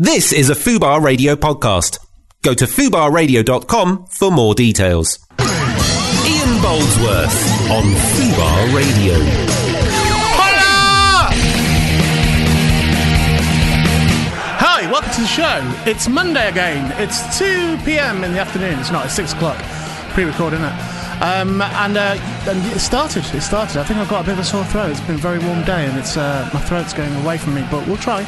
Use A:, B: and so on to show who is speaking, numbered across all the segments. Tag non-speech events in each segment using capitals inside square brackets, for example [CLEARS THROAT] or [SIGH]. A: This is a Fubar Radio podcast. Go to fubarradio.com for more details. Ian Boldsworth on Fubar Radio.
B: Hi, welcome to the show. It's Monday again. It's 2 p.m. in the afternoon. It's not, it's 6 o'clock. Pre recorded, isn't it? Um, and, uh, and it started. It started. I think I've got a bit of a sore throat. It's been a very warm day and it's uh, my throat's going away from me, but we'll try.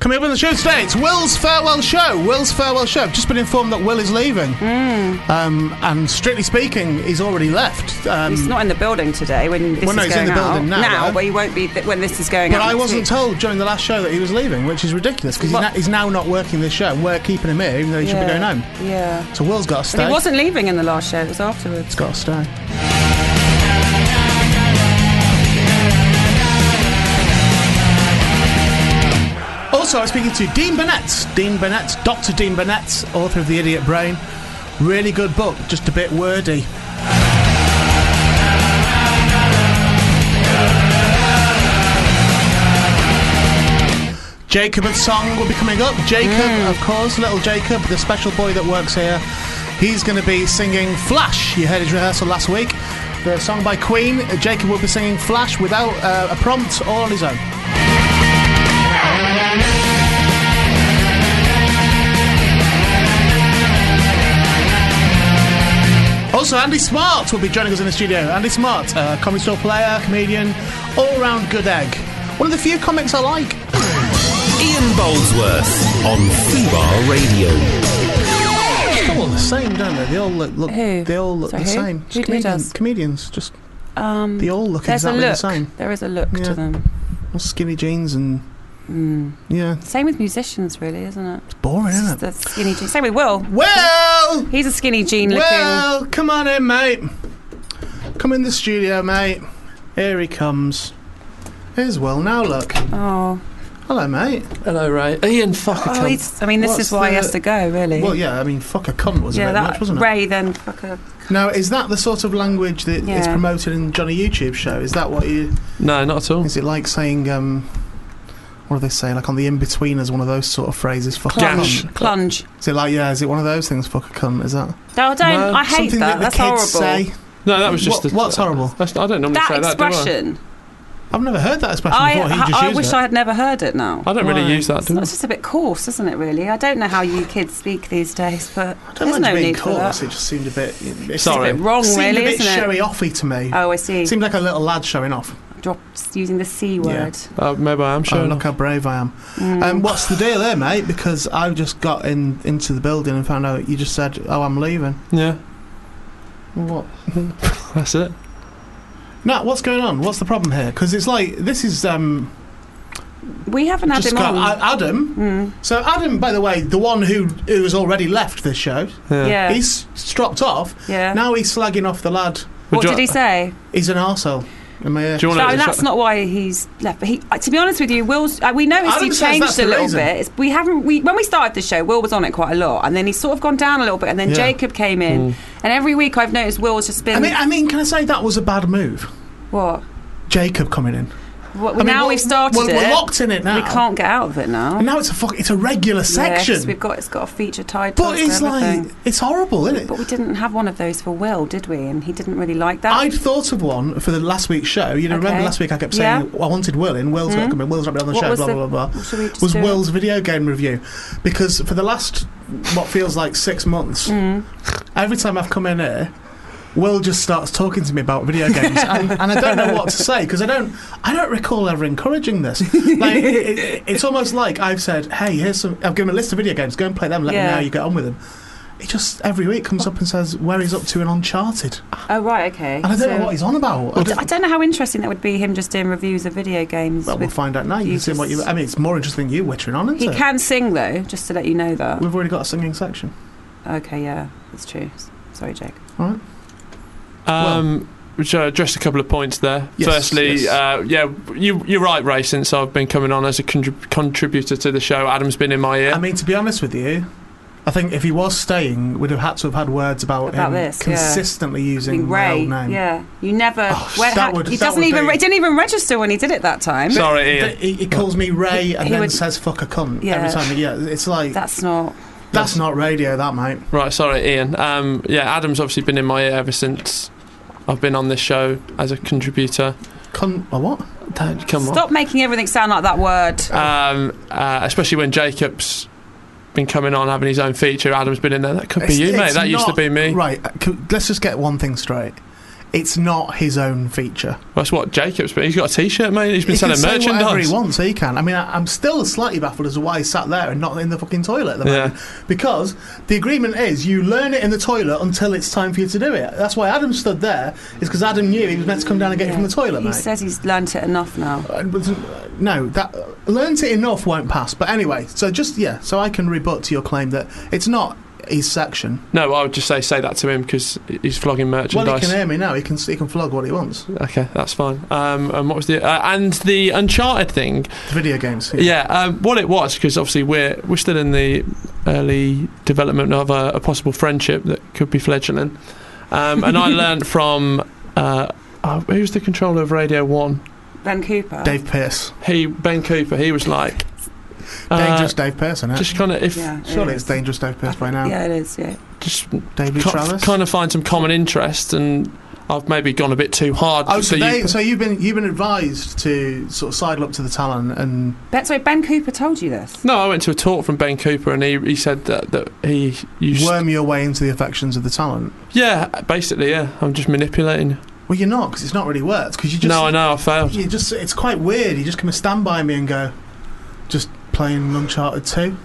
B: Coming up on the show today, it's Will's farewell show. Will's farewell show. I've just been informed that Will is leaving. Um, and strictly speaking, he's already left. Um,
C: He's not in the building today when this
B: Well, no,
C: is
B: he's in
C: going
B: the
C: out.
B: building now, though.
C: but he won't be th- when this is going
B: But
C: out.
B: I
C: next
B: wasn't
C: week.
B: told during the last show that he was leaving, which is ridiculous because he's,
C: What?
B: na- he's now not working this show. and We're keeping him here, even though he should be
C: Yeah,
B: going home.
C: Yeah.
B: So Will's got to
C: And
B: stay.
C: he wasn't leaving in the last show. It was afterwards.
B: It's got to stay. Also, I was speaking to Dean Burnett. Dean Burnett, Dr. Dean Burnett, author of The Idiot Brain. Really good book, just a bit wordy. Jacob and Song will be coming up. Jacob, of course, little Jacob, the special boy that works here. He's going to be singing Flash. You heard his rehearsal last week. The song by Queen. Uh, Jacob will be singing Flash without uh, a prompt or on his own. Also, Andy Smart will be joining us in the studio. Andy Smart, uh, comedy store player, comedian, all round good egg. One of the few comics I like.
A: Ian Boldsworth on Fubar Radio.
B: They're all the same, don't they? They all look. look
C: Who?
B: They all look
C: Sorry,
B: the
C: who?
B: same.
C: Who
B: Just
C: did us?
B: comedians, just
C: Um,
B: they all look
C: there's
B: exactly
C: a look.
B: the same.
C: There is a look
B: Yeah.
C: to them.
B: All skinny jeans and
C: Mm.
B: yeah,
C: Same with musicians, really, isn't it?
B: it's boring,
C: It's
B: isn't
C: just
B: it?
C: the skinny jean. Same with Will.
B: Well,
C: He's a skinny jean looking.
B: well, come on in, mate. Come in the studio, mate. Here he comes. Here's Will. Now look.
C: oh,
B: Hello, mate.
D: Hello, Ray. Ian, fuck a
C: oh
D: cunt.
C: he's, I mean, this
B: What's
C: is why he
B: the-
C: has to go, really.
B: Well, yeah. I mean, fuck a cunt was
C: yeah,
B: a bit
C: that
B: much, wasn't it?
C: Ray then uh, fucker.
B: Now, is that the sort of language that is
C: Yeah.
B: promoted in Johnny YouTube show? Is that what you?
D: No, not at all.
B: Is it like saying, um, what do they say? Like on the in between as one of those sort of phrases. Fuck a
D: Gash.
B: cunt.
C: Plunge.
B: Is it like yeah? Is it one of those things? Fuck a cunt. Is that
C: No, I don't.
D: No,
C: I hate
B: something
C: that.
B: that,
C: That's
B: the kids
C: horrible.
B: say?
D: No, that was just.
B: What-
D: a-
B: what's horrible?
D: That's, I don't normally
C: That
D: say that. Do
C: expression.
B: I've never heard that expression
C: I,
B: before. He just
C: I, I
B: used
C: wish
B: it.
C: I had never heard it now.
D: I? I don't really
B: Why?
D: use that.
C: It's
D: Do I?
C: not- it's just a bit coarse, isn't it, really? I don't know how you kids speak these days, but
B: I don't
C: there's
B: mind
C: no
B: it being
C: need for
B: coarse.
C: that.
B: It just seemed a bit. It
D: Sorry.
C: It's a bit wrong,
B: seemed
C: really,
B: a bit
C: isn't it?
B: showy offy to me.
C: Oh, I see.
B: Seemed like a little lad showing off.
C: Drops using the C word.
D: Uh, maybe I am
B: Oh,
D: sure.
B: look how brave I am.
C: Mm.
B: Um, what's the deal there, mate? Because I just got in into the building and found out you just said, "Oh, I'm leaving."
D: yeah,
B: What?
D: that's it.
B: No, what's going on? What's the problem here? Because it's like this is um,
C: we haven't had
B: just
C: him
B: got,
C: on.
B: I- Adam.
C: Mm.
B: So Adam, by the way, the one who who has already left this show,
D: Yeah.
C: Yeah.
B: he's stropped off.
C: yeah.
B: Now he's slagging off the lad.
C: what
D: do you-
C: did he say?
B: He's an arsehole. Am I?
D: Do you want
C: No,
D: to?
C: that's not why he's left. But he, uh, to be honest with you, Will's. Uh, we noticed
B: Adam
C: he
B: says that's
C: changed
B: the
C: a little
B: reason.
C: bit. It's, we haven't. We when we started the show, Will was on it quite a lot, and then he's sort of gone down a little bit, and then
B: Yeah.
C: Jacob came
D: Mm.
C: in, and every week I've noticed Will's just been
B: I mean, I mean, can I say that was a bad move?
C: what?
B: Jacob coming in.
C: what
B: I mean,
C: now
B: we're-
C: we've started
B: We're, we're
C: it.
B: locked in it now.
C: We can't get out of it now.
B: And now it's a fuck, it's a regular
C: Yeah, 'cause
B: section.
C: we've got it's got a feature title.
B: but it's like it's horrible, isn't it?
C: But we didn't have one of those for Will, did we? And he didn't really like that.
B: I'd thought of one for the last week's show. You know, remember
C: Okay.
B: last week I kept saying I wanted Will in. Will's not
C: Mhm.
B: coming. Will's not been on the
C: What
B: show.
C: was
B: Blah
C: the-
B: blah blah. blah.
C: Or should we just
B: Was
C: do it?
B: Will's video game review because for the last what feels like six months,
C: Mm.
B: every time I've come in here, Will just starts talking to me about video
C: [LAUGHS]
B: games, and, and I don't know what to say because I don't, I don't recall ever encouraging this.
C: [LAUGHS]
B: Like, it, it- it's almost like I've said, "Hey, here's some." I've given him a list of video games. Go and play them. Let me know
C: Yeah.
B: how you get on with them. He just every week comes up and says where he's up to in Uncharted,
C: Oh right, okay.
B: and I don't know what he's on about. I
C: I d-
B: don't-
C: I don't know how interesting that would be him just doing reviews of video games.
B: well, we'll
C: with,
B: find out now. You
C: you
B: can see what you.
C: just-
B: I mean, it's more interesting you wittering on, isn't
C: he
B: it?
C: can sing though, just to let you know that.
B: We've already got a singing section.
C: Okay, yeah, that's true. S- Sorry, Jake.
D: Um, which I addressed a couple of points there.
B: Yes,
D: Firstly,
B: yes.
D: Uh, yeah, you, you're right, Ray. Since I've been coming on as a contrib- contributor to the show, Adam's been in my ear.
B: I mean, to be honest with you, I think if he was staying, we'd have had to have had words about,
C: About
B: him
C: this, yeah.
B: consistently
C: I mean,
B: using my
C: Ray,
B: old name.
C: yeah, you never. where,
B: Oh, that
C: how-
B: would-
C: he
B: that
C: doesn't
B: would
C: even.
B: be-
C: It didn't even register when he did it that time.
D: Sorry,
B: But
D: Ian.
B: He, he calls me Ray and
C: He
B: then
C: would-
B: says "fuck a cunt" every
C: Yeah.
B: time. Yeah, it's like that's,
C: That's not.
B: not radio, that mate.
D: Right, sorry, Ian. Um, yeah, Adam's obviously been in my ear ever since I've been on this show as a contributor.
B: Cunt or what?
D: Don't come on.
C: Stop making everything sound like that word.
D: Um, uh, especially when Jacob's been coming on having his own feature. Adam's been in there. That could be
B: It's-
D: you, mate.
B: it's
D: That used to
B: not-
D: be me.
B: Right. uh, c- Let's just get one thing straight. It's not his own feature.
D: That's what Jacob's been. He's got a T-shirt, mate. He's been
B: he can
D: selling
B: say whatever he
D: merchandise.
B: wants. He can. I mean, I, I'm still slightly baffled as to why he sat there and not in the fucking toilet at the
D: Yeah.
B: moment. Because the agreement is you learn it in the toilet until it's time for you to do it. That's why Adam stood there. Is because Adam knew he was meant to come down and get it from the toilet,
C: he
B: mate.
C: says he's learnt it enough now.
B: Uh, but, uh, no, that uh, learnt it enough won't pass. But anyway, so just yeah, so I can rebut to your claim that it's not his section.
D: No, I would just say say that to him because he's flogging
B: Well, he
D: merchandise.
B: can hear me now. He can he can flog what he wants.
D: okay, that's fine. Um, and what was the uh, and the Uncharted thing?
B: The video games.
D: Yeah, um, what it was because obviously we're we're still in the early development of a, a possible friendship that could be fledgling, um, and
B: [LAUGHS]
D: I learned from uh, uh, who's the controller of Radio One?
C: Ben Cooper.
B: Dave Pearce,
D: He Ben Cooper. He was like, uh,
B: dangerous Dave Pearce, isn't it?
D: just kind of if
C: Yeah, it
B: Surely
C: is.
B: it's dangerous Dave Pearce by now.
C: Yeah, it is. Yeah.
D: just
B: David Travis.
D: kind of find some common interest, and I've maybe gone a bit too hard.
B: Oh, so,
D: you-
B: they, so you've been you've been advised to sort of sidle up to the talent and
C: That's why Ben Cooper told you this.
D: no, I went to a talk from Ben Cooper, and he, he said that, that he used
B: worm your way into the affections of the talent.
D: yeah, basically yeah. I'm just manipulating.
B: Well, you're not because it's not really worked. Because you just
D: no, I know I failed.
B: you just it's quite weird. You just come and stand by me and go, just playing Uncharted Two.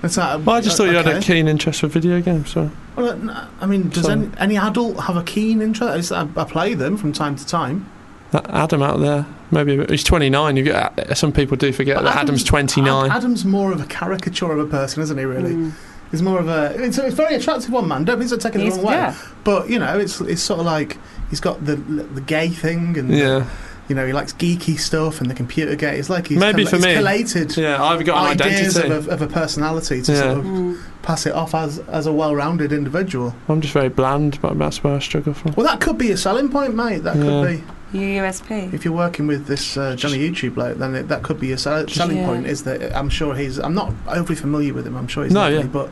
B: That's that.
D: Well, I just thought you had a
B: okay.
D: keen interest for video games. So
B: Well, uh, n- I mean, does
D: So-
B: any, any adult have a keen interest? I, I play them from time to time.
D: that Adam out there, maybe he's 29. You get uh, some people do forget
B: But
D: that Adam's, 29.
B: Ad- Adam's more of a caricature of a person, isn't he? Really,
C: Mm.
B: he's more of a. It's a, it's a very attractive one, man. Don't please don't take it the
C: He's-
B: wrong way.
C: yeah.
B: But you know, it's it's sort of like he's got the the gay thing, and
D: yeah,
B: you know he likes geeky stuff and the computer gay. It's like he's
D: Maybe
B: colla-
D: for
B: he's
D: me.
B: collated
D: yeah. I've got an
B: ideas
D: identity.
B: of a, of a personality to
D: Yeah.
B: sort of
C: Mm.
B: pass it off as as a well-rounded individual.
D: I'm just very bland, but that's where I struggle from.
B: Well, that could be a selling point, mate. That could
D: Yeah.
B: be
C: Your USP.
B: if you're working with this uh, Johnny YouTube bloke, then it, that could be a sell- selling
C: Yeah.
B: point. Is that I'm sure he's. I'm not overly familiar with him. I'm sure he's
D: No,
B: not,
D: yeah.
B: but.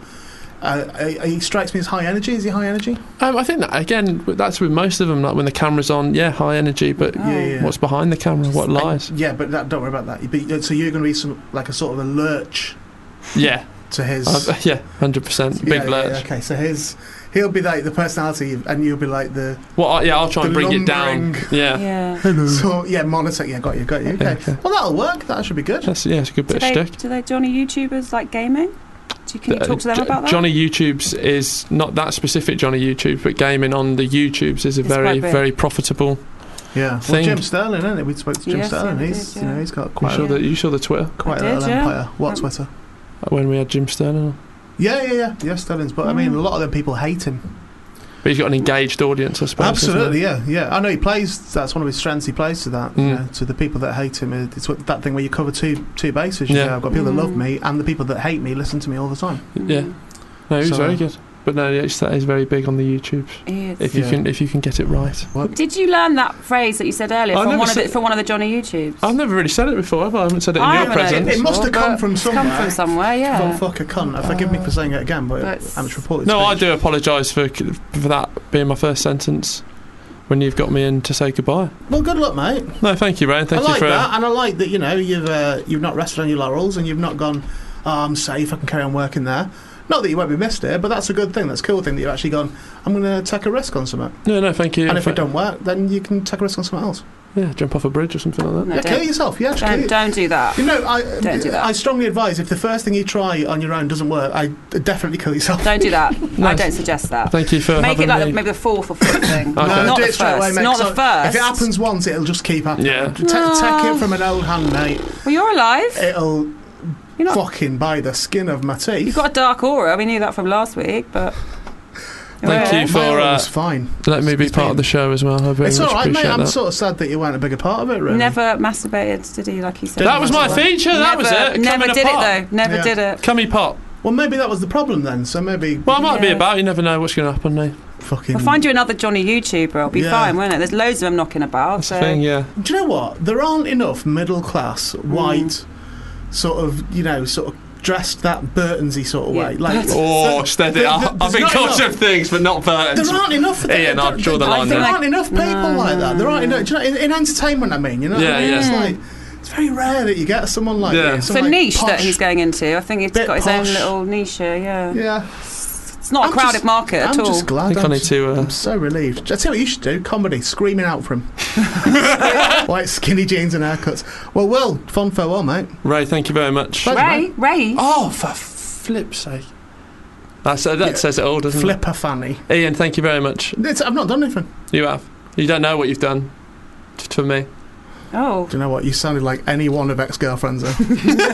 B: Uh, he he strikes me as high energy. Is he high energy?
D: Um, I think that, again, that's with most of them. Like when the camera's on, yeah, high energy, but
C: Oh.
D: what's behind the camera? What
B: And-
D: lies?
B: yeah, but that, don't worry about that. But, so you're going to be some like a sort of a lurch
D: Yeah,
B: to his. [LAUGHS]
D: uh, yeah, hundred percent. Big
B: Yeah, yeah,
D: lurch.
B: yeah, okay, so his he'll be like the personality, and you'll be like the
D: Well, I, yeah, I'll try and
B: The
D: bring it down.
B: lumbering- [LAUGHS]
D: Yeah, [LAUGHS]
C: Yeah.
B: hello. So yeah, monitor. Yeah, got you, got you. Okay.
D: Yeah, okay.
B: Well, that'll work. That should be good.
D: that's yeah, it's a good
C: Do
D: bit
C: they,
D: of shtick.
C: do they do any YouTubers like gaming? Do you, can you
D: Uh,
C: talk to them
D: Jo-
C: about that?
D: Johnny YouTube's is not that specific Johnny YouTube, but gaming on the YouTubes is a
C: It's
D: very,
C: quite big.
D: very profitable.
B: Yeah. Well,
D: Thing.
B: Jim Sterling, isn't it? We spoke to Jim
C: Yes,
B: Sterling.
C: yeah, we
B: he's
C: did,
B: you know
C: yeah.
B: he's got
D: You
B: quite
D: saw
B: a,
D: the you saw the Twitter
B: quite
C: I
B: a
C: did,
B: little
C: yeah.
B: empire. What
C: Um,
B: Twitter?
D: when we had Jim Stern on,
B: Yeah, yeah, yeah. Yeah, Sterling's. But I mean,
C: Mm.
B: a lot of them people hate him.
D: but he's got an engaged audience, I suppose. isn't
B: Absolutely.
D: it?
B: Yeah, yeah. I know he plays. That's one of his strengths. He plays to that. You
D: Mm.
B: know, to the people that hate him. It's what, that thing where you cover two two bases. You
D: Yeah.
B: know, I've got people that love
C: Mm.
B: me and the people that hate me listen to me all the time.
D: Yeah. No, he's
B: So-
D: very good. But no, it's, that is very big on the YouTubes.
C: He is.
D: If you
B: Yeah.
D: can, if you can get it right.
C: Did you learn that phrase that you said earlier
D: I
C: from
D: never
C: one, of the,
D: said-
C: from one of the Johnny YouTubes?
D: I've never really said it before. Have I? I haven't said it in
C: I
D: your
C: haven't heard
D: presence.
B: It must have come
C: but
B: from
C: It's come
B: somewhere.
C: from somewhere,
B: Well,
C: yeah.
B: fuck a cunt. Uh, Forgive me for saying it again, but,
C: But-
B: I'm just reported.
D: No, I
B: speech.
D: do apologise for for that being my first sentence when you've got me in to say goodbye.
B: Well, good luck, mate.
D: No, thank you, Ryan.
B: I
D: Thank you
B: like
D: for uh,
B: that, and I like that. You know, you've uh, you've not rested on your laurels, and you've not gone. Oh, I'm safe. I can carry on working there. Not that you won't be missed here, but that's a good thing. That's a cool thing that you've actually gone. I'm going to take a risk on something,
D: no, no, thank you.
B: and if
D: Fa-
B: it don't work, then you can take a risk on something else.
D: yeah, jump off a bridge or something like that.
C: No,
B: yeah, kill
C: don't,
B: yourself. Yeah, just kill
C: don't,
B: you.
C: don't do that.
B: You know, I
C: Don't do that.
B: I strongly advise if the first thing you try on your own doesn't work, I definitely kill yourself.
C: Don't do that. I
D: Nice.
C: don't suggest that.
D: Thank you for
C: Make
D: having
C: it like
D: me.
C: the, maybe the fourth or fifth thing.
D: No, [LAUGHS] [LAUGHS] Okay.
C: Not
B: do
C: the
B: it straight away,
C: first.
B: mate,
C: Not
B: 'cause
C: the first. Ah.
B: If it happens once, it'll just keep happening.
D: Yeah.
B: Ta- take it from an old hand, mate.
C: Well, you're alive.
B: It'll
C: You're not-
B: fucking by the skin of my teeth.
C: You've got a dark aura. We knew that from last week, but.
D: Thank
C: Yeah.
D: you
B: My
D: for
B: arm
D: uh,
B: was fine.
D: letting me be
B: It's
D: part of
B: been-
D: the show as well. I very
B: It's
D: much
B: all right, mate.
D: appreciate
B: I'm
D: that.
B: sort of sad that you weren't a bigger part of it, really.
C: Never masturbated, did he? Like he said.
D: that was my
B: Never-
D: feature. that was it.
C: Never
D: Come in a
C: did
D: pot.
C: it though. Never
B: Yeah.
C: did it.
D: Cummy pot.
B: Well, maybe that was the problem then. So maybe.
D: Well, I might be
C: Yeah.
D: about. You never know what's going to happen. Mate.
B: fucking.
C: We'll find you another Johnny YouTuber. It'll be
B: Yeah.
C: fine, won't it? There's loads of them knocking about.
D: That's
C: so.
D: the thing. Yeah.
B: Do you know what? There aren't enough middle class
C: Mm.
B: white, sort of you know, sort of dressed that Burtonsy sort of
C: Yeah.
B: way. Like,
D: Oh,
B: there- [LAUGHS]
D: steady.
B: there-
D: I- I've
B: there's
D: been
B: not
D: caught
B: enough-
D: of things, but not Burton's.
B: There aren't enough.
D: Yeah, yeah, no,
B: there,
D: I'm sure
B: there,
D: the line
B: there
C: there.
B: aren't enough people like that. There aren't enough. Do you know, in, in entertainment, I mean, you know, what I
D: Yeah,
B: mean?
D: yeah.
B: it's like it's very rare that you get someone like
D: Yeah.
B: you,
C: It's a
B: someone like
C: niche that
B: posh.
C: he's going into. I think he's
B: Bit
C: got his
B: posh.
C: own little niche. here, Yeah.
B: Yeah,
C: It's not
B: I'm
C: a crowded
B: just-
C: market
B: I'm
C: at all.
B: just glad.
D: I think I
B: I'm
D: need
B: s-
D: to. Uh,
B: I'm so relieved. I tell you what you should do: comedy, screaming out
C: [LAUGHS]
B: for him. White skinny jeans and haircuts. Well, Will, fond farewell, mate.
D: Ray, thank you very much.
B: Pleasure,
C: Ray,
B: mate.
C: Ray.
D: Oh, for flip's sake. That's, uh, that
B: Yeah.
D: says it all, doesn't
B: Flipper Fanny.
D: it? Ian, thank you very much.
B: Hmm. It's, I've not done anything.
D: You have. You don't know what you've done t- to me.
C: Oh.
B: Do you know what? You sounded like any one of ex girlfriends.
E: Jennifer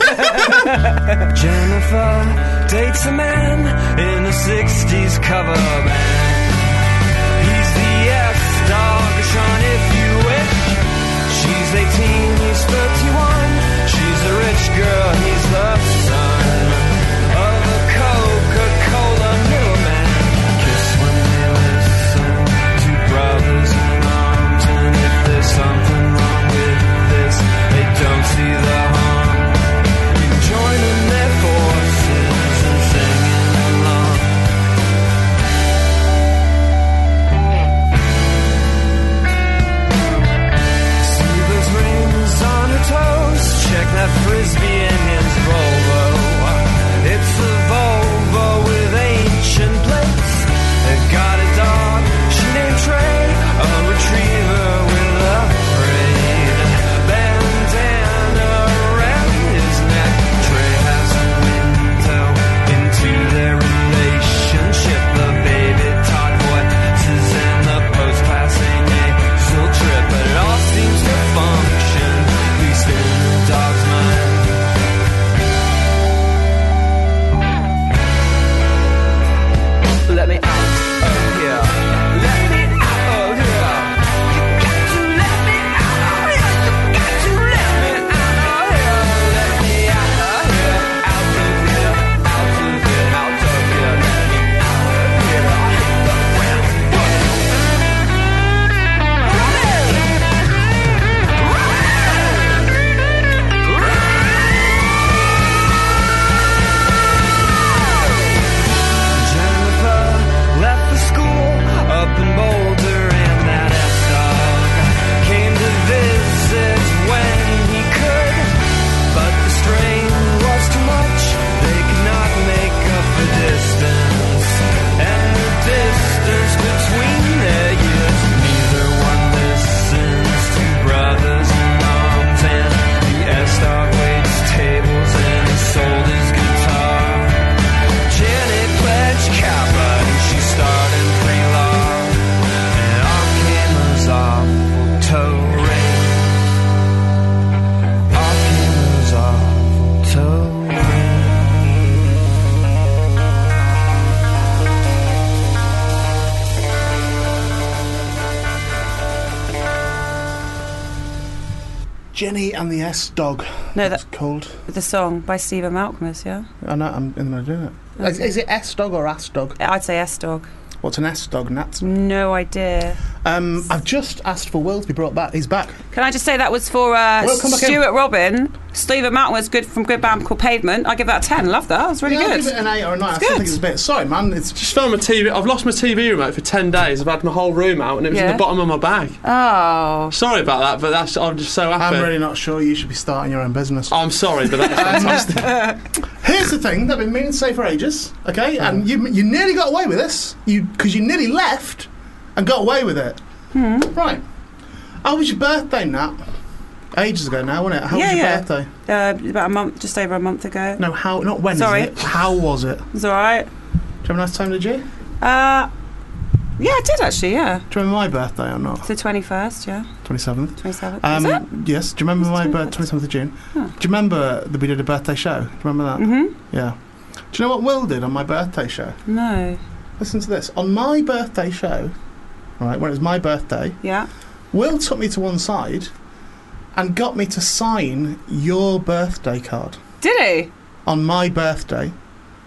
E: dates a man in a 60s cover band. He's the ex dog Sean, if you wish. She's 18, he's 31. She's a rich girl, he's the son of a Coca Cola middleman. Kiss when they listen to brothers and moms. And if there's something wrong with this, they don't see the harm joining their forces and singing along. See those rings on her toes. Check that frisbee in his Volvo. It's a Volvo with ancient plates. They've got a dog, she named Trey, a retriever with a braid. Bandana around his neck. Trey has a window into their relationship. The baby taught voices and the post passing nasal trip. But it all seems to function, at least in the dog's mind. Let me out of here. Let me out of here. You got to let me out of here. You got to let me out of here. Let me out of here. Out of here. Out of here. Out of here. Let me out of here. I hate the wind. Jennifer left the school up in Boulder, and that F dog came to visit when he could. But the strain was too much, they could not make up the distance. And the distance between their years, neither one listens to brothers and moms. And the S dog waits tables and he sold his guitar. Janet pledged Kappa and she started free law. And on cameras awful toe rain. On cameras awful toe rain.
B: [LAUGHS] Jenny and the S Dog.
C: No,
B: It's
C: that
B: called.
C: Oh, the song by Stephen Malcolmus. Yeah.
B: I know, I'm in the middle of doing it. Is, is it S Dog or Ass Dog?
C: I'd say S Dog.
B: What's an S Dog, Nat?
C: No idea.
B: Um, I've just asked for Will to be brought back. He's back.
C: Can I just say that was for uh,
B: Well, come back in.
C: Stuart Robin, Stephen Mountain was good from good band called Pavement. I give that a ten. Love that. That was really
B: yeah, I'll
C: good.
B: give it an 8 or a 9. I still
C: good.
B: think it's a bit. Sorry, man. It's
D: Just found my TV. I've lost my TV remote for 10 days. I've had my whole room out and it was in
C: Yeah.
D: the bottom of my bag.
C: oh,
D: Sorry about that, but that's I'm just so happy.
B: Uh, I'm really not sure you should be starting your own business.
D: I'm sorry, but
B: [LAUGHS]
D: that's
C: [LAUGHS]
D: fantastic.
B: Here's the thing that I've been meaning to say for ages, okay? And you, you nearly got away with this, you because you nearly left and got away with it.
C: Hmm.
B: Right. How was your birthday, Nat? Ages ago now, wasn't it? How
C: Yeah,
B: was your
C: yeah.
B: birthday?
C: uh, about a month, just over a month ago.
B: No, how? Not when is
C: Sorry.
B: it? How was it? Did
C: It was all right.
B: you have a nice time, did you? Do you
C: Uh, yeah, I did actually. Yeah,
B: remember my birthday or not?
C: it's the twenty first. Yeah,
B: 27th.
C: twenty seventh.
B: Um,
C: Is it?
B: Yes. Do you remember my
C: It's
B: birthday?
C: 27th.
B: 27th of June.
C: Huh.
B: Do you remember that we did a birthday show? Do you remember that?
C: Mhm.
B: Yeah. Do you know what Will did on my birthday show?
C: No.
B: Listen to this. On my birthday show, right, when it was my birthday,
C: Yeah.
B: Will took me to one side and got me to sign your birthday card
C: Did he?
B: on my birthday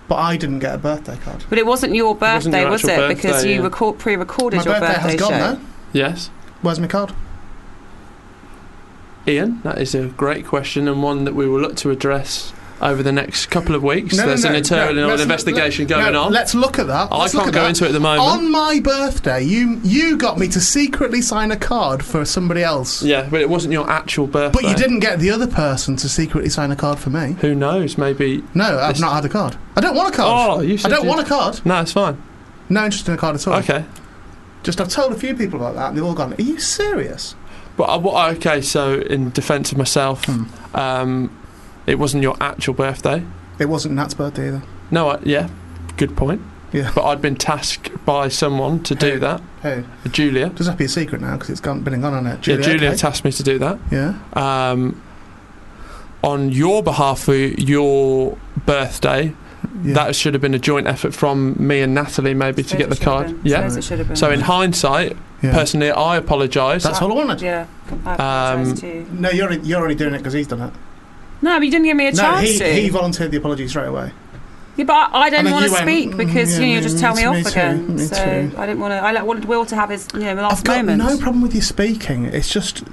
B: but I didn't get a birthday card.
C: But it wasn't your
D: wasn't
C: birthday,
D: your
C: was it?
D: actual
C: because
D: birthday,
C: you
D: yeah.
C: record, pre-recorded
B: My
C: your
B: birthday has gone
C: show.
B: though.
D: Yes.
B: Where's my card?
D: Ian, that is a great question and one that we will look to address over the next couple of weeks. There's an internal
B: no, let's-
D: investigation
B: let-
D: going
B: no,
D: on.
B: Let's look at that.
D: I
B: Let's look at
D: can't go
B: that.
D: into it at the moment.
B: On my birthday, you you got me to secretly sign a card for somebody else,
D: yeah, but it wasn't your actual birthday.
B: but you didn't get the other person to secretly sign a card for me.
D: Who knows? Maybe.
B: No, I've
D: This-
B: not had a card. I don't want a card.
D: Oh, you
B: I
D: said
B: don't
D: you-
B: want a card.
D: No, it's fine.
B: No interest in a card at all.
D: Okay.
B: Just I've told a few people about that, and they've all gone. Are you serious?
D: But I, what- okay, so in defence of myself,
B: Hmm.
D: um, it wasn't your actual birthday.
B: It wasn't Nat's birthday either.
D: No, I, yeah, good point.
B: Yeah.
D: But I'd been tasked by someone to do
B: Who?
D: that.
B: Hey,
D: Julia.
B: does that be a secret now? Because it's gone, been and gone on it.
D: yeah, Julia
B: okay.
D: tasked me to do that.
B: yeah.
D: Um, on your behalf for your birthday,
B: yeah.
D: that should have been a joint effort from me and Natalie, maybe, to
C: Suppose
D: get
C: it
D: the
C: should have
D: card.
C: been.
D: Yeah.
C: Suppose it should have been.
D: So in hindsight,
B: yeah.
D: personally, I apologise.
B: That's all I wanted.
C: yeah, I apologise
D: Um,
C: to you.
B: No, you're you're already doing it because he's done it.
C: No, but you didn't give me a
B: no,
C: chance
B: he,
C: to.
B: he volunteered the apology straight away.
C: yeah, but I, I don't
B: And then
C: want
B: you
C: to
B: went,
C: speak
B: "Mm,
C: because
B: yeah,
C: you know,
B: me-
C: just
B: me
C: tell me
B: too,
C: off
B: me too,
C: again.
B: me
C: so
B: too.
C: I didn't want to. I like, wanted Will to have his you know last
B: I've got
C: moment.
B: no problem with you speaking. It's just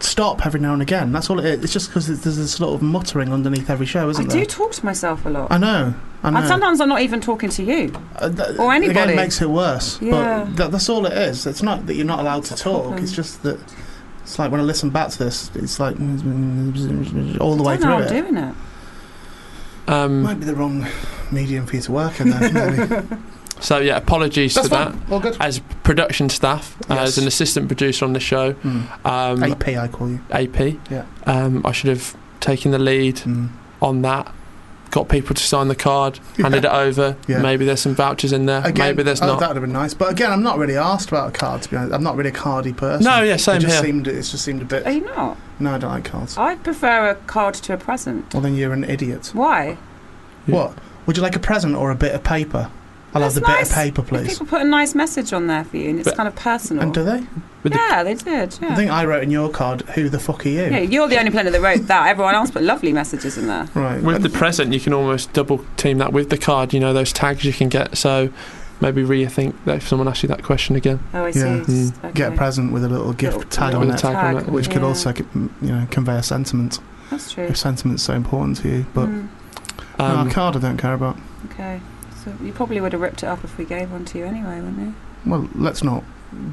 B: stop every now and again. That's all it is. It's just because there's this sort of muttering underneath every show,
C: I
B: isn't there?
C: do talk to myself a lot.
B: I know. I know.
C: And sometimes I'm not even talking to you.
B: Uh, that-
C: or
B: Again,
C: anybody.
B: it makes it worse.
C: Yeah.
B: But that, that's all it is. It's not that you're not allowed to
C: That's a
B: talk.
C: problem.
B: It's just that. It's like when I listen back to this, it's like all the way
C: I don't know
B: through
C: how
B: it.
C: I'm doing it.
D: Um,
B: Might be the wrong medium for you to work in.
C: [LAUGHS]
B: There, maybe.
D: so yeah, apologies
B: that's
D: for that.
B: fine. All good.
D: As production staff, uh, as
B: Yes.
D: an assistant producer on the show,
B: Mm.
D: um,
B: AP, I call you.
D: AP,
B: Yeah.
D: um, I should have taken the lead
B: Mm.
D: on that. Got people to sign the card, handed it over.
B: Yeah.
D: Maybe there's some vouchers in there.
B: Again,
D: maybe there's
B: oh,
D: not.
B: That would have been nice. But again, I'm not really asked about a card. To be honest, I'm not really a cardy person.
D: No, yeah,
B: it
D: same
B: just
D: here.
B: Seemed, it just seemed a
C: Are
B: bit.
C: you not?
B: No, I don't like cards.
C: I prefer a card to a present.
B: Well, then you're an idiot.
C: Why?
D: Yeah.
B: What? Would you like a present or a bit of paper? I'll have
C: That's
B: the
C: nice.
B: bit of paper,
C: If
B: please.
C: People put a nice message on there for you, and it's
D: But-
C: kind of personal.
B: And do they?
D: With the-
C: yeah, they did. Yeah.
B: I think I wrote in your card, "Who the fuck are you?"
C: yeah, you're the only planet that wrote that. Everyone else put lovely messages in there.
B: Right.
D: With the present, you can almost double team that with the card. You know those tags you can get. So maybe rethink that if someone asks you that question again.
C: Oh, I
B: [LAUGHS]
C: see.
B: Yeah.
D: Mm.
C: Okay.
B: Get a present with a little gift
C: Little-
B: tag
D: little
B: on
D: bit
B: it,
D: of tag on it,
B: which could
C: yeah.
B: also, c- m- you know, convey a sentiment.
C: That's true.
B: If sentiment's so important to you, but
C: Mm,
B: no,
D: Um,
B: a card I don't care about.
C: okay. So you probably would have ripped it up if we gave one to you anyway, wouldn't
B: Well, let's not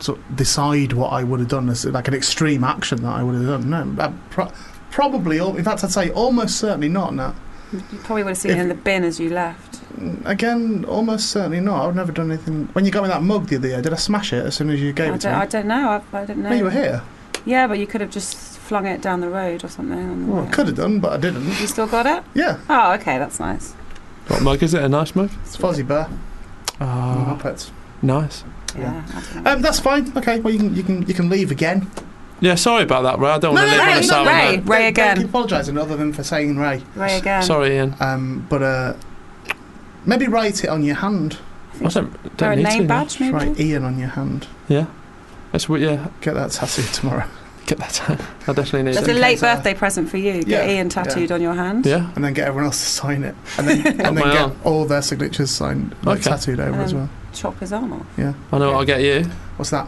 B: sort of decide what I would have done as like an extreme action that I would have done. No, I pro- probably. al- In fact, I'd say almost certainly not. Now,
C: you? You probably would have seen
B: If-
C: it in the bin as you left.
B: Mm, again, almost certainly not. I've never done anything. When you got me that mug the other year, did I smash it as soon as you
C: I
B: gave it
C: don't,
B: to me?
C: I don't know. I, I don't know.
B: No, you were here.
C: Yeah, but you could have just flung it down the road or something. on the
B: Well, I
C: way
B: could
C: out.
B: have done, but I didn't.
C: You still got it?
B: Yeah,
C: Oh, okay, that's nice.
D: what mug is it? A nice mug.
B: it's Fozzie Bear.
D: Ah,
B: Muppets.
D: nice.
C: Yeah. that's nice.
B: Um, that's fine. Okay. Well, you can you can you can leave again.
D: Yeah, sorry about that, Ray. I don't want to
C: no,
D: leave
C: no,
D: on a
C: no,
D: sour
C: Ray.
D: note.
C: Ray
B: Don't-
C: again.
B: Don't keep apologising, other than for saying Ray.
C: Ray again.
D: Sorry, Ian.
B: Um, but uh, maybe write it on your hand.
D: I don't,
C: Or
D: don't
C: a
D: need
C: name
D: to. now.
C: badge, maybe?
B: Write Ian on your hand.
D: Yeah, that's what. Yeah,
B: Get that tattooed tomorrow, [LAUGHS]
D: get that. [LAUGHS] I definitely need
C: That's
B: Just
C: a
D: it.
B: in
C: late
B: case, uh,
C: birthday present for you. Get
B: yeah,
C: Ian tattooed on your hand.
D: Yeah.
B: and then get everyone else to sign it, and [LAUGHS] then
D: On
B: and
D: my
B: then
D: arm.
B: get all their signatures signed, like
D: Okay.
B: tattooed over
C: Um,
B: as well.
C: Chop his arm off.
D: I know what I'll get you.
B: What's that?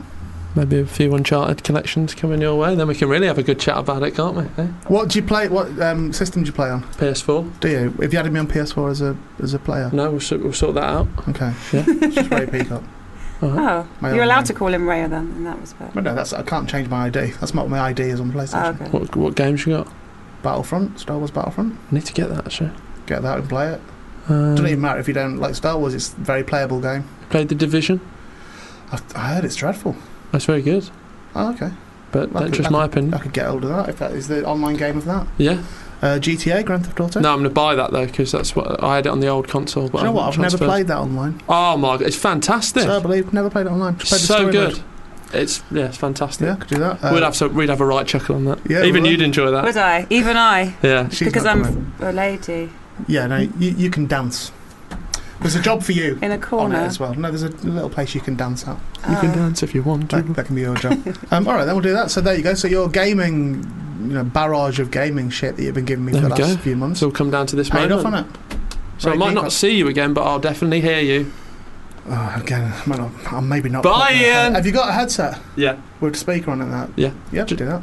D: Maybe a few Uncharted collections coming your way. Then we can really have a good chat about it, can't we? eh?
B: What do you play? What um, system do you play on?
D: PS4.
B: Do you? Have you had me on PS4 as a as a player?
D: No, we'll, sort- we'll sort that out.
B: Okay.
D: Yeah.
B: Just [LAUGHS] Ray Peacock.
C: Oh,
B: My
C: you're
B: own
C: allowed
B: name.
C: to call him Ray then in that respect.
B: But no, that's I can't change my ID. That's not what my ID is on
C: Oh,
B: PlayStation.
C: okay.
D: What, what games you got?
C: Oh.
B: Battlefront, Star Wars Battlefront.
D: I need to get that actually.
B: Get that and play it.
D: Um,
B: Doesn't even matter if you don't like Star Wars. It's a very playable game.
D: played the Division.
B: I, I heard it's dreadful.
D: That's very good,
B: Oh, okay.
D: but
B: I
D: that's
B: could-
D: just
B: I could- I
D: my opinion.
B: could get hold of that if that is the online game of that.
D: Yeah.
B: Uh, GTA, Grand Theft Auto.
D: No, I'm going to buy that though because that's what I had it on the old console.
B: Do
D: But
B: you know
D: I
B: what? I've
D: haven't
B: never
D: transferred.
B: played that online.
D: Oh my god, it's fantastic.
B: So I believe never played it online. Just played the
D: so
B: story
D: good.
B: mode.
D: It's yeah, it's fantastic.
B: Yeah, could do that. Uh,
D: we'd have so we'd have a right chuckle on that.
B: yeah, we
D: even
B: would.
D: you'd enjoy that.
C: Would I? Even I.
D: yeah.
B: she's
C: because
B: not
C: I'm
B: coming.
C: a lady
B: Yeah, no, you, you can dance. There's a job for you
C: in
B: on
C: a
B: it
C: corner.
B: as well. Oh, No, there's a little place you can dance
C: [LAUGHS]
B: at.
D: You can
C: Oh.
D: dance if you want to.
B: That, that can be your job. um, all right, then we'll do that. So there you go. So your gaming, you know, barrage of gaming shit that you've been giving me
D: There
B: for
D: we
B: the last
D: go.
B: few months.
D: It's all come down to this
B: Paid
D: moment.
B: off on it.
D: So I
B: Right,
D: might
B: Nick,
D: not
B: I-
D: see you again, but I'll definitely hear you.
B: Oh, again, I might not, I'll maybe not.
D: Bye,
B: put my-
D: Ian.
B: Have you got a headset
D: Yeah.
B: with a speaker on it? and That
D: Yeah.
B: yeah, do that.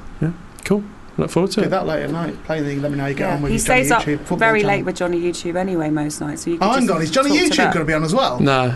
D: Cool. Look forward to
B: Do
D: it.
B: that late at night. Play the. Let me know how you get
C: Yeah,
B: on with
C: he
B: your Johnny
C: stays up
B: YouTube football
C: very
B: channel.
C: late with Johnny YouTube anyway most nights. So you could
B: Oh,
C: just
B: hang on, is Johnny
C: talk to
B: YouTube
C: that.
B: going to be on as well?
D: No.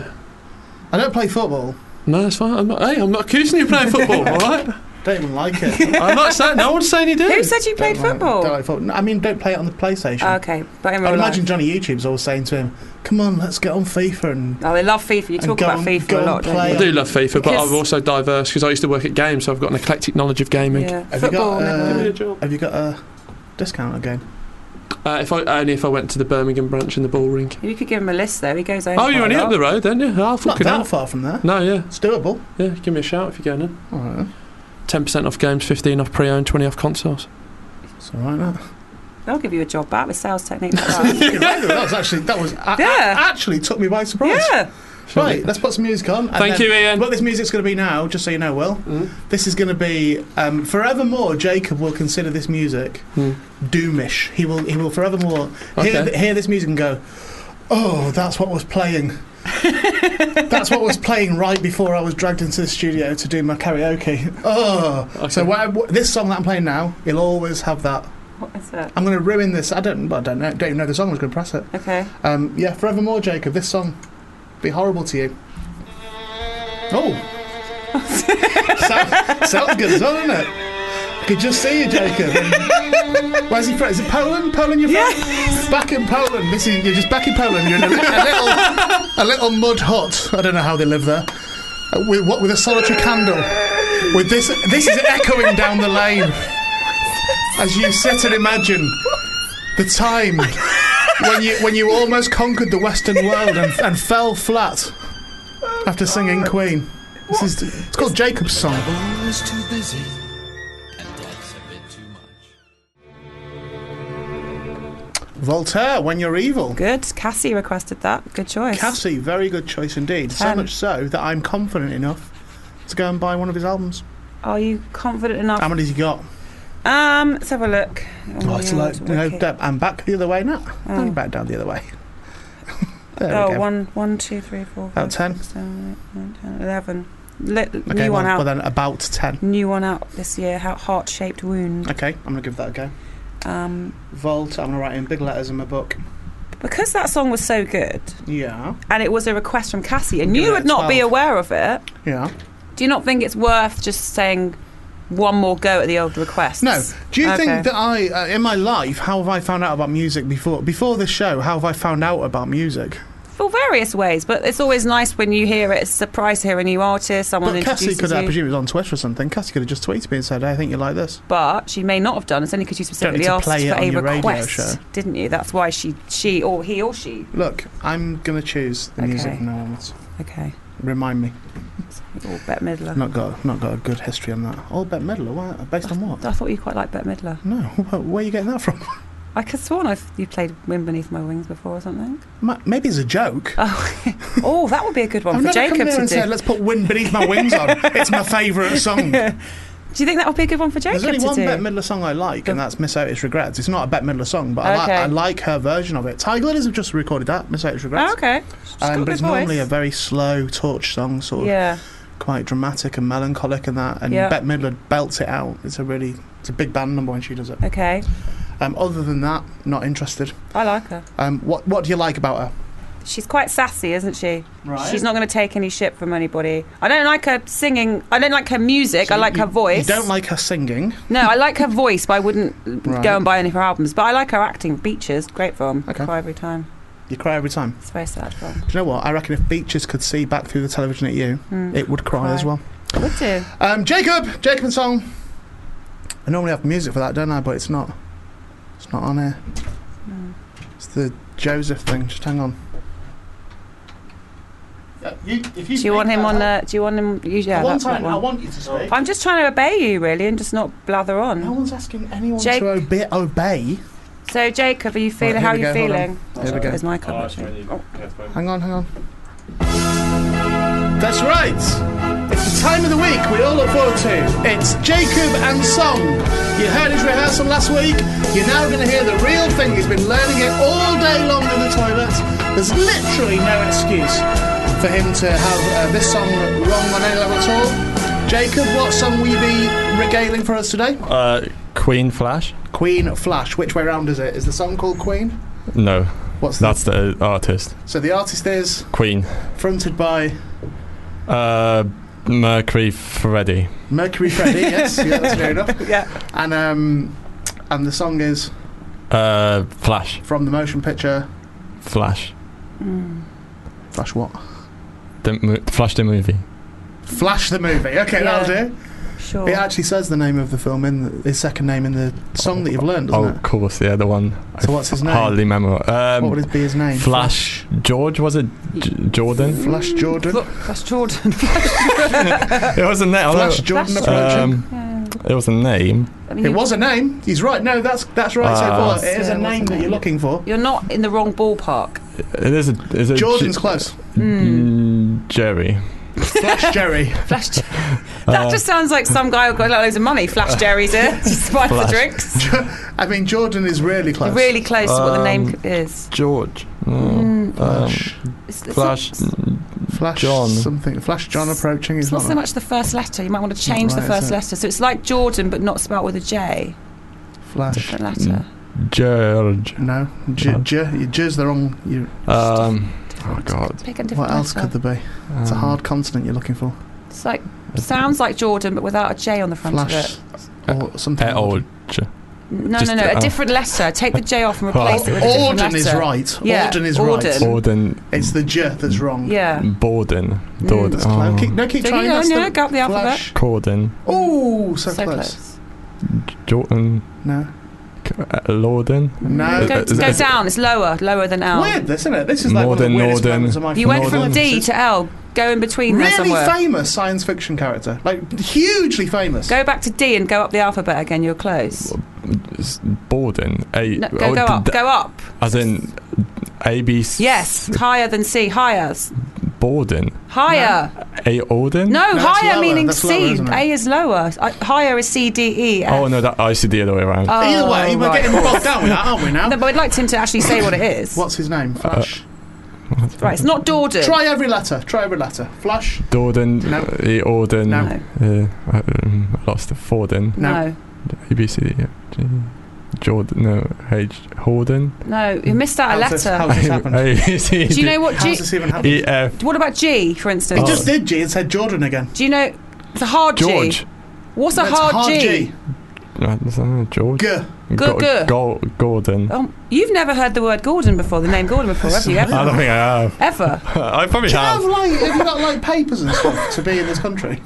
B: I don't play football.
D: No, it's fine. I'm not, hey, I'm not accusing you of playing
B: [LAUGHS]
D: football, all right?
B: Don't even like
C: [LAUGHS]
B: it.
D: I'm not saying. No one's saying you do.
C: Who said you played
B: Don't like- Don't
C: football?
B: like football. No, I mean, don't play it on the PlayStation.
C: Okay, but in
B: I
C: real
B: would
C: life.
B: imagine Johnny YouTube's always saying to him, "Come on, let's get on FIFA." And
C: Oh, they love FIFA. You
B: And
C: talk
B: go
C: about
B: and-
C: FIFA
B: go
C: a
B: and
C: lot, don't
B: play
D: I
C: you?
D: do love FIFA, but
C: Because-
D: I'm also diverse because I used to work at games, so I've got an eclectic knowledge of gaming.
C: Yeah,
B: Have you
C: football.
B: got,
C: never
B: uh,
C: mind.
B: have you got a discount again?
D: Uh, if I only if I went to the Birmingham branch in the ball ring.
C: You could give him a list though. He goes over.
D: Oh, you're only up the road, don't you? I'll
B: Not
D: fucking
B: that
D: out.
B: far from there.
D: No, yeah,
B: It's doable.
D: yeah. Give me a shout if you're going in.
B: All right, then.
D: Ten percent off games, fifteen off pre-owned, twenty off consoles.
B: it's all right.
D: [LAUGHS]
B: That.
C: They'll give you a job back with sales technique.
B: that was actually that was a- a-
C: Yeah.
B: actually took me by surprise.
C: yeah.
B: Right, let's put some music on. and
D: Thank
B: then-
D: you, Ian.
B: What this music's going to be now, just so you know, Will,
D: Mm.
B: this is going to be um, forevermore. Jacob will consider this music
D: Hmm.
B: doomish. He will. He will forevermore hear,
D: Okay.
B: hear this music and go, "Oh, that's what was playing.
D: [LAUGHS]
B: that's what was playing right before I was dragged into the studio to do my karaoke." Oh, so
D: [LAUGHS] Okay.
B: wha- wha- this song that I'm playing now, it'll always have that.
C: What is it?
B: I'm going to ruin this. I don't. Well, I don't know. Don't even know the song. I was going to press it.
C: Okay.
B: Um, yeah, forevermore, Jacob. This song be horrible to you. Oh, sounds, sounds good as well, doesn't it? Could just see you, Jacob. Where's he from? Is it Poland? Poland, you're from? Back in Poland. This is, you're just back in Poland. You're in a, li- a little, a little mud hut. I don't know how they live there. Uh, With what? With a solitary candle. With this, this is echoing down the lane. As you sit and imagine the time when you when you almost conquered the Western world and, and fell flat after singing Queen. This is it's called Jacob's Song. Voltaire, when you're evil.
C: Good. Cassie requested that. Good choice.
B: Cassie, very good choice indeed. So
C: Ten.
B: much so that I'm confident enough to go and buy one of his albums.
C: Are you confident enough?
B: How many's he got?
C: Um, let's have a look.
B: Oh, it's
C: yeah,
B: like
C: it's
B: you know,
C: wicked.
B: Deb, I'm back the other way now. I'm
C: Oh.
B: back down the other way. [LAUGHS] there we
C: Oh,
B: go.
C: one, one, two, three, four,
B: Out of
C: five,
B: ten.
C: six, seven, eight, nine, ten, eleven. Li-
B: Okay,
C: new
B: well,
C: one out.
B: well then about ten.
C: New one out this year. Heart shaped wound.
B: Okay, I'm gonna give that a go.
C: Um,
B: Vault. I'm gonna write in big letters in my book.
C: because that song was so good,
B: Yeah.
C: and it was a request from Cassie, and
B: Give it
C: you
B: a
C: would not be
B: 12.
C: aware of it.
B: Yeah.
C: Do you not think it's worth just saying one more go at the old requests?
B: No. Do you
C: Okay.
B: think that I, uh, in my life, how have I found out about music before? Before this show, how have I found out about music?
C: For various ways, but it's always nice when you hear it. It's a surprise to hear a new artist, someone
B: but Cassie
C: introduces
B: could, I
C: you.
B: presume, it was on Twitter or something. Cassie could have just tweeted me and said, "Hey, "I think you like this."
C: but she may not have done. It's only because you specifically
B: to
C: asked for
B: play it on
C: a
B: your radio
C: request,
B: show.
C: didn't you? That's why she, she, or he, or she.
B: Look, I'm gonna choose the music
C: Okay.
B: from now onwards.
C: Okay,
B: Remind me.
C: or Bette Midler.
B: Not got, not got a good history on that. Oh, Bette Midler. Why, based on what?
C: I thought you quite liked Bette Midler.
B: No. [LAUGHS] Where, where are you getting that from?
C: I could sworn I've, you played Wind Beneath My Wings before or something.
B: Ma- Maybe it's a joke.
C: Oh, [LAUGHS] oh, that would be a good one
B: I've
C: for
B: never
C: Jacob
B: come here
C: to
B: and
C: do.
B: said, "Let's put wind beneath my wings on."
C: [LAUGHS]
B: It's my favourite song.
C: do you think that would be a good one for Jacob
B: There's only
C: to
B: one
C: do?
B: Bette Midler song I like, and that's Miss Otis Regrets. It's not a Bette Midler song, but I, like,
C: Okay.
B: I like her version of it. Tiger Lilies have just recorded that, Miss Otis Regrets.
C: oh, okay. She's got a
B: Um, but
C: good
B: it's
C: voice.
B: normally a very slow torch song, sort of
C: yeah.
B: quite dramatic and melancholic and that. And
C: Yeah.
B: Bette Midler belts it out. It's a really, it's a big band number when she does it.
C: Okay,
B: Um, other than that, not interested.
C: I like her.
B: Um, what What do you like about her?
C: She's quite sassy, isn't she?
B: Right.
C: She's not going to take any shit from anybody. I don't like her singing. I don't like her music. I like her voice.
B: You don't like her singing.
C: No, I like her voice, but I wouldn't
B: Right.
C: go and buy any of her albums. But I like her acting. Beaches, great film.
B: Okay.
C: Cry every time.
B: You cry every time.
C: It's a very sad film.
B: Do you know what? I reckon if Beaches could see back through the television at you,
C: Mm.
B: it would cry,
C: Cry.
B: as well.
C: I would do.
B: Um, Jacob, Jacob and Song. I normally have music for that, don't I? But it's not. It's not on here.
C: Mm.
B: It's the Joseph thing. Just hang on.
C: Do you want him on? Uh, do you want him? You, yeah, that's that one.
B: want you to speak.
C: I'm just trying to obey you, really, and just not blather on.
B: No one's asking anyone
C: Jake-
B: to obe- obey.
C: So, Jacob, are you feeling?
B: Right,
C: how are
B: here we
C: you
B: go, hold
C: feeling?
B: Here we go.
C: There's my cup. actually.
B: Hang on, hang on. That's right. It's the time of the week we all look forward to. It's Jacob and Song. You heard his rehearsal last week. You're now going to hear the real thing. He's been learning it all day long in the toilet. There's literally no excuse for him to have uh, this song wrong on any level at all. Jacob, what song will you be regaling for us today?
F: Uh, Queen Flash?
B: Queen Flash. Which way round is it? Is the song called Queen?
F: No,
B: What's the,
F: that's the uh, artist.
B: so the artist is
F: Queen.
B: fronted by
F: Uh, Mercury Freddy.
B: Mercury Freddy. yes, yeah, that's fair enough.
C: Yeah.
B: And um, and the song is
F: Uh, Flash.
B: from the motion picture
F: Flash.
B: Flash what?
F: The mo- Flash the movie.
B: Flash the movie. Okay,
C: Yeah.
B: that'll do.
C: Sure.
B: It actually says the name of the film in the, his second name in the song that you've learned, doesn't
F: Oh, of course, yeah, the one.
B: it? So what's his name?
F: Hardly memorable. Um,
B: what would it be his name?
F: Flash George was it J- Jordan?
B: Flash Jordan.
C: Look,
B: [LAUGHS]
C: that's Jordan.
F: it was a name.
B: Uh, Flash Jordan
C: Flash
B: approaching.
F: Um, it was a name.
C: I mean,
B: it
C: you-
B: was a name. He's right. No, that's that's right so
F: Ah.
B: far. It is
C: Yeah,
B: a
C: it
B: name
C: was a
B: that you're
C: name.
B: looking for.
C: You're not in the wrong ballpark.
F: It is a. Is a
B: Jordan's Hmm. close.
F: Mm, Jerry.
B: Flash Jerry. [LAUGHS]
C: Flash.
B: Oh.
C: that just sounds like some guy who got loads of
B: [LAUGHS]
C: money. Flash Jerry's here, just buy for
F: Flash.
C: drinks.
B: I mean, Jordan is really close.
C: Really close to what the
B: Um,
C: name is.
F: George. Mm, um,
B: oh. Flash,
C: It's, it's
F: Flash.
C: Not,
B: Flash
F: John.
B: Something. Flash John approaching.
C: it's
B: He's
C: not so
B: not.
C: much the first letter. You might want to change
B: Right,
C: the
B: is
C: first
B: it?
C: letter. So it's like Jordan, but not spelt with a J.
B: Flash.
C: The
B: mm.
C: letter.
F: George.
B: No. J. J. J's the wrong. You,
F: Um. Oh God.
C: Pick a
B: what
C: different
B: else
C: letter.
B: could there be? It's a
F: Um,
B: hard consonant you're looking for.
C: It's like sounds like Jordan, but without a J on the front of
B: Flash.
C: it.
B: Or something.
F: eh, oh, J-
C: No,
F: Just,
C: no, no. A
F: uh, Oh.
C: different letter. Take the J
F: [LAUGHS]
C: off and
F: Well,
C: replace it with a different
B: Auden is
C: letter.
B: right.
C: Yeah,
B: Auden is
C: Auden.
B: right.
F: Borden.
B: It's the J that's wrong.
C: Yeah.
F: Borden.
C: Mm.
F: Dorden.
B: Hmm, That's close. Keep,
F: Oh.
B: no, keep
C: So you
B: trying.
C: know,
B: that's
C: no, go up the alphabet.
B: Flash.
F: Corden.
B: Oh, so,
C: So
B: close.
C: close.
F: Jordan.
B: No.
F: uh, Lorden.
B: No.
C: Go,
F: is
C: go
F: it-
C: down. It's lower, lower than L.
B: Weird, this, isn't it? This is like one of the
F: Northern,
B: weirdest
F: Northern.
B: moments of my
C: You went
F: Northern.
C: from D to L. Go in between there
B: Really
C: somewhere.
B: famous science fiction character, like hugely famous.
C: Go back to D and go up the alphabet again. You're close.
F: S- Borden. A.
C: No, go,
F: oh,
C: go
F: d-
C: up.
F: d-
C: Go up.
F: As in. A B. S- [LAUGHS]
C: Yes, higher than C. Higher. S-
F: Borden.
C: Higher.
F: A. Orden.
C: No,
B: that's
C: higher
B: lower,
C: meaning
B: that's
C: C.
B: lower, isn't it?
C: A is lower. I, higher is C, D, E. F.
F: Oh no, that I see the other way around.
C: Oh,
B: Either way, we're
C: right.
B: getting bogged down with that, aren't we
C: [LAUGHS]
B: now?
C: No, but we'd like him to actually say what it is.
B: What's his name?
F: Uh,
B: Flash.
C: Right, it's not Dorden.
B: Try every letter. Try every letter. Flash.
F: Dorden,
B: No.
F: E. Orden,
B: No.
F: uh, I, um, I lost the Forden,
C: No,
F: A B C D E F G Jordan, no H Horden.
C: no, you missed out a
B: How's this-
C: letter.
B: how's this happened?
F: [LAUGHS] A B C
C: Do you
F: D
C: know what
B: How's
C: G?
B: this even happened?
F: E F
C: What about G, for instance?
B: He just did G and said Jordan again.
C: Do you know it's a hard G?
F: George.
C: What's a
B: That's
C: hard, G?
F: No, that's not George.
B: G.
F: Go-
C: G-
F: Go- Gordon.
C: Oh, you've never heard the word Gordon before, the name Gordon before, have you?
F: I
C: Ever?
F: don't think I have. [LAUGHS]
C: Ever?
F: I probably
B: Have
F: have.
B: like have you got like papers and stuff to be in this country?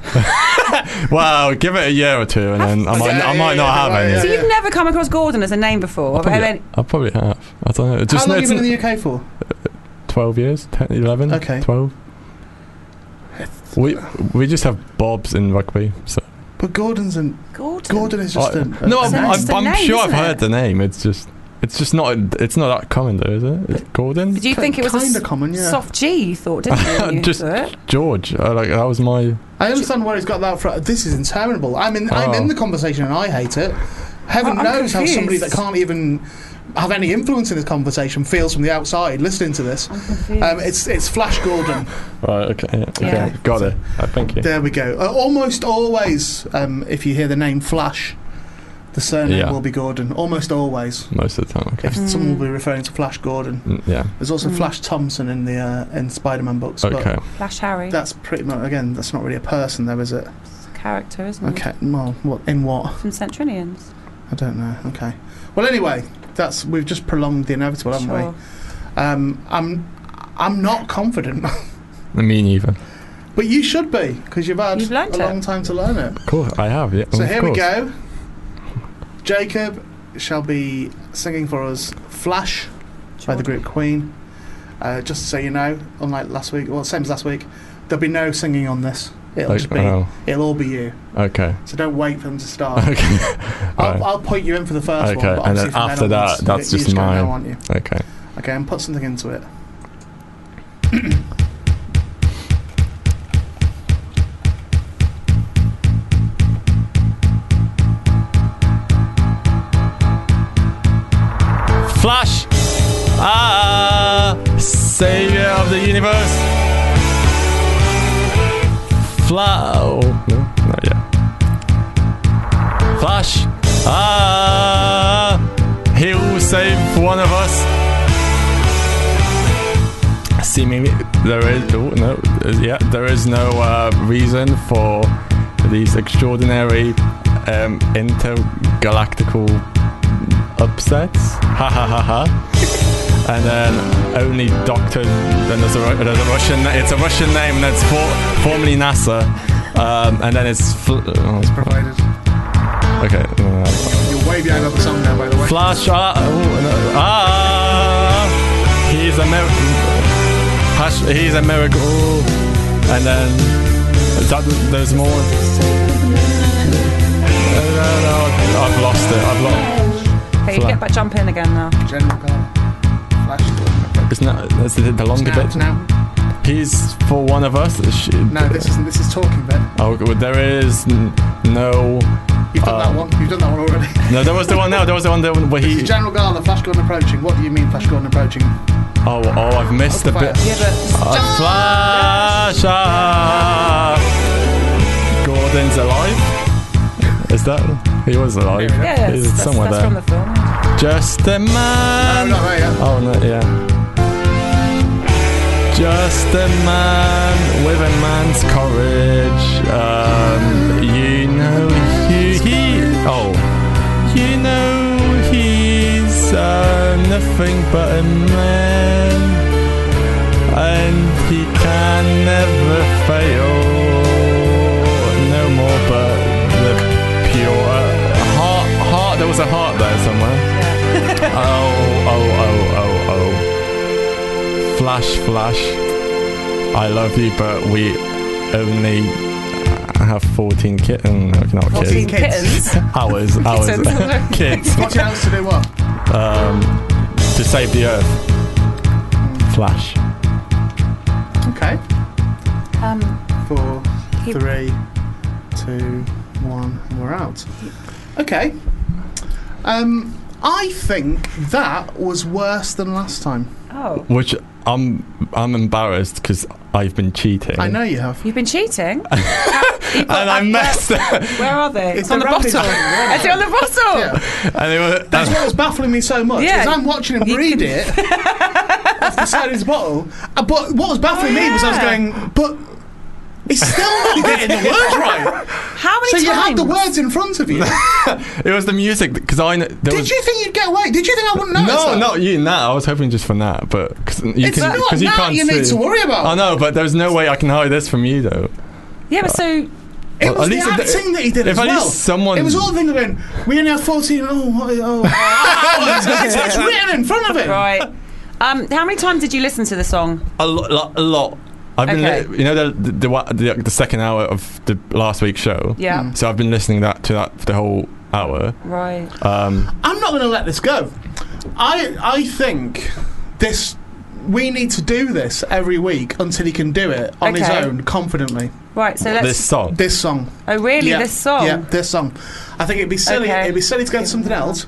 F: Well, give it a year or two, and then I might,
B: Yeah,
F: I
B: yeah,
F: might not
B: yeah,
F: have
B: right,
F: any.
C: So
B: yeah.
C: you've never come across Gordon as a name before?
F: Probably-
C: Have any-
F: I probably have. I don't know. Just
B: How long
F: know
B: have you
F: it's
B: been in the UK for?
F: twelve years, 10, 11,
B: Okay.
F: twelve. We we just have Bobs in rugby, so
B: But Gordon's and
C: Gordon.
B: Gordon is just
F: I-
B: a, a
F: no,
B: a
C: It's
F: I'm,
B: name.
F: I'm,
C: just a
F: I'm
C: name,
F: sure I've
C: isn't
F: heard
C: it?
F: the name. It's just, it's just not, it's not that common though, is it? It's Gordon,
C: Did you think it was a
B: kind of
C: s-
B: common? Yeah.
C: soft G? You thought, didn't
B: [LAUGHS]
C: you? when you
F: Just-
C: saw it?
F: George. Uh, like that was my.
B: I understand where he's got that from. This is interminable. I'm in. I'm
F: Oh.
B: in the conversation, and I hate it. Heaven
C: I- Oh, I'm
B: knows how somebody that
C: confused.
B: can't even have any influence in this conversation feels from the outside listening to this. Um, it's it's Flash Gordon.
F: Right. Okay. Yeah,
C: Yeah.
F: Okay. Got it. Uh, thank you.
B: [LAUGHS] There we go. Uh, almost always, um, if you hear the name Flash, the surname
F: Yeah.
B: will be Gordon. Almost always.
F: Most of the time. Okay.
B: If
C: Hmm.
B: someone will be referring to Flash Gordon,
F: Mm, Yeah.
B: there's also Flash Thompson in the uh, in Spider-Man books.
F: Okay.
C: Flash Harry.
B: But that's pretty much again. That's not really a person, though, is it?
C: character, isn't it?
B: Okay. Well, what in what?
C: From Centurions.
B: I don't know. Okay. Well, anyway, that's we've just prolonged the inevitable, haven't
C: Sure.
B: we? Um, I'm I'm not confident, [LAUGHS]
F: Me neither.
B: but you should be because you've had
C: You've learnt
B: a
C: it.
B: long time to learn it.
F: Cool. I have. Yeah.
B: So
F: of
B: here we
F: course.
B: go. Jacob shall be singing for us "Flash" by the group Queen. Uh, just so you know, unlike last week, well, same as last week, there'll be no singing on this. It'll just
F: Like,
B: be,
F: oh,
B: it'll all be you.
F: okay. [LAUGHS]
B: So don't wait for them to start.
F: Okay.
B: I'll,
F: Right.
B: I'll point you in for the first one.
F: Okay,
B: but
F: and
B: obviously
F: then
B: from
F: after
B: on
F: that,
B: onwards,
F: that's
B: you- you
F: just
B: just gonna
F: mine.
B: Know, aren't you?
F: Okay.
B: Okay, and put something into it.
F: Flash. Ah. savior of the universe. Flow. oh, No, not yet. Flash. Ah, he will save one of us. Seemingly, there is oh, no, uh, yeah, there is no uh, reason for these extraordinary um, intergalactical upsets. Ha ha ha ha and then only Doctor. Then there's a, Ru- there's a Russian. It's a Russian name that's for, formerly NASA, um, and then it's fl- oh, it's pro-
B: Provided.
F: okay. no, no.
B: You're way behind on the song now, by the way.
F: Flash! Ah, oh, no, ah, he's a miracle. He's a miracle, and then is that, there's more. No, no, no, I've lost it. I've lost.
C: Okay, you
F: Fly.
C: get back jump in again now.
B: General Carl. Flash.
F: It's not. That's the, the longer
B: Now,
F: bit.
B: now,
F: He's for one of us. She-
B: no, Uh, this isn't. This is talking bit.
F: Oh, well, there is n- no.
B: You've done
F: Uh,
B: that one. You've done that one already. [LAUGHS]
F: No, there was the one. No, there was the one that where
B: This
F: he.
B: is General Garland, Flash Gordon approaching. What do you mean, Flash Gordon approaching?
F: Oh, oh, I've missed a bit.
C: Yeah, but
F: Uh, Flash! ah. Gordon's alive. Is that? He was alive.
B: There we go.
C: yeah,
F: He's
C: that's,
F: somewhere
C: that's
F: there.
C: from the film.
F: Just a
B: No,
F: man.
B: not there yet.
F: Oh no, yeah. Just a man with a man's courage. Um, you know he. he oh, you know he's uh, nothing but a man, and he can never fail. No more, but the pure uh, heart. Heart. There was a heart there somewhere. Oh, oh, oh, oh, oh. Flash, flash. I love you, but we only have 14 kittens. No, not
C: Fourteen
F: kids.
C: kittens.
B: [LAUGHS]
F: Hours, hours.
C: Kittens.
F: [LAUGHS] kids.
B: Fourteen hours to do what?
F: Um, to save the earth. Flash.
B: Okay.
C: Um,
B: Four,
C: Keep-
B: three, two, one. We're out. Okay. Um, I think that was worse than last time.
C: oh,
F: Which I'm I'm embarrassed because I've been cheating.
B: I know you have.
C: you've been cheating.
F: And I messed up. [LAUGHS]
C: Where are they? It's,
B: It's
C: on
B: the
C: the
B: wrapping
C: bottle. [LAUGHS]
B: paper,
C: It's on the bottle.
B: Yeah.
F: And it was,
B: That's what was baffling me so much.
C: Yeah.
B: Is I'm watching him
C: You
B: read
C: can- [LAUGHS]
B: it off the side of his bottle. Uh, But what was baffling
C: Oh,
B: me was I was
C: yeah.
B: going, but he's still not getting [LAUGHS] the words right.
C: How many
B: So
C: times?
B: you had the words in front
F: [LAUGHS]
B: of you.
F: it was the music because I. kn- There
B: Did
F: was,
B: you think you'd get away? Did you think I wouldn't notice?
F: No,
B: that?
F: not you, Nat. I was hoping just for Nat, but because you
B: It's
F: can,
B: not
F: cause you
B: Nat
F: can't
B: you need
F: see.
B: to worry about.
F: I know, but there's no way I can hide this from you, though.
C: Yeah, but so
B: It was
F: At
B: the
F: least if the-
B: acting that he did
F: if
B: as
F: at
B: well.
F: least someone-
B: It was all the thing going, we only have 14, oh, what, oh.
F: [LAUGHS]
B: oh, it's, it's- it's written in front of it.
C: right. Um, how many times did you listen to the song?
F: A lot, a lot. I've been,
C: Okay.
F: li- you know, the the, the wa- the the second hour of the last week's show.
C: Yeah.
F: So I've been listening that to that for the whole hour.
C: Right.
F: Um,
B: I'm not going to let this go. I, I think this, we need to do this every week until he can do it on his
C: Okay.
B: own confidently.
C: Right. So let's.
F: this song.
B: This song.
C: oh, really? This song.
B: Yeah, this song. I think it'd be silly.
C: Okay.
B: It'd be silly to go to something else.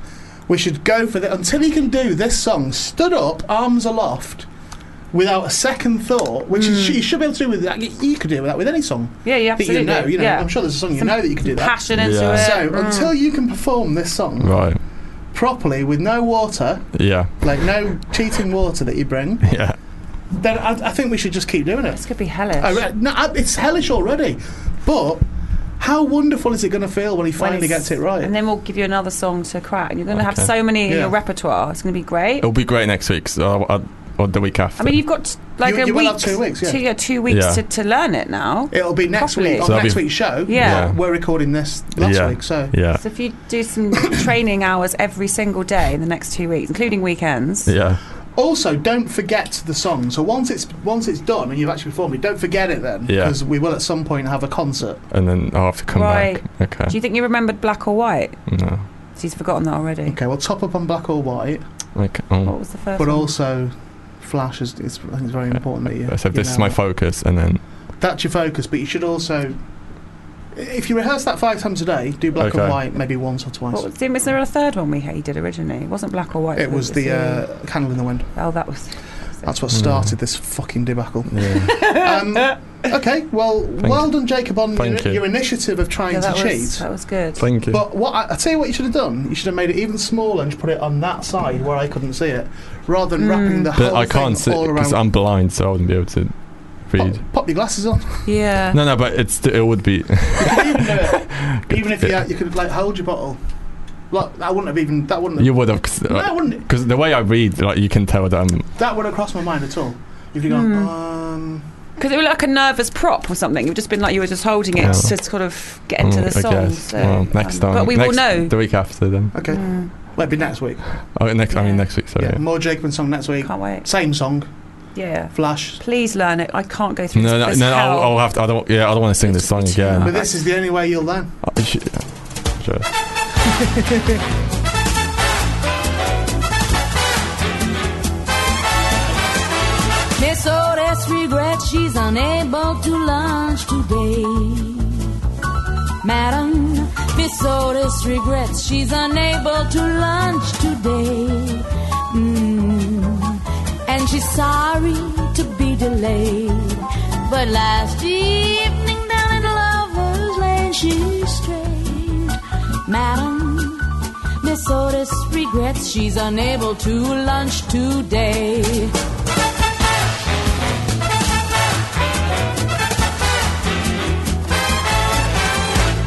B: We should go for that until he can do this song, stood up, arms aloft, without a second thought. Which is, you should be able to do with that. You, you could do that with any song
C: Yeah. Yeah.
B: that you
C: Hmm. Absolutely.
B: know. You know,
C: yeah.
B: I'm sure there's a song you
C: Some
B: know that you could do that.
C: Passion into
F: Yeah.
C: it. Oh,
B: So until you can perform this song
F: Right.
B: properly with no water,
F: Yeah. [LAUGHS]
B: like no cheating water that you bring,
F: Yeah.
B: then I, I think we should just keep doing it.
C: this could be hellish.
B: I re- no, I- it's hellish already, but how wonderful is it going to feel when he
C: When
B: finally
C: it's-
B: gets it right?
C: And then we'll give you another song to crack. And you're going to have
F: Okay. Oh.
C: so many in
B: Yeah.
C: your repertoire. It's going to be great.
F: It'll be great next week. So I, I, or the week after.
C: I mean, you've got like
B: You-
C: a
B: you will
C: week.
B: have two weeks, yeah.
C: Two, two weeks
F: Yeah.
C: to, to learn it now.
B: It'll be next
C: Properly.
B: week on
F: So that'll
B: next
F: be-
B: week's show.
C: Yeah.
F: Yeah.
B: We're recording this last
F: Yeah.
B: week, so
F: yeah.
C: So if you do some [COUGHS] training hours every single day in the next two weeks, including weekends.
F: Yeah.
B: also don't forget the song. So once it's once it's done and you've actually performed it, don't forget it then,
F: Yeah.
B: because we will at some point have a concert.
F: And then I'll have to come
C: Right.
F: back.
C: Do
F: Okay.
C: you think you remembered black or white?
F: No.
C: She's forgotten that already.
B: Okay, we'll top up on Black or White,
F: Okay. Oh.
C: What was the first?
B: but
C: one?
B: also Flash is it's, I think it's very important that you.
F: So
B: you
F: this is
B: know
F: my focus, and then
B: that. That's your focus, but you should also. If you rehearse that five times a day, do black
F: Okay.
B: and white maybe once or
C: What
B: twice.
C: was, was there a third one we hated originally? It wasn't black or white.
B: It uh,
C: was
B: was the uh, candle in the wind.
C: oh, that was. Interesting.
F: Mm.
B: That's what started this fucking debacle. [LAUGHS] um, okay, well, well done, Jacob, on your,
F: Thank you.
B: your initiative of trying
C: Yeah, that,
B: to
C: was, uh,
B: cheat.
C: that was good.
F: Thank you.
B: But what I, I tell you what you should have done. You should have made it even smaller and just put it on that side where I couldn't see it, rather
C: Hmm.
B: than wrapping the
F: But
B: whole
F: I can't see
B: thing all
F: because
B: around.
F: I'm blind, so I wouldn't be able to read.
B: pop, pop your glasses on.
C: Oh,
B: [LAUGHS]
C: Yeah.
F: No, no, but it's st- it would be.
B: even,
F: [LAUGHS]
B: if- even if you, had- you could like hold your bottle, like that wouldn't have even that wouldn't have,
F: You uh, would have because
B: no, that wouldn't
F: the way I read, like you can tell that I'm.
B: that would have crossed my mind at all. If you'd
C: Hmm.
B: gone, um,
C: Because it was like a nervous prop or something. You've just been like you were just holding it
F: Yeah.
C: to sort of get into
F: Mm,
C: the
F: I
C: song.
F: guess.
C: So,
F: well, next
C: um,
F: time.
C: But we
F: next,
C: will know.
F: the week after then.
B: okay,
C: Mm,
B: hmm. well, it'd be next week.
F: Oh, next. I
C: Yeah.
F: mean next week. Sorry.
B: Yeah, more Jacobin song next week.
C: can't wait.
B: Same song,
C: Yeah.
B: Flash.
C: Please learn it. I can't go through
F: No,
C: this.
F: no,
C: this
F: no. I'll,
C: hell.
F: I'll have to. I don't. Yeah, I don't want to sing this song again.
B: But this is the only way you'll learn.
F: I should- sure.
G: Missouri's regret she's unable to lunch today. Madam, Missouri's regret she's unable to lunch today. Mm. And she's sorry to be delayed. But last evening down in Lover's Lane she strayed. Madam, Missouri's regrets she's unable to lunch today.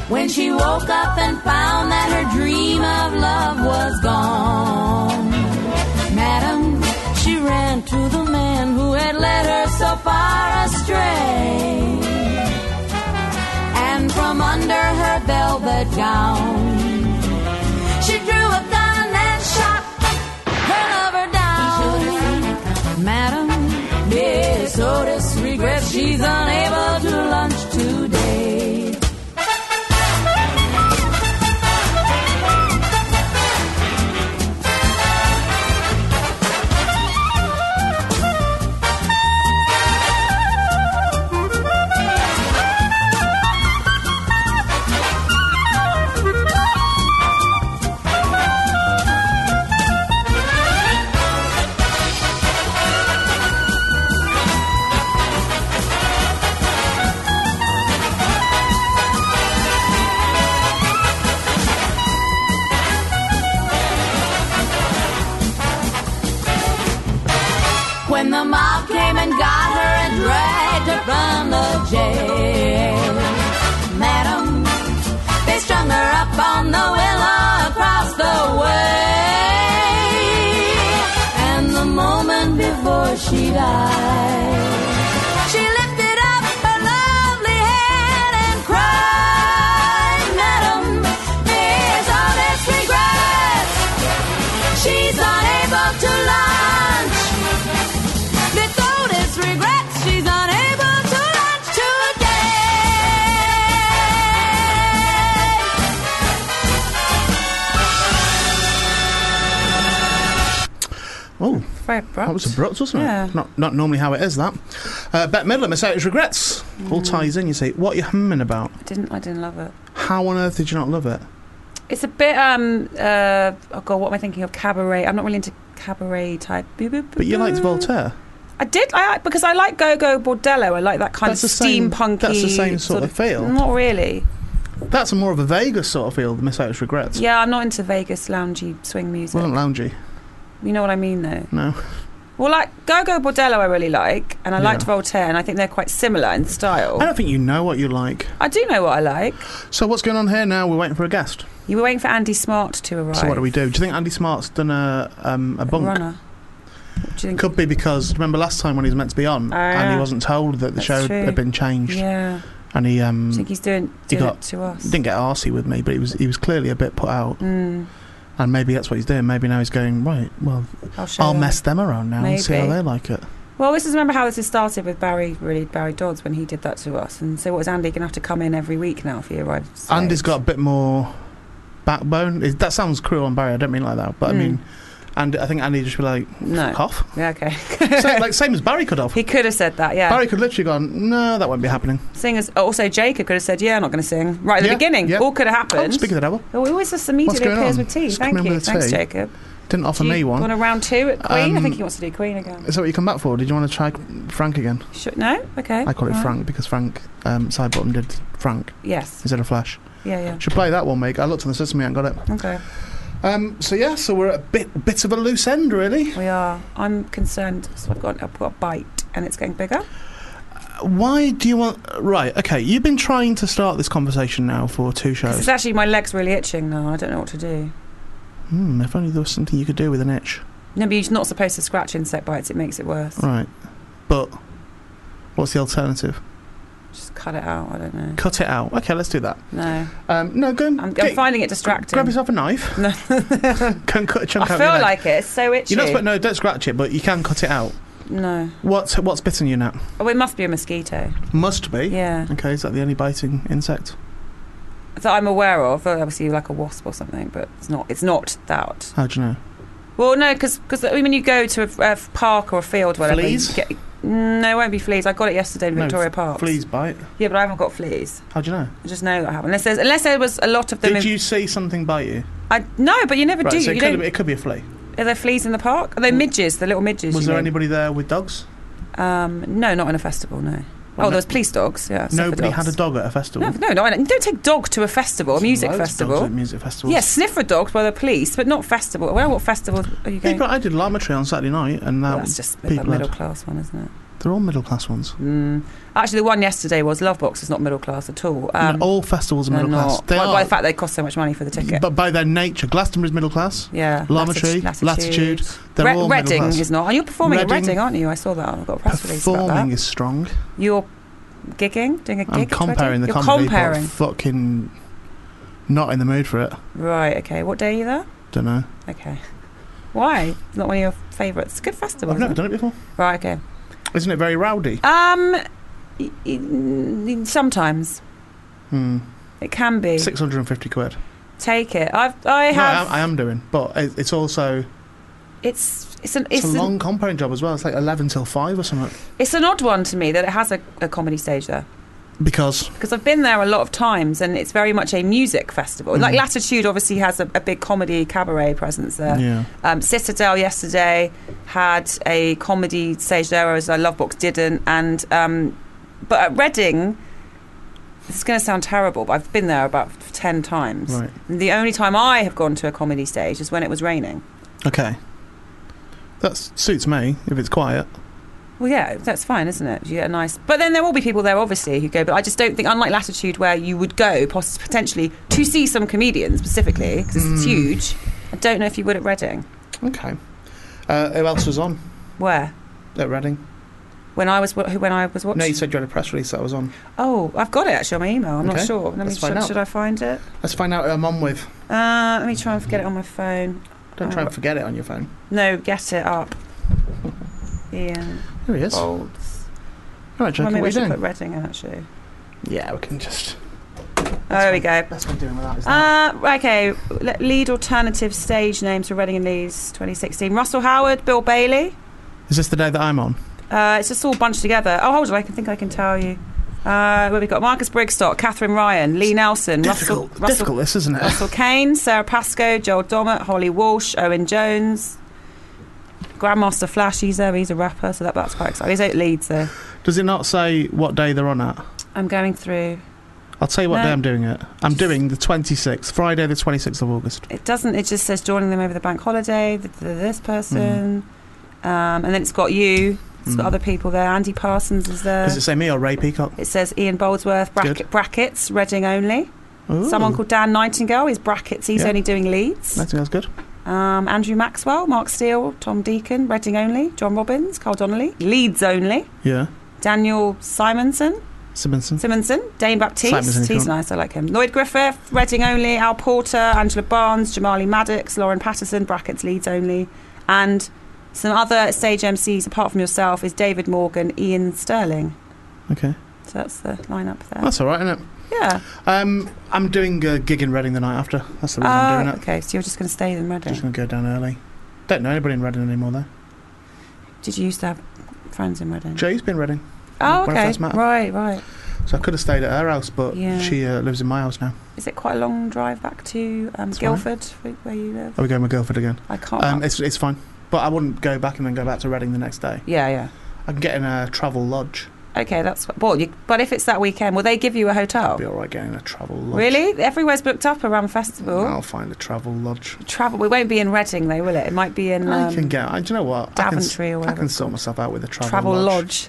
G: When she woke up and found that her dream of love was gone. Madam, she ran to the man who had led her so far astray. And from under her velvet gown, she drew a gun and shot her lover down. Madam, Miss Otis regrets she's unable to lunch today. When the mob came and got her and dragged her from the jail. Madam, they strung her up on the willow across the way. And the moment before she died, she lifted up her lovely head and cried, Madam, here's all its regrets. She's unable to lunch. With all this regret, she's unable to lunch today.
B: Oh,
C: Very abrupt.
B: that was abrupt, wasn't it?
C: Yeah.
B: Not not normally how it is that. Uh, Bette Midler, Mercedes regrets. All
C: Mm.
B: ties in. You see, what are you humming about?
C: I didn't. I didn't love it.
B: How on earth did you not love it?
C: It's a bit. Um. Uh. Oh God. What am I thinking of? Cabaret. I'm not really into cabaret type. Boo, boo, boo,
B: But you liked
C: boo.
B: Voltaire.
C: I did. I because I like Go Go Bordello. I like that kind
B: That's
C: of
B: the same-
C: steampunky.
B: that's the same sort of feel.
C: Not really.
B: That's a more of a Vegas sort of feel. The Mercedes regrets.
C: Yeah, I'm not into Vegas loungy swing music.
B: Wasn't loungy.
C: you know what I mean, though.
B: No.
C: Well, like Go Go Bordello, I really like, and I
B: Yeah.
C: liked Voltaire, and I think they're quite similar in style.
B: I don't think you know what you like.
C: I do know what I like.
B: So what's going on here now? We're waiting for a guest.
C: You were waiting for Andy Smart to arrive.
B: So what do we do? Do you think Andy Smart's done a um, a
C: A
B: bunk?
C: runner. What do you think?
B: Could be because remember last time when he was meant to be on
C: Ah,
B: and he
C: yeah.
B: wasn't told that the
C: That's
B: show
C: true.
B: had been changed
C: yeah,
B: and he um
C: I think he's doing,
B: he
C: doing
B: got-
C: it to us.
B: didn't get arsey with me, but he was he was clearly a bit put out
C: mm,
B: and maybe that's what he's doing. Maybe now he's going right. Well,
C: I'll show
B: I'll
C: them.
B: mess them around now and see how
C: Maybe.
B: they like it.
C: Well, this is remember how this has started with Barry, really Barry Dodds when he did that to us, and so what is Andy going to have to come in every week now if he arrives? late?
B: Andy's got a bit more backbone. It, that sounds cruel on Barry. I don't mean like that, but I
C: Mm.
B: mean, and I think Andy just be like
C: no. [LAUGHS]
B: cough,
C: Yeah, okay.
B: same, like same as Barry could have.
C: He could have said that. Uh. Yeah.
B: Barry could literally gone, no, that won't be happening.
C: Singers. Also, Jacob could have said, "Yeah, I'm not going to sing." Right at the
B: Yeah,
C: beginning,
B: yeah.
C: all could have
B: Oh,
C: happened.
B: speak of the devil.
C: Oh, it always just immediately
B: going
C: appears
B: on?
C: with tea.
B: Just come
C: Thank
B: in
C: you.
B: with a
C: Thanks,
B: tea.
C: Jacob.
B: Didn't offer
C: Do
B: me
C: you
B: one.
C: Want a round two at Queen? I
B: Um,
C: think he wants to do Queen again.
B: Is that what you come back for? Did you want to try Frank again?
C: Should, no? Okay.
B: I call it
C: all right.
B: Frank because Frank um, side bottom did Frank
C: Yes.
B: instead of Flash.
C: Yeah, yeah.
B: Should play that one, mate. I looked on the system, I ain't got it.
C: Okay.
B: Um, so yeah, so we're at a bit bit of a loose end, really.
C: We are. I'm concerned. So I've got, I've got a bite and it's getting bigger.
B: Why do you want? Right, okay. You've been trying to start this conversation now for two
C: 'Cause
B: shows.
C: it's actually my leg's really itching now. I don't know what to do.
B: Hmm, if only there was something you could do with an itch.
C: No, but you're not supposed to scratch insect bites. It makes it worse.
B: Right, but what's the alternative?
C: Just cut it out. I don't know.
B: Cut it out. Okay, let's do that.
C: No.
B: Um, no, go and
C: I'm,
B: get-
C: I'm finding it distracting.
B: grab yourself a knife.
C: No.
B: [LAUGHS] Go and cut a chunk
C: I
B: out. of your
C: feel
B: leg.
C: like it. It's so itchy.
B: You're not supposed, no, don't scratch it, but you can cut it out.
C: No.
B: What's what's bitten you now?
C: Oh, it must be a mosquito.
B: Must be.
C: Yeah.
B: Okay, is that the only biting insect?
C: That I'm aware of. Obviously, like a wasp or something, but it's not. It's not that.
B: How do you know?
C: Well, no, because when you go to a, a park or a field, whatever, you
B: Fleas?
C: get- no, it won't be fleas. I got it yesterday in
B: No,
C: Victoria
B: f-
C: Park.
B: Fleas bite.
C: Yeah, but I haven't got fleas.
B: How do you know?
C: I just know that happened. Unless, there's, unless there was a lot of them.
B: Did
C: in,
B: you see something bite you?
C: I no, but you never
B: Right,
C: do.
B: so it
C: you
B: could, have
C: don't.
B: been- it could be a flea.
C: Are there fleas in the park? Are they midges? The little midges.
B: Was
C: you
B: there
C: know?
B: anybody there with dogs?
C: Um, no, not in a festival. No.
B: Well, no-
C: oh, there was police dogs. Yeah. suffer
B: Nobody
C: dogs.
B: had a dog at a festival.
C: No, no, no. I- You don't take dog to a festival, a music
B: Loads of dogs
C: festival.
B: at music festivals.
C: Yes, sniffer dogs by the police, but not festival. Well, what festival are you going?
B: People, I did Lavatory on Saturday night, and that
C: Well, that's just the
B: people eh? had-
C: middle class one, isn't it?
B: they're all middle class ones.
C: Mm. Actually, the one yesterday was Lovebox is not middle class at all. Um,
B: all festivals are
C: they're
B: middle class.
C: not.
B: They
C: by,
B: are,
C: by the fact they cost so much money for the ticket.
B: but by their nature, Glastonbury's middle class.
C: yeah,
B: Lavatory,
C: Lati-
B: Latitude, they're
C: Re-
B: all middle
C: Reading
B: class.
C: is not. And you're performing at
B: Reading-
C: Reading, aren't you? I saw that. I've got a press release about
B: Performing
C: that.
B: is strong.
C: You're gigging, doing a gig.
B: I'm
C: at
B: comparing
C: Reading?
B: the
C: You're
B: comedy,
C: comparing.
B: but fucking not in the mood for it.
C: Right. Okay. What day are you there?
B: Don't know.
C: Okay. Why? It's not one of your favourites. It's a good festival.
B: I've never
C: isn't
B: done it before.
C: it? Right. Okay.
B: Isn't it very rowdy?
C: Um, y- y- sometimes
B: Hmm.
C: it can be.
B: Six hundred and fifty quid.
C: Take it. I've. I
B: No, I
C: have.
B: am, I am doing, but it- it's also
C: It's. It's an.
B: it's,
C: It's,
B: a
C: an,
B: long comparing job as well. It's like eleven till five or something.
C: it's an odd one to me that it has a, a comedy stage there
B: Because
C: because I've been there a lot of times and it's very much a music festival. Like
B: Mhm.
C: Latitude obviously has a, a big comedy cabaret presence there.
B: yeah,
C: Um, Citadel yesterday had a comedy stage there, whereas I Love Box didn't. And um, but at Reading, this is going to sound terrible, but I've been there about ten times.
B: right,
C: And The only time I have gone to a comedy stage is when it was raining.
B: okay. That suits me if it's quiet.
C: Well, yeah, that's fine, isn't it? You get a nice. But then there will be people there, obviously, who go. But I just don't think, unlike Latitude, where you would go poss- potentially to see some comedians specifically, because it's
B: Mm.
C: huge. I don't know if you would at Reading.
B: Okay. Uh, who else was on
C: Where
B: at Reading?
C: when I was wa- who- when I was watching.
B: No, you said you had a press release that was on.
C: Oh, I've got it actually on my email. I'm
B: Okay,
C: not sure. Let me
B: let's find
C: should,
B: out.
C: should I find it?
B: Let's find out who I'm on with.
C: Uh, let me try and get it on my phone.
B: Don't
C: Uh,
B: try and forget it on your phone.
C: No, get it up. Ian
B: Here he is. All
C: Bolts.
B: right, Jack,
C: Well,
B: what
C: maybe we
B: are you
C: should
B: doing?
C: put Reading oh. in actually.
B: Yeah, we can just.
C: Oh, there we go.
B: That's what I'm doing with that. Is that?
C: Uh, okay, le- lead alternative stage names for Reading and Leeds 2016. Russell Howard, Bill Bailey.
B: Is this the day that I'm on?
C: Uh, it's just all bunched together. Oh, hold on, I can think I can tell you. Uh, where we got Marcus Brigstock, Catherine Ryan, Lee Nelson, Russell,
B: Difficult,
C: Russell
B: difficult. This isn't it.
C: Russell Kane, Sarah Pascoe, Joel Dommett, Holly Walsh, Owen Jones, Grandmaster Flash. He's there. He's a rapper, so that, that's quite exciting. He's out Leeds, though.
B: Does it not say what day they're on at?
C: I'm going through.
B: I'll tell you what
C: No.
B: day I'm doing it. I'm doing the 26th, Friday the 26th of August.
C: It doesn't. It just says joining them over the bank holiday. Th- th- this person, um, and then it's got you. It's got
B: Mm.
C: other people there. Andy Parsons is there.
B: Does it say me or Ray Peacock?
C: It says Ian Boldsworth bracket,
B: Good.
C: brackets Reading only.
B: Ooh,
C: Someone called Dan Nightingale is brackets. He's
B: Yeah.
C: only doing Leeds.
B: I think that's good.
C: Um, Andrew Maxwell, Mark Steele, Tom Deacon, Reading only. John Robbins, Carl Donnelly, Leeds only.
B: Yeah.
C: Daniel Simonson,
B: Simonson.
C: Simonson, Dane Baptiste.
B: Simonson, if you
C: He's
B: want.
C: nice, I like him. Lloyd Griffith, Reading only. Al Porter, Angela Barnes, Jamali Maddox, Lauren Patterson, brackets Leeds only, and some other stage MCs apart from yourself is David Morgan, Ian Sterling.
B: Okay.
C: So that's the lineup there.
B: That's all right, isn't it?
C: Yeah.
B: Um, I'm doing a gig in Reading the night after. That's the reason
C: Oh,
B: I'm doing it.
C: okay. So you're just going to stay in
B: Just
C: Reading?
B: going to go down early. Don't know anybody in Reading anymore, though.
C: Did you used to have friends in Reading?
B: Jay's been Reading.
C: oh,
B: when I
C: okay.
B: first met her.
C: Right, right.
B: So I could have stayed at her house, but
C: Yeah.
B: she uh, lives in my house now.
C: Is it quite a long drive back to um,
B: fine.
C: Guildford, wh- where you live?
B: Are we going with Guildford again?
C: I can't.
B: Um, it's, it's fine. But I wouldn't go back and then go back to Reading the next day.
C: yeah, yeah.
B: I can get in a travel lodge.
C: Okay, that's well. You, but if it's that weekend, will they give you a hotel?
B: I'll be all right getting a travel lodge.
C: Really? Everywhere's booked up around festival.
B: I'll find a travel lodge.
C: Travel. We won't be in Reading though, will it? It might be in um,
B: I can get. I, do you know what? I can, s-
C: Daventry or
B: I
C: whatever.
B: can sort myself out with a travel,
C: Travel
B: lodge.
C: Lodge.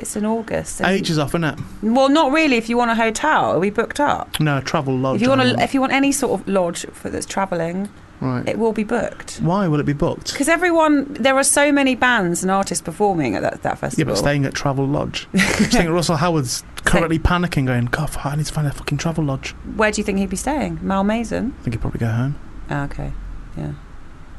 C: It's in August. so-
B: Age is off, isn't it?
C: well, not really. If you want a hotel, are we booked up?
B: No, a travel lodge.
C: If you want
B: I'm on.
C: to, if you want any sort of lodge for that's travelling,
B: right?
C: it will be booked.
B: Why will it be booked?
C: Because everyone, there are so many bands and artists performing at that, that
B: Yeah,
C: festival.
B: but staying at Travel
C: [LAUGHS]
B: Lodge. Do you think Russell Howard's currently panicking, going, God, fuck, I need to find a fucking Travel Lodge?
C: Where do you think he'd be staying? Malmaison.
B: I think he'd probably go home.
C: Oh, okay, yeah.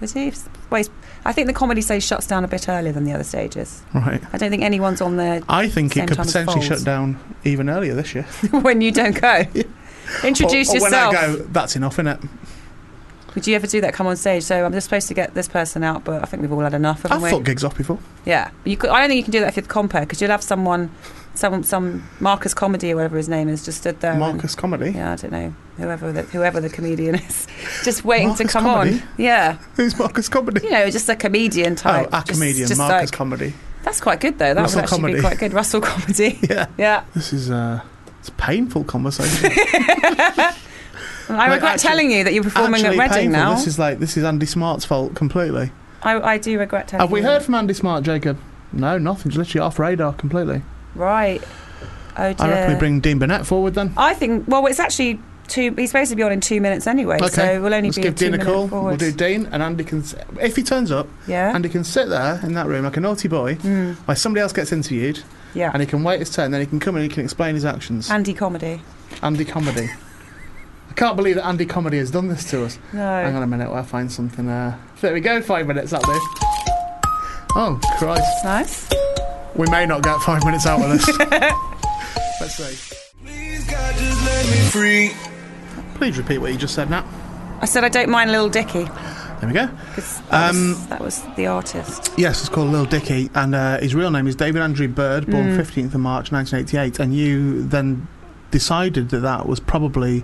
C: Was he? Wait, I think the comedy stage shuts down a bit earlier than the other stages.
B: Right.
C: I don't think anyone's on there [LAUGHS]
B: I think
C: Same
B: it could
C: time as
B: potentially
C: Foles.
B: shut down even earlier this year.
C: when you don't go.
B: [LAUGHS]
C: Introduce
B: or, or
C: yourself.
B: When I go, that's enough, innit?
C: Would you ever do that? Come on stage. So I'm just supposed to get this person out, but I think we've all had enough, haven't
B: I've
C: we?
B: thought gigs off before.
C: Yeah, you could, I don't think you can do that if you're the compere because you'll have someone, some some Marcus comedy or whatever his name is, just stood there. and-
B: Marcus Comedy.
C: yeah, I don't know whoever the, whoever the comedian is, [LAUGHS] just waiting to
B: Marcus
C: come
B: Comedy?
C: on. Yeah,
B: [LAUGHS] Who's Marcus Comedy?
C: you know, just a comedian type.
B: oh, a
C: just-
B: comedian,
C: just
B: Marcus
C: like-
B: Comedy. [LAUGHS]
C: that's quite good though. That
B: Russell
C: would actually
B: Comedy.
C: be quite good. Russell comedy. [LAUGHS]
B: Yeah.
C: yeah,
B: [LAUGHS] This is uh, it's a painful conversation.
C: [LAUGHS] I
B: No,
C: regret
B: actually-
C: telling you that you're performing
B: Actually
C: at
B: painful.
C: Reading now.
B: This is like this is Andy Smart's fault completely.
C: I, I do regret telling.
B: Have we
C: you.
B: heard from Andy Smart, Jacob? No, nothing's literally off radar completely.
C: Right. Oh dear.
B: I reckon we bring Dean Burnett forward then.
C: I think. Well, it's actually two. He's supposed to be on in two minutes anyway, so we'll only
B: Let's
C: be
B: give
C: two
B: Dean a
C: minute
B: call.
C: forward.
B: We'll do Dean, and Andy can, s- if he turns up,
C: yeah.
B: Andy can sit there in that room like a naughty boy,
C: Mm,
B: while somebody else gets interviewed,
C: yeah.
B: and he can wait his turn. Then he can come in and he can explain his actions.
C: Andy comedy.
B: Andy comedy. I can't believe that Andy comedy has done this to us. Hang
C: No.
B: on a minute, I'll find something. Uh, there we go, five minutes out there. Oh Christ,
C: It's nice.
B: we may not get five minutes out of
C: [LAUGHS]
B: this. Let's see.
H: Please, God, just let me free.
B: Please repeat what you just said, Nat.
C: I said I don't mind Little Dicky
B: There we go.
C: because that, was-
B: Um,
C: that was the artist.
B: Yes, it's called Lil Dicky, and uh, his real name is David Andrew Bird, born
C: Mm.
B: 15th of March 1988. And you then decided that that was probably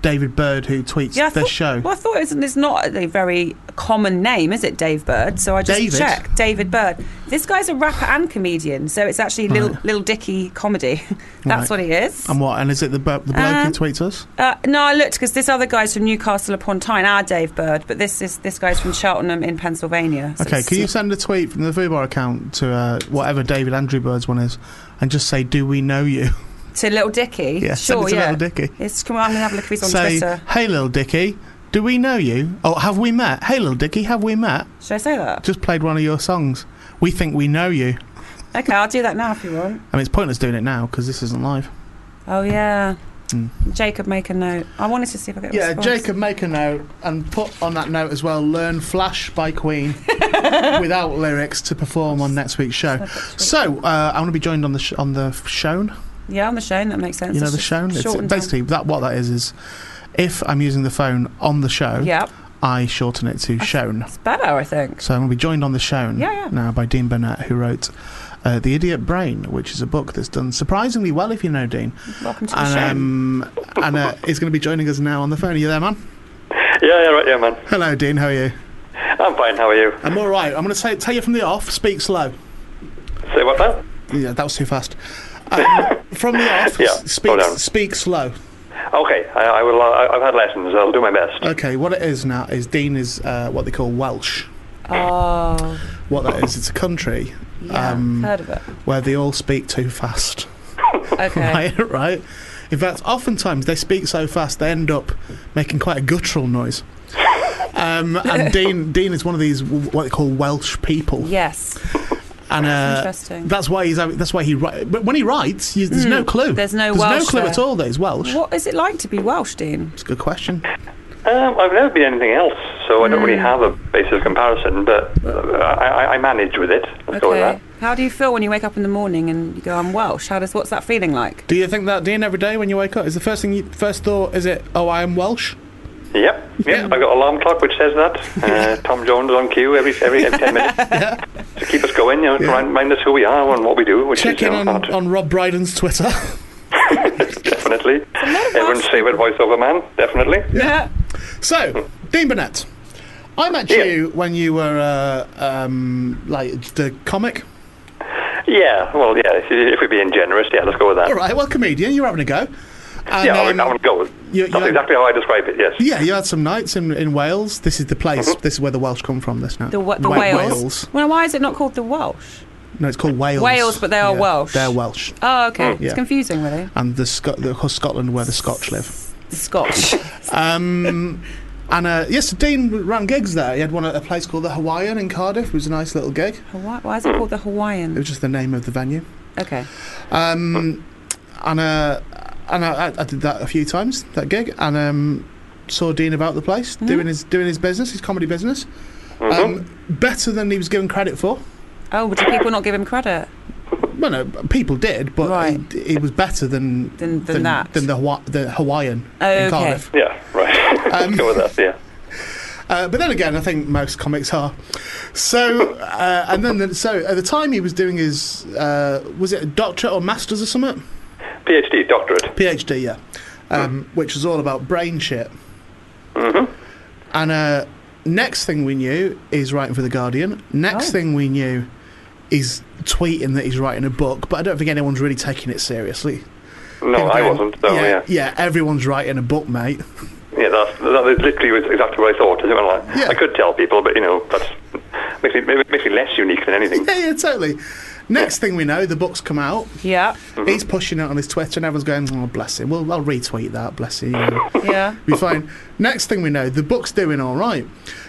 B: David Bird who tweets
C: Yeah, I
B: this
C: thought-
B: show.
C: Well, I thought it was, it's not a very common name, is it, Dave Bird? So I just
B: David?
C: checked. David Bird. This guy's a rapper and comedian, so it's actually Little,
B: Right.
C: Little Dicky comedy. [LAUGHS]
B: Right. Um,
C: That's what he is.
B: And what? And is it the, bu- the bloke who
C: Um,
B: tweets us?
C: Uh, no, I looked because this other guy's from Newcastle upon Tyne, our Dave Bird, but this is this guy's from Cheltenham in Pennsylvania. so
B: Okay,
C: it's-
B: can you send a tweet from the Fubar account to uh, whatever David Andrew Bird's one is, and just say, "Do we know you?" [LAUGHS]
C: to Little Dicky?
B: yeah, send
C: sure,
B: it to
C: yeah.
B: Little Dicky.
C: It's come on, I'm gonna have a look if he's on
B: Say,
C: Twitter.
B: "Hey, Little Dicky, do we know you? Oh, have we met? Hey, Little Dicky, have we met?
C: Should I say that?
B: Just played one of your songs. We think we know you."
C: Okay, I'll do that now if you want.
B: I mean, it's pointless doing it now because this isn't live.
C: Oh yeah,
B: Mm.
C: Jacob, make a note. I wanted to see if I get. a
B: Yeah,
C: response.
B: Jacob, make a note and put on that note as well. Learn Flash by
C: [LAUGHS]
B: Queen without lyrics to perform on next week's show. So uh, I'm going to be joined on the sh- on the shown.
C: Yeah, on the show that makes sense.
B: You know
C: It's
B: the
C: just
B: shown. It's
C: shortened down.
B: basically that what that is is if I'm using the phone on the show,
C: Yeah,
B: I shorten it to shown.
C: it's better, I think.
B: So I'm going to be joined on the shown
C: Yeah, yeah.
B: now by Dean Burnett, who wrote uh, The Idiot Brain, which is a book that's done surprisingly well, if you know Dean.
C: Welcome to the
B: And,
C: show.
B: um, and uh, he's going to be joining us now on the phone. Are you there, man?
I: Yeah, yeah, right, yeah, man.
B: Hello, Dean. How are you?
I: I'm fine. How are you?
B: I'm all right. I'm going to tell you from the off. Speak slow.
I: Say what now?
B: Yeah, that was too fast. [LAUGHS] Um, from the off,
I: Yeah,
B: s-
I: slow
B: speak
I: down.
B: speak slow.
I: Okay, I, I will. Uh, I- I've had lessons. I'll do my best.
B: Okay, what it is now is Dean is uh, what they call Welsh.
C: oh,
B: What that is, it's a country
C: yeah,
B: um,
C: heard of it.
B: where they all speak too fast.
C: Okay,
B: [LAUGHS] Right, right. In fact, oftentimes they speak so fast they end up making quite a guttural noise. Um, and Dean Dean is one of these w- what they call Welsh people.
C: yes,
B: and uh,
C: interesting. Hmm.
B: that's why he's that's why he wri- but when he writes you, there's no clue
C: There's no
B: there's no
C: Welsh
B: clue
C: there.
B: at all that he's Welsh
C: What is it like to be Welsh, Dean?
B: it's a good question
I: Um, I've never been anything else, so I don't
B: Hmm.
I: really have a basis of comparison. But uh, I, I- I manage with it. Let's go with that.
C: How do you feel when you wake up in the morning and you go, I'm Welsh? How does what's that feeling like?
B: do you think that Dean every day when you wake up is the first thing you first thought is it oh I am Welsh
I: Yep, yep.
B: Hmm.
I: I've got an alarm clock which says
B: [LAUGHS]
I: that. Uh, Tom Jones on cue every every, every ten minutes to keep us going. You know, to remind, remind us who we are and what we do. Which
B: check
I: is you
B: in
I: know,
B: on,
I: hard.
B: on Rob Brydon's Twitter [LAUGHS]
I: definitely. Everyone's favourite voiceover man, definitely.
C: Yeah.
B: So, Dean Burnett, I met
I: Yeah.
B: you when you were uh, um, like the comic.
I: Yeah, well, yeah, if- if we're being generous, yeah, let's go with that.
B: All right, well, comedian, you're having a go. And,
I: Yeah, I
B: um,
I: would, I would go with
B: you-
I: That's
B: you-
I: exactly how I describe it, yes.
B: yeah, you had some nights in, in Wales. This is the place.
I: Mm-hmm.
B: This is where the Welsh come from. This now.
C: [LAUGHS] The, wa- the
B: Wa-
C: Wales. Well, why is it not called the Welsh?
B: No, it's called Wales.
C: Wales, but they are
B: Yeah,
C: Welsh.
B: They're Welsh,
C: Oh, okay.
B: Hmm. Yeah.
C: It's confusing, really.
B: and the, Sco- the of course, Scotland where the Scotch live.
C: Scotch. [LAUGHS]
B: Um, and uh, yes, Dean ran gigs there. He had one at a place called the Hawaiian in Cardiff. It was a nice little gig.
C: Hawaii- [LAUGHS] why is it called the
B: It
C: Hawaiian?
B: was just the name of the venue.
C: Okay.
B: Um, and uh, and I, I did that a few times that gig, and um, saw Dean about the place
C: Mm-hmm.
B: doing his doing his business, his comedy business, um, better than he was given credit for.
C: Oh, but do people not give him credit?
B: Well, no, people did, but
C: Right.
B: he, he was better than
C: Than- than that.
B: than the Hawa- the Hawaiian
C: Oh,
B: in
C: okay.
B: Cardiff.
I: Yeah, right. [LAUGHS]
B: Um,
I: let's go with that, yeah.
B: Uh, but then again, I think most comics are. So uh, and then the, so at the time he was doing his uh, was it a doctorate or masters or something?
I: PhD, doctorate.
B: PhD, yeah, um, which was all about brain shit.
I: Mm-hmm.
B: And uh, next thing we knew, he's writing for the Guardian. Next
C: Oh.
B: thing we knew, he's tweeting that he's writing a book. But I don't think anyone's really taking it seriously.
I: No,
B: People
I: I
B: going,
I: wasn't, so yeah.
B: yeah, everyone's writing a book, mate.
I: Yeah, that's, that is literally was exactly what I thought. isn't it? Well, I,
B: Yeah.
I: I could tell people, but you know, that's makes me maybe makes me less unique than
B: [LAUGHS]
I: anything.
B: yeah, yeah, totally. Next thing we know, the book's come out.
C: Yeah.
I: Mm-hmm.
B: He's pushing it on his Twitter, and everyone's going, "Oh, bless him." Well, I'll retweet that. Bless him.
C: Yeah.
I: [LAUGHS]
B: Be fine. Next thing we know, the book's doing all right.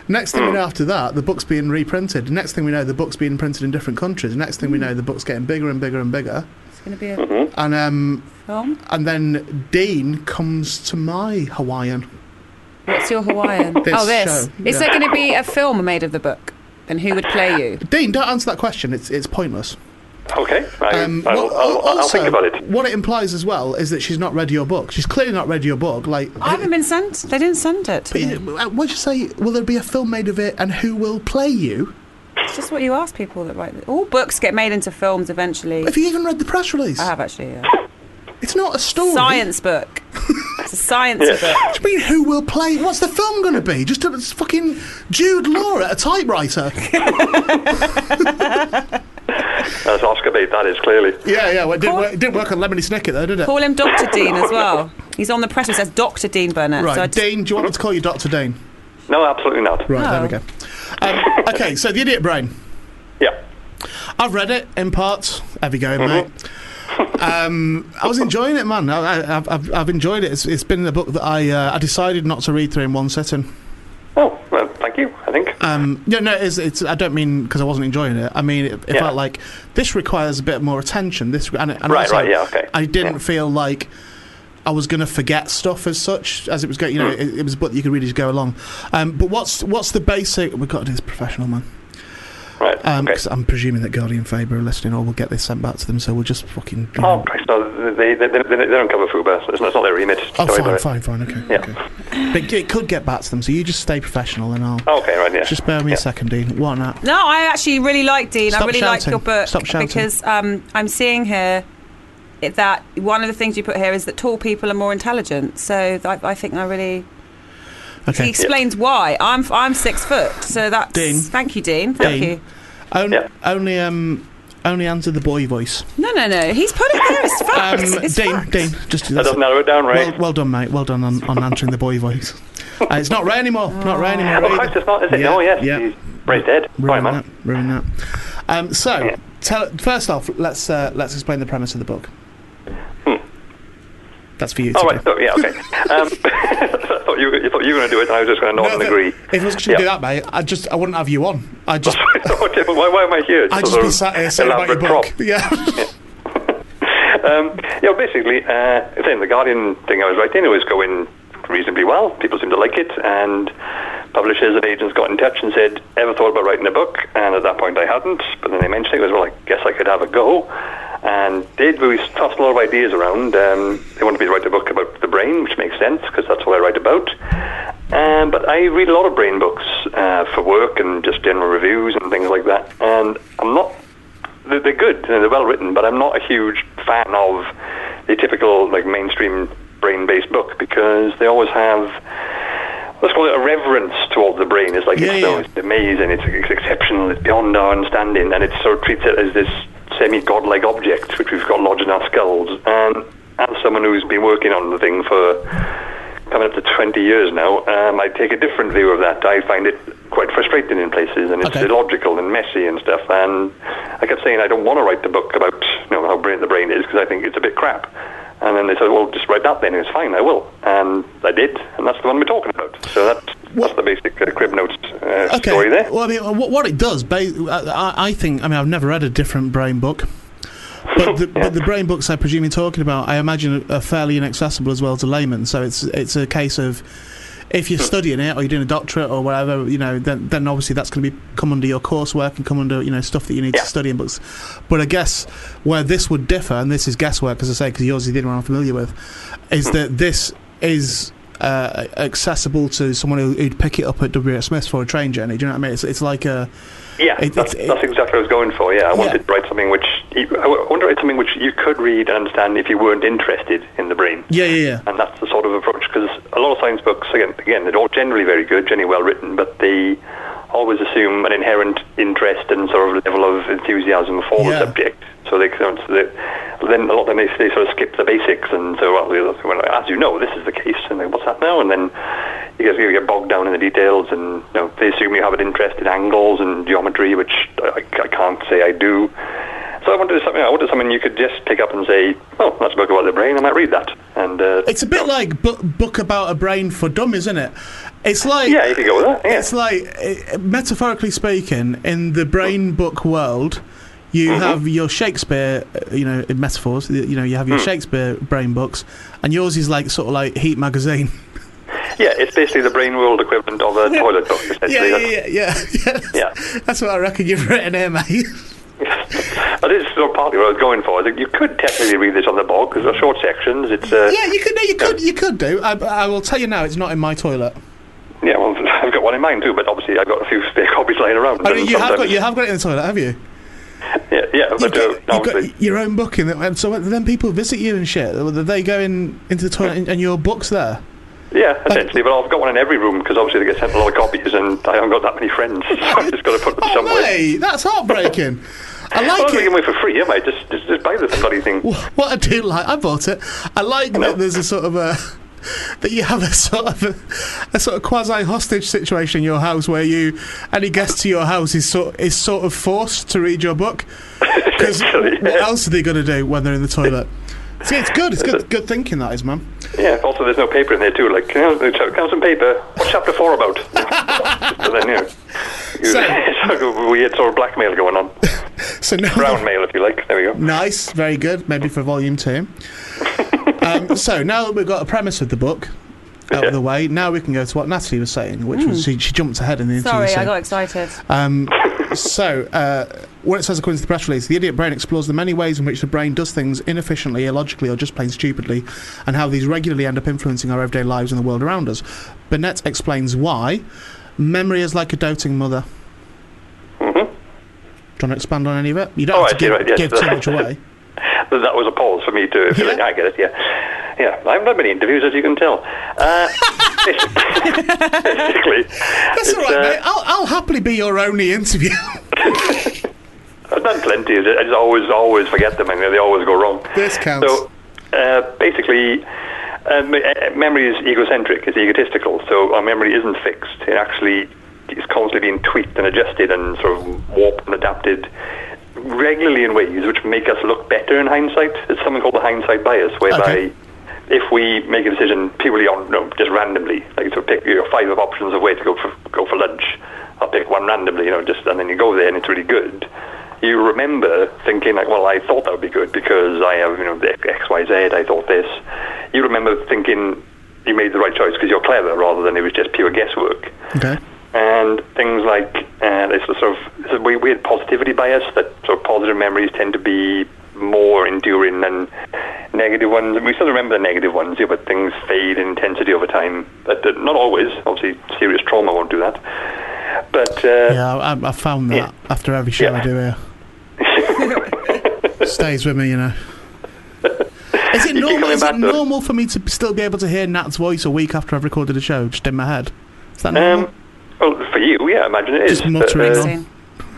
B: Next thing we know, after that, the book's being reprinted. Next thing we know, the book's being printed in different countries. Next thing we know, the book's getting bigger and bigger and bigger.
C: It's going to be a
B: And um,
C: film.
B: and then Dean comes to my Hawaiian.
C: What's your Hawaiian? oh, this.
B: show,
C: Is
B: yeah.
C: there going to be a film made of the book? And who would play you?
B: Dean, don't answer that question. It's it's pointless.
I: Okay, I,
B: Um,
I: I'll,
B: well,
I: I'll, I'll, I'll
B: also,
I: think about it.
B: What it implies as well is that she's not read your book. She's clearly not read your book. Like,
C: I haven't been sent. They didn't send it. To me.
B: would uh, you say? Will there be a film made of it? And who will play you?
C: It's just what you ask people that write. All books get made into films eventually.
B: Have you even read the press release?
C: I have actually. Yeah.
B: It's not a story.
C: Science book. It's a science book.
B: What do you mean, who will play? What's the film going to be? Just a it's fucking Jude Law at a typewriter.
I: That's Oscar bait. That is clearly.
B: [LAUGHS] yeah, yeah. Well, it, didn't
C: Cool.
B: work, it didn't work on Lemony Snicket, though, did it?
C: Call him Dr. Dean as well. He's on the press. It says Dr. Dean Burnett.
B: Right,
C: So I just-
B: Dane, do you want me to call you Dr. Dane?
I: No, absolutely not.
B: Right, there we
C: No.
B: go. Um, okay, so The Idiot Brain.
I: Yeah.
B: I've read it in parts. Have you going, mate? Um, I was enjoying it, man. I, I, I've, I've enjoyed it. It's, it's been a book that I uh, I decided not to read through in one sitting.
I: Oh, well, thank you. I think.
B: Um, no, no, it's, it's. I don't mean because I wasn't enjoying it. I mean it, it
I: Yeah.
B: felt like this requires a bit more attention. This and, and
I: Right,
B: also,
I: right, yeah, okay.
B: I didn't
I: Yeah.
B: feel like I was going to forget stuff as such as it was going. You
I: Hmm.
B: know, it, it was a book that you could read as you go along. Um, but what's what's the basic? We've got to do this professional, man.
I: right.
B: Um,
I: okay.
B: 'cause I'm presuming that Guardian Faber are listening, or we'll get this sent back to them. So we'll just fucking. you
I: Oh,
B: know-
I: Christ, no, they, they, they, they don't cover Fuba. So it's, not, it's not their remit.
B: Oh,
I: Sorry
B: fine,
I: about
B: fine, fine. Okay.
I: Yeah.
B: okay. But it could get back to them, so you just stay professional, and I'll.
I: It. Oh, Okay, right, yeah.
B: Just bear me
I: yeah.
B: a second, Dean. What on that?
C: No, I actually really like Dean. I
B: Stop
C: really like
B: shouting.
C: your book
B: Stop shouting.
C: because um, I'm seeing here it- that one of the things you put here is that tall people are more intelligent. So I, I think I really
B: Okay.
C: he explains why. I'm I'm six foot, so that's
B: Dean.
C: Thank you, Dean. Thank
B: Dean.
C: you.
B: Only,
I: Yeah.
B: only, um, only answer the boy
I: [LAUGHS]
B: voice.
C: No, no, no. He's put it there.
B: [LAUGHS]
C: It's
B: Um,
C: facts. it's
B: Dean,
C: facts.
B: Dean, just
I: That
B: that's
I: doesn't
B: it.
I: narrow it down, right?
B: Well, well done, mate. Well done on, on answering the boy
I: [LAUGHS]
B: voice. Uh, it's not Ray anymore. Not Ray anymore.
I: oh, Christ,
B: either.
I: it's not, is it?
B: Yeah,
I: no, yes.
B: yeah.
I: He's Ray's dead. Sorry,
B: Ruin
I: man.
B: that. Ruin that. Um, so,
I: Yeah.
B: tell, first off, let's uh, let's explain the premise of the book. That's for you.
I: Hmm.
B: to
I: All right.
B: do.
I: So, yeah. Okay. Um, [LAUGHS] I thought you, you thought you were going to do it, and I was just going to nod
B: No,
I: and
B: if-
I: agree. [LAUGHS]
B: If I was going to do
I: Yeah.
B: that, mate, I just I wouldn't have you on. I
I: [LAUGHS]
B: just
I: why, why am I here?
B: I
I: Just
B: just be
I: a
B: sat here saying about your book.
I: elaborate
B: [LAUGHS]
I: prop.
B: Yeah.
I: Um, yeah, basically, uh, saying the Guardian thing I was writing, it was going reasonably well. People seemed to like it, and publishers and agents got in touch and said, "Ever thought about writing a book?" And at that point, I hadn't. But then they mentioned it. I was well, I guess I could have a go, and did. We tossed a lot of ideas around. Um, they wanted me to write a book about the brain, which makes sense because that's what I write about. Um, but I read a lot of brain books uh, for work and just general reviews and things like that. And I'm not they're, they're good, you know, they're well written, but I'm not a huge fan of a typical like mainstream brain-based book because they always have let's call it a reverence towards the brain. It's like
B: Yeah,
I: it's,
B: yeah.
I: no, it's amazing, it's, it's exceptional, it's beyond our understanding, and it sort of treats it as this semi-godlike object which we've got lodged in our skulls. And as someone who's been working on the thing for coming up to 20 years now, um, I take a different view of that. I find it quite frustrating in places, and it's
B: Okay.
I: illogical and messy and stuff. And I kept saying I don't want to write the book about you know how brilliant the brain is because I think it's a bit crap. And then they said, well, just write that then. It's fine, I will. And I did, and that's the one we're talking about. So that's, that's the basic uh, crib notes uh,
B: okay.
I: story there.
B: Well, I mean, what, what it does, ba- I, I think. I mean, I've never read a different brain book,
I: [LAUGHS]
B: but the, but the brain books I presume you're talking about, I imagine, are fairly inaccessible as well to laymen. So it's it's a case of if you're studying it or you're doing a doctorate or whatever, you know, then then obviously that's going to be come under your coursework and come under you know stuff that you need
I: Yeah.
B: to study in books. But I guess where this would differ, and this is guesswork, as I say, because yours is the only one I'm familiar with, is that this is uh, accessible to someone who, who'd pick it up at W. S. Smith's for a train journey. Do you know what I mean? It's, it's like a
I: Yeah,
B: It-
I: that's,
B: it's- it-
I: that's exactly what I was going for. Yeah, I wanted to write something which you, I wanted to write something which you could read and understand if you weren't interested in the brain.
B: yeah, yeah, yeah.
I: and that's the sort of approach because a lot of science books again again they're all generally very good generally well written but they always assume an inherent interest and sort of level of enthusiasm for
B: Yeah.
I: the subject so they can so they, then a lot of them they, they sort of skip the basics and so well, you know, well, as you know this is the case and then what's that now and then you get, you get bogged down in the details and you know, they assume you have an interest in angles and geometry which I, I can't say I do so I wanted something. I wanted something you could just pick up and say, "Oh, that's a book about the brain. I might read that." And uh,
B: It's a bit like bu- book about a brain for dummies, isn't it? It's like
I: Yeah, you could go with that. Yeah.
B: It's like, eh, metaphorically speaking, in the brain book world, you have your Shakespeare, eh, you know, in metaphors, y- you know, you have your Shakespeare brain books, and yours is like sort of like Heat magazine.
I: yeah, it's basically the brain world equivalent of a toilet book,
B: [LAUGHS]
I: essentially.
B: yeah, yeah,
I: That's-
B: yeah, [LAUGHS] yeah, yeah.
I: Yeah.
B: That's what I reckon you've written here, [LAUGHS] mate.
I: That is sort of partly what I was going for. I think you could technically read this on the bog because they're short sections. It's uh,
B: yeah, you could, no, you could, you could do. I, I will tell you now, it's not in my toilet.
I: yeah, well, [LAUGHS] I've got one in mind too, but obviously I've got a few [LAUGHS] spare copies lying around.
B: I
I: and
B: mean, you have
I: sometimes-
B: got, you have got it in the toilet, have you?
I: yeah, yeah,
B: You've
I: but uh,
B: got, you've
I: obviously-
B: got your own book in it, and so then people visit you and shit. They go in into the toilet, and, and your book's there.
I: yeah, essentially. But I've got one in every room because obviously they get sent a lot of copies, and I haven't got that many friends, [LAUGHS] so I've just got to put them
B: Oh,
I: somewhere.
B: mate, that's heartbreaking. I
I: [LAUGHS] Well,
B: like
I: I'm giving
B: it.
I: away for free, am I? Just, just, just buy the bloody thing. [LAUGHS]
B: What I do like, I bought it. I like that there's a sort of a that you have a sort of a, a sort of quasi hostage situation in your house where you any guest to your house is sort is sort of forced to read your
I: [LAUGHS]
B: book because
I: Essentially,
B: what
I: yeah.
B: else are they going to do when they're in the toilet? See, it's good. It's good. Good thinking that is, man.
I: Yeah, also there's no paper in there too. Like, can I, can I have some paper? What's chapter four
B: [LAUGHS]
I: about? so then, you know, you-
B: So-
I: [LAUGHS] it's like a weird sort of blackmail going on.
B: So now
I: Brown mail, if you like. There we go.
B: Nice, very good. Maybe for volume
I: [LAUGHS]
B: two. um, so now that we've got a premise of the book out of the way, now we can go to what Natalie was saying, which was she, she jumped ahead in the interview.
C: Hmm. Sorry, I
B: so-
C: got excited.
B: Um, so, uh, what it says according to the press release, the idiot brain explores the many ways in which the brain does things inefficiently, illogically, or just plain stupidly, and how these regularly end up influencing our everyday lives and the world around us. Burnett explains why memory is like a doting mother. Mm-hmm. Do you want to expand on any of it? You don't
I: Oh,
B: have to
I: I see,
B: give,
I: right, yes.
B: give too much
I: [LAUGHS]
B: away.
I: But That was a pause for me to. If you like,
B: Yeah.
I: I get it. Yeah, yeah. I haven't done many interviews, as you can tell. Uh,
B: [LAUGHS]
I: basically,
B: That's
I: it's,
B: all right,
I: uh,
B: mate. I'll, I'll happily be your only interview. [LAUGHS]
I: I've done plenty. I just always, always forget them, and they always go wrong.
B: This counts.
I: So, uh, basically, uh, me- uh, memory is egocentric. It's egotistical. So our memory isn't fixed. It actually is constantly being tweaked and adjusted and sort of warped and adapted regularly in ways which make us look better in hindsight. It's something called the hindsight bias, whereby
B: Okay.
I: if we make a decision purely on no, just randomly, like sort of pick your five of options of where to go for go for lunch, I'll pick one randomly, you know, just and then you go there and it's really good. You remember thinking like, well, I thought that would be good because I have you know the X Y Z. I thought this. You remember thinking you made the right choice because you're clever rather than it was just pure guesswork
B: okay.
I: and things like uh, this sort of this is weird, weird positivity bias that sort of positive memories tend to be more enduring than negative ones. And we still remember the negative ones, yeah, but things fade in intensity over time. But uh, not always. Obviously, serious trauma won't do that. But uh,
B: Yeah, I, I- I found that
I: Yeah.
B: after every
I: [LAUGHS]
B: show I
I: Yeah.
B: do here. Stays with me, you know. Is it
I: You keep
B: normal?
I: coming
B: Is
I: back
B: it
I: to it.
B: normal for me to still be able to hear Nat's voice a week after I've recorded a show, just in my head? Is that normal?
I: Um, well, for you, yeah, I imagine it is.
B: Just muttering
I: But, uh,
B: on.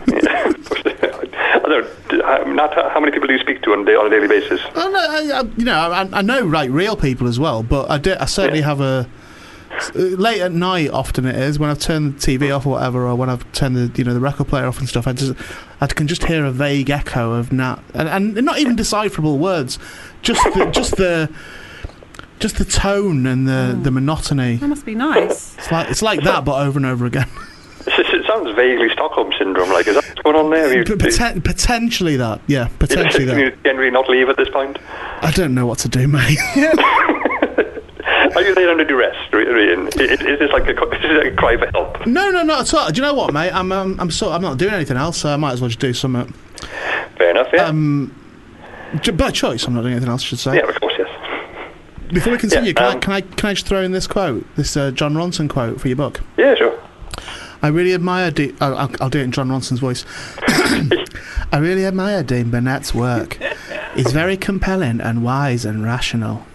C: Soon.
I: [LAUGHS] I don't know, how- Nat, how many people do you speak to on a, day, on a daily basis? [LAUGHS]
B: Oh, no, I, I, you know, I, I know like real people as well, but I, do, I certainly have a uh, late at night. Often it is when I've turned the TV off or whatever, or when I've turned the you know the record player off and stuff. I just I can just hear a vague echo of Nat, and, and not even decipherable words, just the, just the just the tone and the, the monotony.
C: That must be nice.
B: It's like it's like that, but over and over again.
I: It sounds vaguely Stockholm syndrome like. Is that what's going on there?
B: [LAUGHS]
I: You,
B: P- poten- potentially that, yeah, potentially
I: you
B: that.
I: generally not leave at this point?
B: I don't know what to do, mate.
I: Are you there under duress, Re- Ian? I- Is is this like a, co- is this a cry for help?
B: No, no, not at all. Do you know what, mate? I'm, um, I'm so, I'm not doing anything else, so I might as well just do something.
I: Fair enough, yeah.
B: Um, J- By choice, I'm not doing anything else. I should say.
I: yeah, of course, yes.
B: Before we continue,
I: Yeah,
B: can, I,
I: um,
B: can I can I just throw in this quote, this uh, John Ronson quote for your book?
I: Yeah, sure.
B: I really admire. De- oh, I'll, I'll do it in John Ronson's voice. [COUGHS] I really admire Dame Burnett's work. He's very compelling and wise and rational.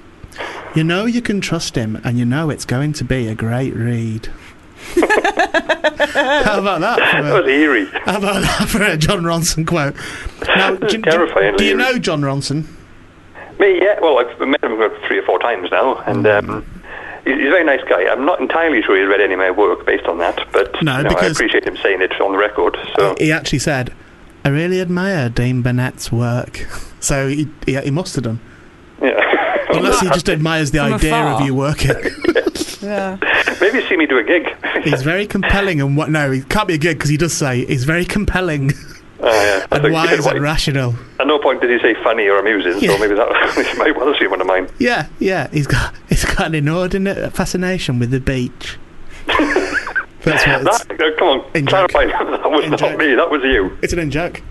B: You know you can trust him, and you know it's going to be a great
I: [LAUGHS]
B: read. how about that? for a-
I: That was eerie. [LAUGHS]
B: How about that for a John Ronson quote? Now, do, do-
I: Terrifyingly
B: do you
I: eerie.
B: know John Ronson?
I: Me, yeah. Well, I've met him about three or four times now, and
B: Hmm.
I: um, he- he's a very nice guy. I'm not entirely sure he's read any of my work based on that, but
B: No,
I: you know, I
B: because- Uh,
I: appreciate him saying it on the record. So
B: He actually said, "I really admire Dame Burnett's work." [LAUGHS] So he he, he must have done,
I: yeah. [LAUGHS]
B: unless he just admires the
C: From
B: idea
C: afar.
B: of you working.
C: Yeah.
I: Maybe see me do a gig. [LAUGHS] uh,
B: he's very compelling, and what? No, he can't be a good because he does say he's very compelling [LAUGHS]
I: Oh, yeah. That's a
B: and
I: good
B: wise
I: one.
B: and rational.
I: At no point did he say funny or amusing,
B: Yeah.
I: so maybe that [LAUGHS] might well have seen one of mine.
B: Yeah, yeah, he's got [LAUGHS] he's got an inordinate fascination with the beach. That's what it's.
I: [LAUGHS] That, no, come on,
B: In joke.
I: clarify. That was
B: In
I: not
B: joke.
I: me. That was you.
B: It's an in joke.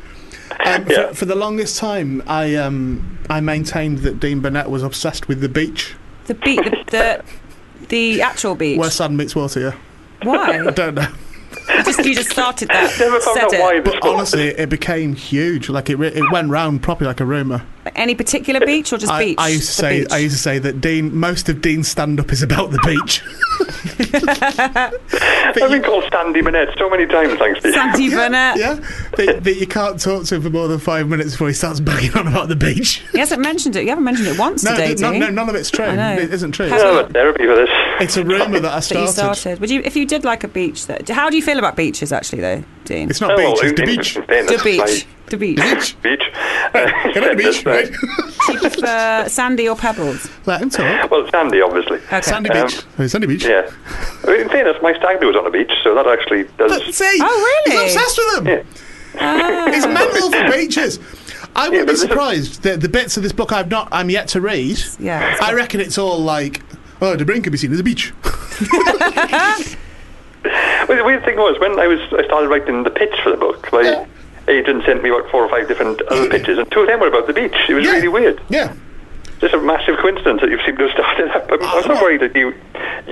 B: Um,
I: Yeah.
B: for, for the longest time, I um, I maintained that Dean Burnett was obsessed with the beach,
C: The beat, the, the, the actual beach.
B: where sand meets water. Yeah, I
C: Why?
B: don't
C: [LAUGHS]
B: know.
C: Just, you just started that.
I: [LAUGHS] Never found
C: said
I: out
C: it.
I: why this
B: But honestly, it became huge. Like it, re- it went round properly like a rumor.
C: Any particular beach or just
B: I,
C: beach?
B: I used to
C: The
B: say,
C: beach.
B: I used to say that Dean, most of Dean's stand-up is about the
C: [LAUGHS]
B: beach.
I: I've been called Sandy Manette so many times, thanks to you. [LAUGHS]
C: Sandy
B: [LAUGHS]
C: Burnett.
B: yeah, that, that you can't talk to him for more than five minutes before he starts banging on about the
C: [LAUGHS]
B: beach.
C: He hasn't mentioned it. You haven't mentioned it once
B: No,
C: today,
B: th- no,
C: do you?
B: no, none of it's true.
C: know.
B: It isn't true.
C: Has
I: I
C: it?
I: have a therapy for this.
B: It's a rumor that I
C: that you
B: started.
C: started. Would you, if you did like a beach, that, how do you feel about beaches actually, though, Dean?
B: It's not beach. It's the
I: in-
B: beach.
I: in fairness,
C: the beach.
I: my
C: The beach.
I: [LAUGHS] Beach.
B: Can I
I: [LAUGHS]
B: beach? Right?
C: Do you prefer sandy or pebbles?
B: [LAUGHS] Let him talk.
I: Well, Sandy, obviously.
C: Okay.
B: Sandy
I: Um,
B: Beach. Oh, Sandy Beach.
I: Yeah. I mean, in fairness, my stag do was on a beach, so that actually does.
B: But see,
C: Oh, really? Ah.
B: He's obsessed with them.
I: Yeah.
B: He's mental for beaches. I
I: Yeah,
B: wouldn't
I: but
B: be
I: this is-
B: surprised that the bits of this book I've not, I'm yet to read.
C: Yeah, it's
B: I reckon it's all like, oh, the brain can be seen as a beach.
I: Well, the weird thing was when I was I started writing the pitch for the book, my agent sent me about four or five different other pitches, and two of them were about the beach. It was
B: Yeah.
I: really weird.
B: Yeah.
I: Just a massive coincidence [LAUGHS] that you've seemed to have started up.
B: Oh,
I: I'm, I'm so worried that you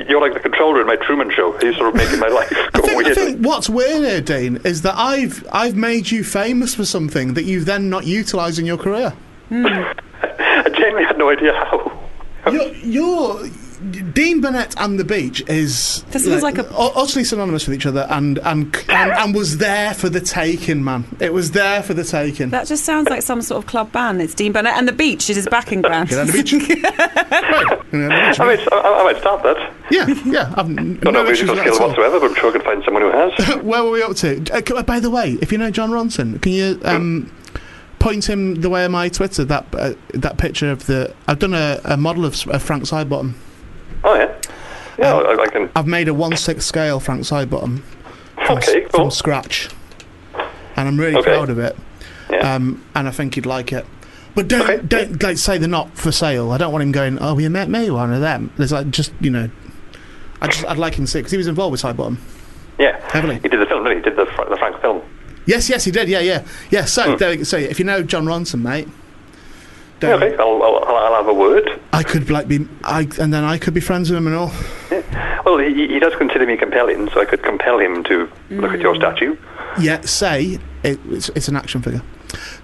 I: you're like the controller in my Truman Show. You're sort of making my
B: [LAUGHS]
I: life
B: I
I: go
B: think, I
I: weird.
B: think what's weird here, Dean, is that I've I've made you famous for something that you then not utilise in your career.
I: I genuinely had no idea how.
B: You're, you're Dean Burnett and the beach is
C: This feels like a-
B: u- utterly synonymous with each other, and and, and and was there for the taking, man. It was there for the taking.
C: That just sounds like some sort of club band. It's Dean Burnett and the beach is his backing band.
B: Get on the beach. Right, get on the beach,
I: I
B: mate.
I: might, I, I might start that.
B: Yeah, yeah. I've n-
I: Got no,
B: no issues
I: musical
B: with that
I: skill
B: at all.
I: whatsoever, but I'm sure I can find someone who
B: [LAUGHS]
I: has.
B: Where were we up to? Uh, c- by the way, if you know John Ronson, can you um, point him the way of my Twitter? That uh, that picture of the I've done a, a model of, s- of Frank Sidebottom.
I: oh yeah, yeah,
B: Um,
I: I, I can.
B: I've made a one sixth scale Frank Sidebottom from, s-
I: Okay,
B: from
I: cool.
B: scratch, and I'm really
I: Okay.
B: proud of it.
I: Yeah.
B: Um, and I think he'd like it. But don't
I: Okay.
B: don't like say they're not for sale. I don't want him going. Oh, you met me one of them. There's like just you know, I just I'd like him to see because he was involved with Sidebottom.
I: yeah,
B: heavily.
I: He did the film, didn't he? Did the Fra- the Frank film?
B: Yes, yes, he did. Yeah, yeah, yeah.
I: Hmm.
B: So, there we go. so if you know John Ronson, mate,
I: Yeah,
B: don't,
I: okay, I'll, I'll, I'll I'll have a word.
B: I could like be, I and then I could be friends with him and all.
I: Well, he, he does consider me compelling, so I could compel him to look at
B: Mm.
I: your statue.
B: Yeah, say it, it's, it's an action figure.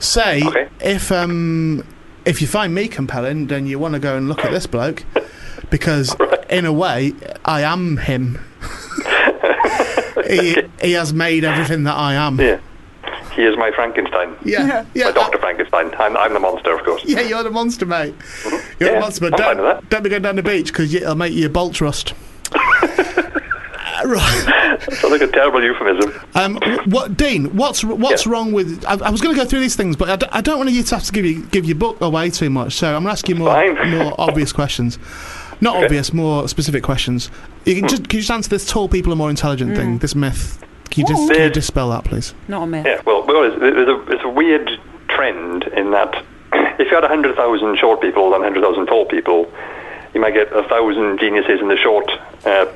B: Say
I: Okay.
B: if um if you find me compelling, then you want to go and look at this bloke
I: [LAUGHS]
B: because, in a way, I am him. he, he has made everything that I am.
I: Yeah. He is my Frankenstein.
B: yeah,
I: my
B: yeah.
I: Dr. Frankenstein. I'm, I'm the monster, of course.
B: Yeah, you're the monster, mate. You're
I: Yeah,
B: the monster, but
I: I'm fine with
B: don't,
I: that.
B: don't be going down the beach because it'll make your bolts rust. Uh, right.
I: Sounds like a terrible euphemism.
B: Um, wh- what, Dean? What's what's
I: Yeah.
B: wrong with? I, I was going to go through these things, but I, d- I don't want you to have to give you give your book away too much. So I'm going to ask you more
I: Fine. [LAUGHS]
B: more obvious questions, not obvious, more specific questions. You
I: Hmm.
B: can just can you just answer this tall people are more intelligent
C: Hmm.
B: thing? This myth. Can you, dis- can you
I: There's-
B: dispel that, please?
C: Not a myth.
I: Yeah, well, well it's, there's a, it's a weird trend in that [CLEARS THROAT] if you had 100,000 short people and 100,000 tall people, you might get 1,000 geniuses in the short uh,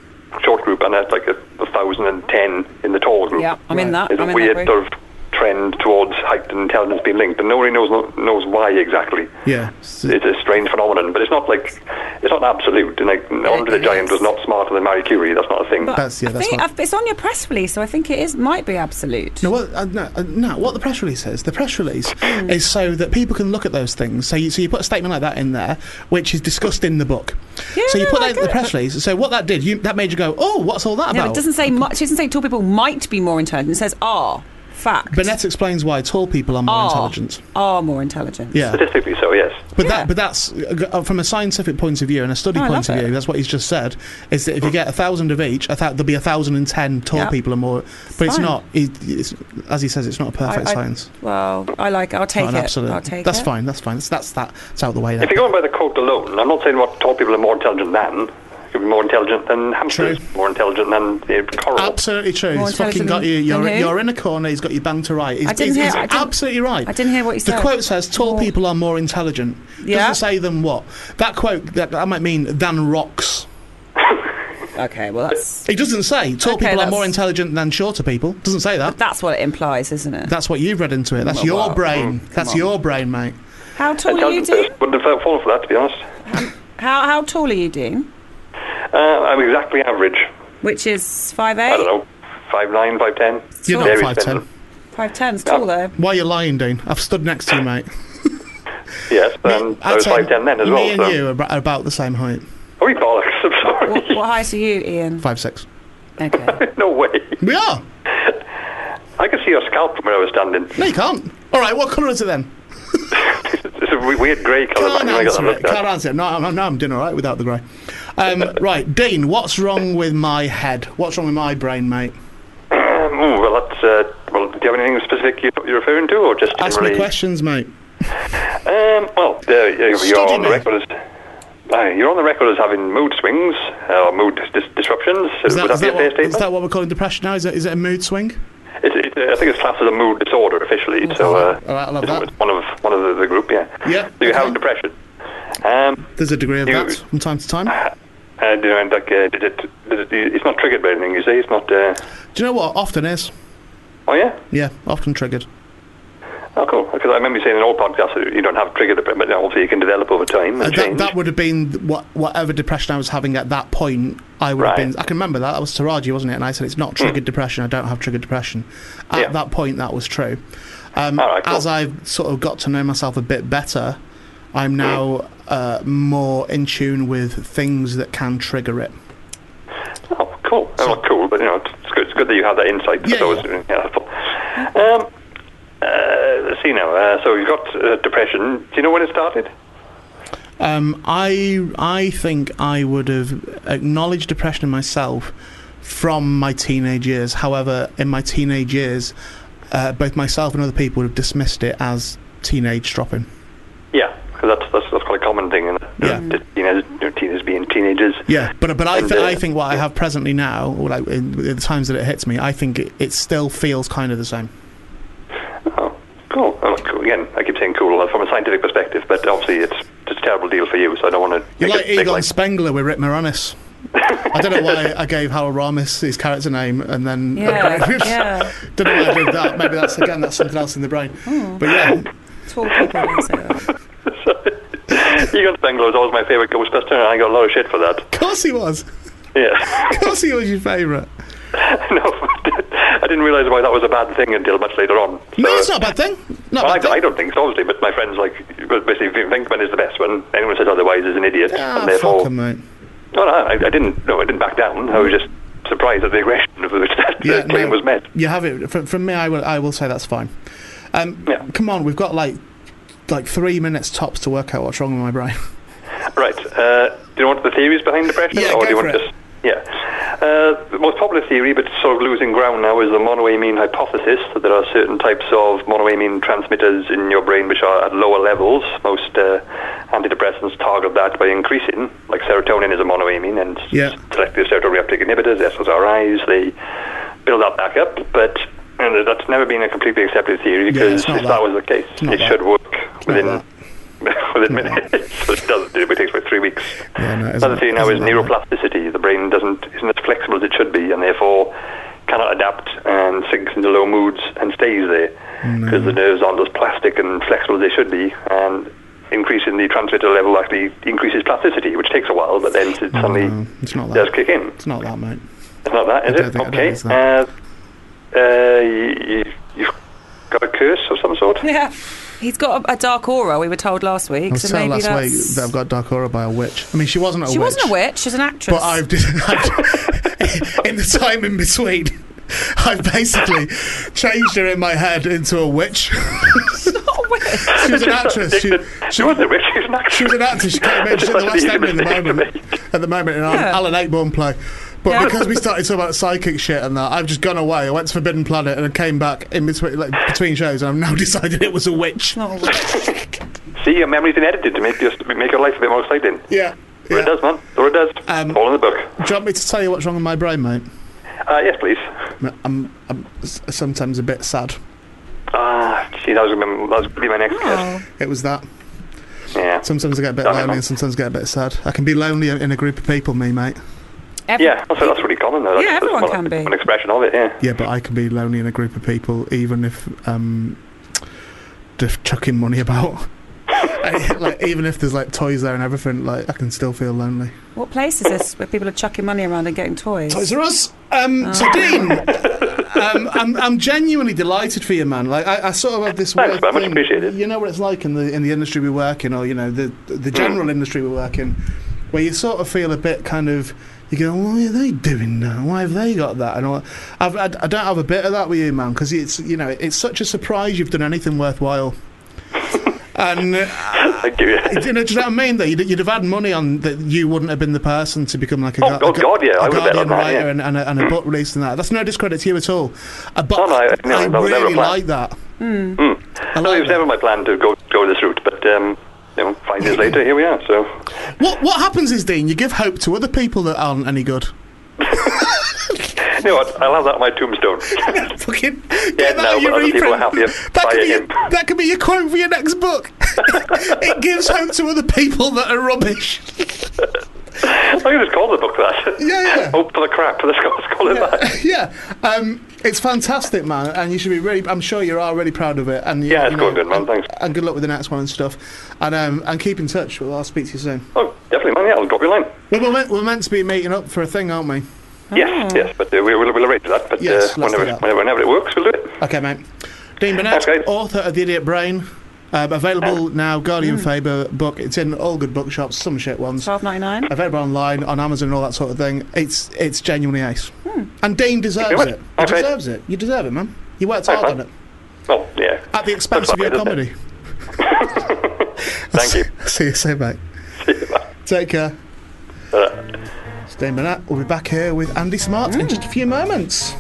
I: short group and that's like a 1,010 in the tall group.
C: Yeah, I'm in that.
I: There's
C: I'm
I: a
C: in
I: weird
C: that group.
I: sort of trend towards height and intelligence being linked, and nobody knows knows why exactly.
B: Yeah.
I: It's a strange phenomenon, but it's not like it's not absolute. And like Andre the Giant was not smarter than Marie Curie. That's not a thing.
C: But
B: That's- yeah,
C: I
B: that's
C: think
B: fine.
C: I've- it's on your press release, so I think it is might be absolute.
B: No, well, uh, no, uh, no, what the press release says, the press release
C: Hmm.
B: is so that people can look at those things. So you, so you put a statement like that in there, which is discussed in the book. so you
C: no,
B: put that
C: I
B: in the
C: get it.
B: press release. So what that did, you, that made you go, oh, what's all that
C: No,
B: about?
C: it doesn't say much. It doesn't say tall people might be more intelligent. It says "Ah, are. Fact.
B: Burnett explains why tall people are more
C: are,
B: intelligent.
C: Are more intelligent.
B: Yeah.
I: Statistically, so yes.
B: But
C: Yeah.
B: that, but that's uh, uh, from a scientific point of view and a study
C: Oh, I
B: point
C: love
B: of view.
C: it.
B: That's what he's just said. Is that if you get a thousand of each, a thou- there'll be a thousand and ten tall
C: Yep.
B: people or more. But it's
C: fine.
B: not. It, it's, as he says, it's not a perfect
C: I- I-
B: science.
C: Well, I like. I'll take
B: Not an
C: it.
B: absolute.
C: I'll take
B: that's
C: it.
B: fine. That's fine. That's, that's that. It's out the way. Now.
I: If you're going by the quote alone, I'm not saying what tall people are more intelligent than. Could be more intelligent than hamsters,
B: True.
I: more intelligent than the coral.
B: Absolutely true.
C: More
B: He's fucking
C: intelligent
B: got you.
C: than
B: You're,
C: who?
B: you're in a corner. He's got you banged to right. He's,
C: I
B: he's-
C: didn't hear-
B: he's
C: I didn't-
B: absolutely right.
C: I didn't hear what he
B: the
C: said.
B: quote says tall
C: More-
B: people are more intelligent.
C: Yeah.
B: Doesn't say than what. That quote that, that might mean than rocks.
C: Okay. Well, that's
B: It doesn't say tall
C: Okay,
B: people are more
C: that's-
B: intelligent than shorter people. Doesn't say that.
C: that's what it implies, isn't it?
B: That's what you've read into it. That's
I: Oh,
C: Well,
B: your
C: well,
B: brain. That's
C: on.
B: your brain, mate.
C: How tall are you,
I: Intelligent
C: Dean?
I: person wouldn't have fallen for that, to be honest.
C: How how tall are you, Dean?
I: Uh, I'm exactly average.
C: Which is five
I: I don't
C: eight,
I: know, five nine, five ten.
B: You're
C: Very
B: not five ten.
C: five ten. It's tall though.
B: Why are you lying, Dean? I've stood next to you, mate.
I: Yes, but um, I
B: I'd
I: was
B: say
I: five ten then as
B: me
I: well.
B: and
I: so.
B: you are ab- about the same height.
I: Oh, you bollocks! [LAUGHS] I'm sorry.
C: What, what height are you, Ian?
B: Five six.
C: Okay.
I: no way.
B: We are.
I: I could see your scalp from where I was standing. [LAUGHS]
B: No, you can't. All right. What colour is it then?
I: It's a we- weird grey colour. but
B: Can't
I: I got that
B: answer it.
I: looked at.
B: Can't answer it. No, I'm, no, I'm doing all right without the grey. Um,
I: [LAUGHS]
B: right, Dean, what's wrong with my head? What's wrong with my brain, mate?
I: Um, ooh, well, that's. Uh, well, do you have anything specific you, you're referring to, or just
B: Ask me
I: generally?
B: questions, mate.
I: Um, well, uh, you're
B: Study
I: on the
B: me.
I: record as uh, you're on the record as having mood swings uh, or mood dis- disruptions.
B: Is that,
I: Would that
B: is,
I: be a
B: that
I: fair
B: what, is
I: statement?
B: that what we're calling depression now? Is it, is it a mood swing?
I: It's, it's, uh, I think it's classed as a mood disorder officially. So uh,
B: All right, I love
I: it's,
B: that.
I: it's one of one of the, the group. Yeah.
B: Yeah,
I: Do you
B: okay.
I: have depression? Um,
B: There's a degree of
I: You-
B: that from time to time.
I: uh, do you know, like, uh, did it, did it, it's not triggered by anything. You see, it's not. Uh,
B: Do you know what? Often is.
I: oh yeah.
B: Yeah, often triggered.
I: Oh cool. Because I remember you saying in an old podcast that you don't have triggered, but but obviously you can develop over time and
B: Uh, that,
I: change.
B: that would have been th- what whatever depression I was having at that point. I would have
I: Right. Hmm.
B: been. I can remember that. That was Taraji, wasn't it? And I said it's not triggered depression. I don't have triggered depression. At
I: Yeah.
B: that point, that was true. Um,
I: All right, cool.
B: As I've sort of got to know myself a bit better,
I: Hmm.
B: I'm now uh, more in tune with things that can trigger it.
I: Oh, cool. Oh, well, cool, but you know, it's good, it's good that you have that insight.
B: Yeah,
I: That's always yeah, helpful. Um, uh, let's see now. Uh, so you've got uh, depression. Do you know when it started?
B: Um, I I think I would have acknowledged depression in myself from my teenage years. However, in my teenage years, uh, both myself and other people would have dismissed it as teenage dropping.
I: Yeah, because that's, that's that's quite a common thing. In
B: Yeah.
I: teenagers, you know, teenagers being teenagers.
B: Yeah, but but I
I: And,
B: th-
I: uh,
B: I think what I have presently now, or like in, in the times that it hits me, I think it, it still feels kind of the same.
I: Oh, cool. Oh, cool. Again, I keep saying cool uh, from a scientific perspective, but obviously it's it's a terrible deal for you. So I don't want to.
B: You're like
I: it, make
B: Egon
I: like- [LAUGHS]
B: Spengler with Rick Moranis. I don't know why I gave Harold Ramis his character name, and then [LAUGHS]
C: [LAUGHS] Yeah, [LAUGHS] yeah.
B: don't know why I did that. Maybe that's again that's something else in the brain.
C: Hmm.
B: But yeah,
C: Tall people don't say that.
I: Egon Spengler was always my favorite Ghostbuster, and I got a lot of shit for that.
B: Of course he was.
I: Yeah. [LAUGHS]
B: Of course he was your favourite.
I: no, [LAUGHS] I didn't realise why that was a bad thing until much later on.
B: No,
I: So-
B: it's not a bad thing. Not a
I: Well,
B: bad
I: I, I
B: thing.
I: don't think so, obviously, but my friends like well, basically, Vin- Venkman is the best one. Anyone who says otherwise is an idiot,
E: Ah,
I: and therefore.
E: fuck 'em, mate.
I: No, no, I, I didn't. No, I didn't back down. I was just surprised at the [LAUGHS] aggression of which that
B: Mm. Yeah,
I: uh, claim
B: no.
I: was met.
B: You have it from, from me. I will. I will say that's fine. Um,
I: Yeah.
B: Come on, we've got like like three minutes tops to work out what's wrong with my brain.
I: Right. Uh, do you want the theories behind depression,
B: Yeah,
I: or
B: go
I: do you
B: for
I: want
B: it.
I: just? Yeah. Uh, the most popular theory, but sort of losing ground now, is the monoamine hypothesis that there are certain types of monoamine transmitters in your brain which are at lower levels. Most uh, antidepressants target that by increasing, like serotonin is a monoamine, and
B: Yeah.
I: selective serotonin reuptake inhibitors, SSRIs, they build that back up, but and that's never been a completely accepted theory because
B: it's not
I: if that.
B: that.
I: was the case,
B: not
I: it
B: that.
I: should work
B: not
I: [LAUGHS] within
B: that.
I: within [LAUGHS] minutes. so it doesn't. It takes about three weeks.
E: Yeah, no, isn't
I: Another
E: it-
I: thing now is
E: isn't it right?
I: neuroplasticity. The brain doesn't isn't as flexible as it should be, and therefore cannot adapt and sinks into low moods and stays there
B: Mm,
I: because the nerves aren't as plastic and flexible as they should be, and increasing the transmitter level actually increases plasticity, which takes a while, but then it suddenly
B: No, it's not
I: does
B: that.
I: kick in.
B: It's not that, mate.
I: It's not that, is
B: Oh, I don't
I: it?
B: think- I don't
I: okay.
B: think it's that.
I: Uh, uh, you, you- you've got a curse of some sort?
C: [LAUGHS] Yeah. He's got a, a dark aura, we were told last
B: I
C: week.
B: was
C: so
B: told last
C: maybe that's...
B: week that I've got dark aura by a witch. I mean, she wasn't a
C: she
B: witch.
C: wasn't a witch, she's an actress.
B: But I've just, [LAUGHS] I've- in the time in between, [LAUGHS] I've basically changed her in my head into a witch. [LAUGHS]
C: [LAUGHS] not a witch.
B: she was an actress. She,
I: She wasn't a witch, she was an actress.
B: She was an actress. She
I: [LAUGHS]
B: came in. She's in the West End at the moment. At the moment, in our
C: Yeah.
B: Alan Ayckbourn play. But
C: Yeah.
B: because we started talking about psychic shit and that, I've just gone away. I went to Forbidden Planet and I came back in between, like, between shows, and I've now [LAUGHS] decided it was a witch.
C: Not a witch.
I: See, your memory's been edited to make your, make your life a bit more exciting.
B: Yeah.
I: Or it
B: yeah.
I: does, man. Or it does.
B: Um,
I: All in the book.
B: Do you want me to tell you what's wrong with my brain, mate?
I: Uh, yes, please.
B: I'm, I'm s- sometimes a bit sad.
I: Ah, gee, that was going to be my next
C: Oh.
B: It was that.
I: guess. Yeah.
B: Sometimes I get a bit
I: Don't
B: lonely
I: know.
B: and sometimes I get a bit sad. I can be lonely in a group of people, me, mate.
C: Every-
I: Yeah, that's, that's really common, though.
C: Yeah,
I: that's,
C: everyone
I: that's
C: can
I: one,
C: be.
I: An expression of it, yeah.
B: Yeah, but I can be lonely in a group of people, even if um, just chucking money about. [LAUGHS] like even if there's like toys there and everything, like I can still feel lonely.
C: What place is this where people are chucking money around and getting toys?
B: are Us. Um, So Dean, um, I'm, I'm genuinely delighted for you, man. Like I, I sort of have this
I: Thanks,
B: weird
I: man. Much
B: thing.
I: appreciated.
B: You know what it's like in the in the industry we work in, or you know the the
I: Mm.
B: general industry we work in, where you sort of feel a bit kind of. You go, why are they doing that? Why have they got that? And all, I've, I, I don't have a bit of that with you, man, because it's you know it's such a surprise you've done anything
I: [LAUGHS]
B: worthwhile. and uh,
I: I give you.
B: do you know, do you know what I mean? Though you'd, you'd have had money on that you wouldn't have been the person to become like a,
I: Oh,
B: gu-
I: oh,
B: a gu-
I: God, yeah,
B: a
I: I would've bet
B: guardian
I: on that,
B: writer
I: yeah.
B: and, and, a, and a book release and that. That's no discredit to you at all. Uh, but
I: Oh, no, I- no,
B: I
I: that was never a
B: really
I: plan.
B: like that. I
I: No,
B: like
I: it was
B: that.
I: never my plan to go, go this route, but um, you know, five years later, here we are, so.
B: What what happens is, Dean, you give hope to other people that aren't any good. [LAUGHS]
I: You know what? I'll have that on my tombstone. [LAUGHS]
B: Fucking get
I: Yeah,
B: that
I: no,
B: out your
I: but other people are
B: reprint.
I: happier
B: That could,
I: via
B: be your,
I: him.
B: that could be your quote for your next book. [LAUGHS] it gives hope to other people that are rubbish.
I: I think it's called the book that.
B: Yeah, yeah.
I: [LAUGHS] Hope for the crap. Let's go. Let's call it
B: [LAUGHS]
I: that.
B: yeah, um, it's fantastic, man, and you should be really. I'm sure you are really proud of it. And you,
I: Yeah, it's
B: you
I: going good, man,
B: and-
I: thanks.
B: And good luck with the next one and stuff. And um, and keep in touch. Well, I'll speak to you soon.
I: Oh, definitely, man. Yeah, I'll drop your line.
B: Well, we're meant, we're meant to be meeting up for a thing, aren't we?
I: Yes, yes, but uh, we, we'll, we'll arrange that. But
B: Ah. Yes,
I: uh,
B: let's do
I: whenever,
B: that.
I: whenever, whenever it works, we'll do it.
B: Okay, mate. Dean Burnett,
I: Okay.
B: author of The Idiot Brain, um, available now. Guardian Faber book. It's in all good bookshops. Some shit ones.
C: Twelve
B: [LAUGHS]
C: ninety nine.
B: Available online on Amazon and all that sort of thing. It's it's genuinely ace. And Dean deserves
I: much.
B: it. He
I: Okay.
B: deserves it. You deserve it, man. You worked hard
I: man.
B: on it.
I: Well, yeah.
B: At the expense
I: Looks
B: of your
I: like it, doesn't
B: comedy.
I: it? Thank you.
B: See you soon, mate. Take care. It's Dean Burnett. We'll be back here with Andy Smart
C: Mm.
B: in just a few moments.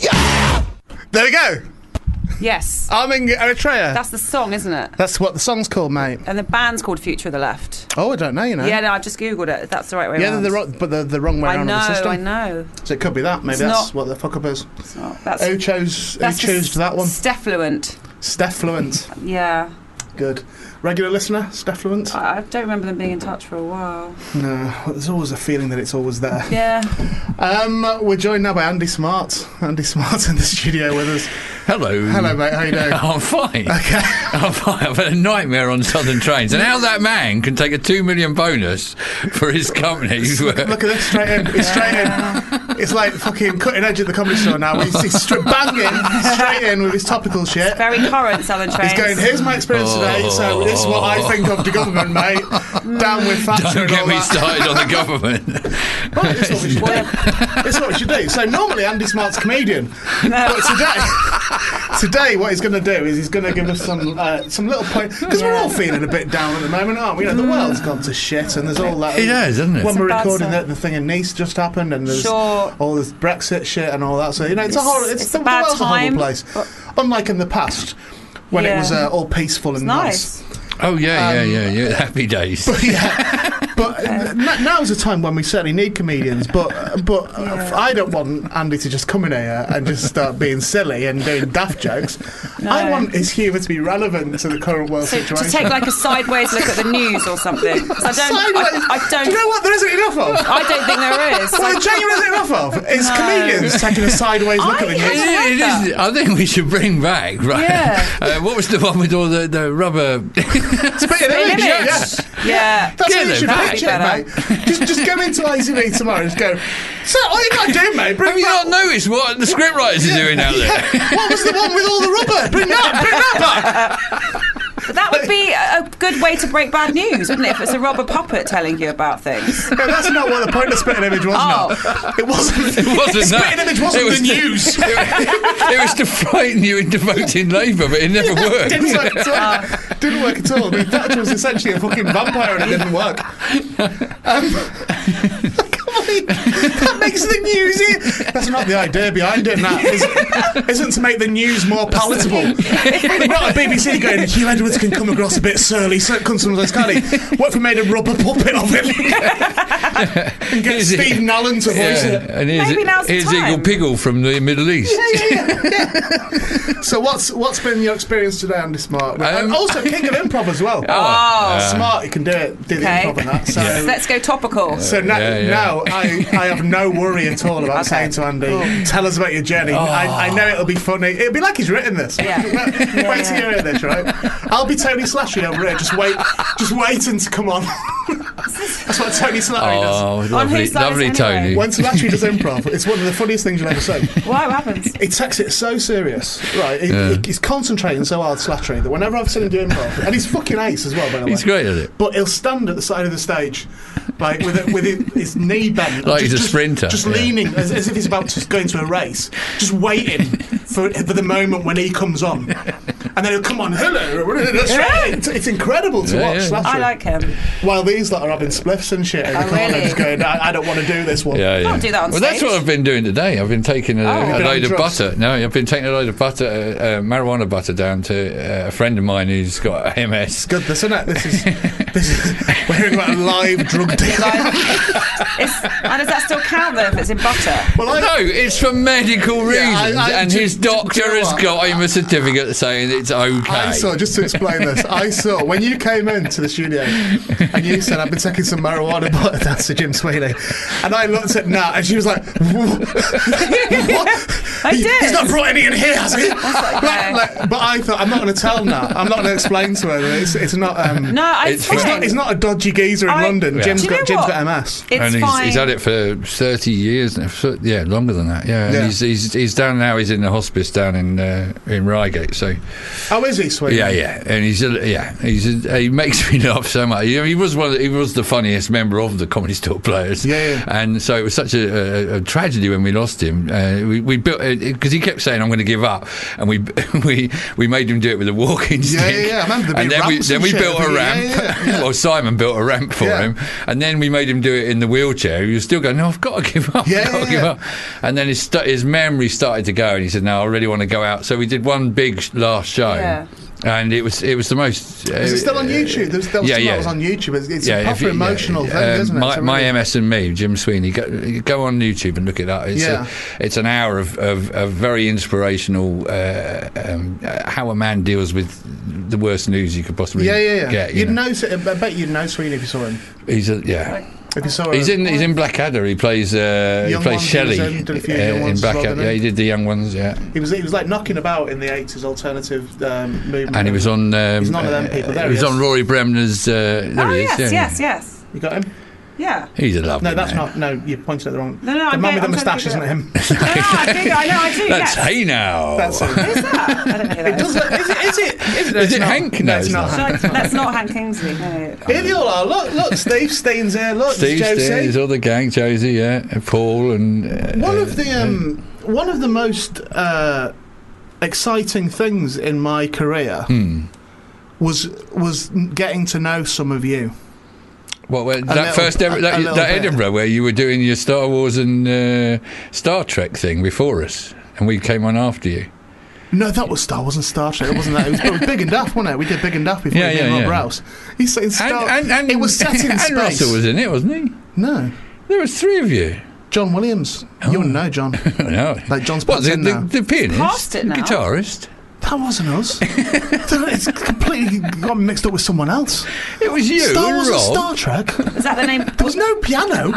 B: Yeah! There we go.
C: Yes.
B: I'm in Eritrea. That's,
C: That's the song, isn't it?
B: what the song's called, mate.
C: And the band's called Future of the Left.
B: Oh, I don't know, you know.
C: Yeah, no, I just googled it. That's the right way
B: Yeah, they're
C: around.
B: the wrong, but they're the wrong way
C: I
B: around
C: know,
B: on the system.
C: I know.
B: So it could be that. Maybe
C: It's
B: that's
C: not-
B: what the fuck up is.
C: It's not- That's
B: Oh, Who chose? Who
C: that's
B: chose that one?
C: Steffluent.
B: Steffluent.
C: Yeah,
B: Good. Regular listener, Steffluent.
C: I I don't remember them being in touch for a while.
B: No, there's always a feeling that it's always there.
C: Yeah,
B: Um, we're joined now by Andy Smart. Andy Smart in the studio with us.
E: Hello.
B: Hello, mate. How you doing?
E: I'm fine. [LAUGHS] Okay. I'm fine. I've had a nightmare on Southern Trains. And how that man can take a two million bonus for his company's work.
B: Look at this, straight in. It's straight in. It's like fucking cutting edge at the comedy store now. He's, he's straight banging straight in with his topical shit.
C: Very current Southern trains.
B: He's going, here's my experience today, so this is what I think of the government, mate. Down with Thatcher
E: Oh.
B: and
E: Don't get
B: all
E: me
B: that.
E: started on the government.
B: Well, this, is what we should [LAUGHS]
E: [LAUGHS]
B: do. this is what we should do. So normally Andy Smart's a comedian, but today, today what he's going to do is he's going to give us some uh, some little point because we're all feeling a bit down at the moment, aren't we? You know, the world's gone to shit, and there's all that.
E: It has, hasn't it?
B: When
E: It's
B: we're
C: Mm. a bad
B: recording,
C: sign.
B: the, the thing in Nice just happened, and there's
C: Sure.
B: all this Brexit shit and all that. So you know, it's, a
C: It's-
B: horrible. It's,
C: it's
B: the,
C: a bad
B: the world's
C: time,
B: a horrible
C: but-
B: place. Unlike in the past. When it
C: Yeah.
B: was uh, all peaceful and
C: nice.
E: Oh [LAUGHS] yeah, yeah, yeah, yeah. Happy days.
B: yeah, but uh, n- now's a time when we certainly need comedians. But uh, but I don't want Andy to just come in here and just start being silly and doing daft jokes. I
C: No.
B: want his humour to be relevant to the current world
C: So
B: situation.
C: to take like a sideways look at the news or
B: [LAUGHS]
C: something. 'Cause I don't.
B: Sideways.
C: I, I don't.
B: Do you know what? There isn't enough
C: [LAUGHS]
B: of.
C: I don't think
B: [LAUGHS]
C: there is.
B: Well,
C: Like,
B: the genuine isn't enough of. It's comedians taking a sideways look at the
C: I
E: It
B: news.
E: is-
C: I like
E: it
C: that.
E: is- I think we should bring back right.
C: Yeah.
E: [LAUGHS] Uh, what was the one with all the, the rubber? [LAUGHS]
B: It's a bit of
C: Spin
B: image,
C: image.
B: yeah.
C: Yeah.
B: That's
E: Get
B: what you
E: them
B: should
E: back.
B: pitch it, mate. Just, just go into ITV tomorrow and just go, so all you got to do, mate, bring
E: Have you
B: back
E: not noticed what the scriptwriters are doing out
C: [LAUGHS]
E: there?
B: What was the one with all the rubber? Bring that, bring that back.
C: But that would be a a good way to break bad news, wouldn't it? If it's a rubber puppet telling you about
B: [LAUGHS]
C: things.
B: No, that's not what the point of spitting image was.
C: Oh.
B: No, it [LAUGHS] wasn't.
E: It wasn't that.
B: Spitting image wasn't
E: It was
B: the
E: to-
B: news.
E: it, it was to frighten you into voting Labour, but it never
B: [LAUGHS]
E: worked.
B: Didn't work at all. [LAUGHS] Didn't work at all. I mean, Thatcher was essentially a fucking vampire, and it didn't work. Um, [LAUGHS] come on, that makes the news. e- That's not the idea behind it. That isn't, isn't to make the news more palatable. [LAUGHS] We're not a BBC going. Hugh Edwards can come across a bit surly, so comes sometimes, can't he? What if we made a rubber puppet of him [LAUGHS] and get
E: Is it-
B: Stephen Allen to voice it?
E: Yeah, and here's,
C: Maybe now's the
E: here's
C: time.
E: Eagle Piggle from the Middle East.
B: So what's what's been your experience today, Andy Smart? and
E: Um, [LAUGHS]
B: also King of Improv as well.
C: [LAUGHS]
E: Ah.
C: Oh.
B: Smart, you can do it, do the
C: Okay.
B: improv and that. So,
C: Let's go topical.
B: [LAUGHS] so now,
E: Yeah, yeah.
B: now I, I have no worry at all about saying
C: Okay.
B: to Andy, tell us about your journey.
E: Ah.
B: I, I know it'll be funny. It'll be like he's written this.
C: Yeah.
B: [LAUGHS] wait
C: Yeah,
B: till
C: yeah.
B: you hear this, right? I'll be Tony Slattery over here, just wait, just waiting to come on. [LAUGHS] That's what Tony Slattery does.
E: Oh,
C: On
E: lovely,
C: whose side
E: lovely
C: is anyway?
E: Tony.
B: When Slattery does improv, it's one of the funniest things you'll ever see.
C: Why? What happens?
B: he takes it so serious, right? He, he- he's concentrating so hard, Slattery, that whenever I've seen him do improv, and he's fucking ace as well, by the way.
E: He's great at it.
B: But he'll stand at the side of the stage, like with, it- with it- his knee bent,
E: Like he's a sprinter,
B: just
E: yeah.
B: leaning as, as if he's about to go into a race, just waiting for, for the moment when he comes on, and then he'll come on. Hello, that's right. It's, it's incredible to watch.
E: yeah.
B: Slattery.
C: I like him.
B: While these lot are having spliffs and shit, and
C: Oh,
B: the corner
C: really?
B: just going, I, I don't want to do this one.
E: Yeah, yeah.
C: do that on
E: well, that's
C: stage. Oh.
E: what I've been doing today. I've been taking a,
C: you've
E: a
B: been
E: load
B: on
E: of
B: drugs.
E: butter. No, I've been taking a load of butter, uh, uh, marijuana butter, down to uh, a friend of mine who's got MS.
B: Good, this isn't it. This
C: [LAUGHS]
B: is, this is we're hearing about a live drug dealer.
C: It's, and does that still count though if it's in butter?
B: [LAUGHS] Well, I,
E: No, it's for medical
B: Yeah, I-
E: reasons,
B: I-
E: and
B: do-
E: his
B: do- do you
E: doctor
B: know
E: has
B: what?
E: got him a certificate saying it's okay.
B: I saw, just to explain this, I saw when you came into the studio and you said, I've been taking some marijuana butter down to Jim Sweeney. And I looked at Nat and she was like, [LAUGHS] What?
C: I
B: He-
C: did.
B: He's not brought any in here, has he?
C: okay.
B: Like- like- but I thought, I'm not going to tell Nat. I'm not going to explain to her. that It's, it's not. Um,
C: No, I
E: It's
C: it's, fine.
B: It's not, it's not a dodgy geezer in
C: I-
B: London.
C: Yeah.
B: Jim's
C: Do you
B: got
C: know
B: Jim's
C: what?
B: got MS.
C: It's
E: and he's,
C: fine.
E: he's had it for 30 years now. so- Yeah, longer than that. Yeah, and
B: Yeah.
E: He's, he's he's down now. He's in the hospice down in uh, in Reigate. So
B: Oh, is he, Sweeney?
E: yeah, yeah, and he's a, yeah he's a, he makes [LAUGHS] me laugh so much. You know, he was one of the, he was the funniest member of the Comedy Store Players.
B: Yeah, yeah.
E: and so it was such a, a, a tragedy when we lost him. Uh, we, we built because he kept saying I'm going to give up, and we [LAUGHS] we we made him do it with a [LAUGHS] walking stick.
B: yeah, yeah, I remember the
E: and
B: big
E: then we
B: ramps and
E: then we
B: shit.
E: built a
B: Yeah,
E: ramp.
B: yeah,
E: [LAUGHS] well, Simon built a ramp for
B: Yeah.
E: him, and then we made him do it in the wheelchair. He was still going, no, I've got to give up. I've
B: Yeah,
E: got to
B: yeah,
E: give
B: yeah.
E: up. And then his st- his memory started to go, and he said, "No, I really want to go out." So we did one big sh- last show,
C: Yeah.
E: and it was it was the most. Uh,
B: Is it still on YouTube? There's, there was
E: yeah,
B: yeah,
E: yeah.
B: was on YouTube. It's, it's a
E: yeah, if
B: proper
E: you-
B: emotional
E: yeah,
B: thing,
E: um,
B: isn't it?
E: My,
B: It's a
E: my
B: really-
E: MS and me, Jim Sweeney. Go, go on YouTube and look it up. It's,
B: Yeah.
E: a, it's an hour of, of, of very inspirational uh, um, uh, how a man deals with the worst news you could possibly
B: Yeah, yeah, yeah.
E: get. you
B: you'd
E: know.
B: know. I bet you'd know Sweeney if you saw him.
E: He's a yeah. If you saw
F: He's
E: her-
F: in he's in Blackadder. He plays uh, he
B: Young
F: plays
B: Ones, he
F: Shelley
B: was
F: uh,
B: in- did a few Young
F: in
B: Ones,
F: Blackadder.
B: Robin,
F: Yeah, he
B: and-
F: did the young ones. Yeah,
B: He was he was like knocking about in the eighties alternative um, movement.
F: and he was on. Um,
B: He's none of them
E: uh,
B: people. There
F: he
B: he
F: was
B: is.
F: on Rory Bremner's. Uh, there
C: oh
F: he is.
C: yes,
F: yeah.
C: yes, yes.
B: You got him? [LAUGHS]
C: Yeah.
F: He's a lovely.
B: No, that's
F: man.
B: not. No, you're pointing at the wrong.
C: No,
B: the
C: no, I'm
B: man with
C: getting-
B: the
C: I'm
B: moustache isn't
C: trying to
B: him.
C: No, no, Ah, I do. I know. I do.
F: That's
C: yes.
F: hey now. [LAUGHS]
B: That's it.
C: Who's that? I don't know. Who that
B: Does
C: is.
B: it- Is it? Is it? Is it,
F: Is
B: it's
F: it
B: not.
F: Hank?
B: No,
F: No,
B: it's
F: it's
B: not.
F: not.
B: Hank.
C: That's not- That's not Hank Kingsley. No.
B: Here they all are. Look, look, Steve Stein's here. Look,
F: Steve,
B: Josie.
F: Steve, his other gang, Josie, yeah, and Paul, and uh,
B: One
F: uh,
B: of the um, one of the most uh, exciting things in my career
F: Hmm.
B: was was getting to know some of you.
F: What, where, that
B: little-
F: first ever,
B: a-
F: that,
B: a little
F: that
B: bit.
F: Edinburgh where you were doing your Star Wars and uh, Star Trek thing before us, and we came on after you.
B: No, that was Star Wars and Star Trek, wasn't that? It was, it was Big and Duff, wasn't it? We did Big and Duff before
F: Yeah,
B: we
F: yeah,
B: did Rob
F: yeah.
B: Rouse. He's saying
F: And,
B: Star.
F: and, and
B: it was
F: [LAUGHS]
B: set in
F: and
B: space.
F: Russell was in it, wasn't he?
B: no,
F: There was three of you. Oh,
B: John Williams. You wouldn't know
F: [LAUGHS]
B: John.
F: no.
B: Like John's
F: what, the,
B: popped in now.
F: the, the pianist,
C: Past it
F: the
C: now.
F: guitarist.
B: That wasn't us. it's completely got mixed up with someone else.
F: It was you,
B: Star Wars
F: Rob.
B: and Star Trek. There
C: Is that the name?
B: was no piano.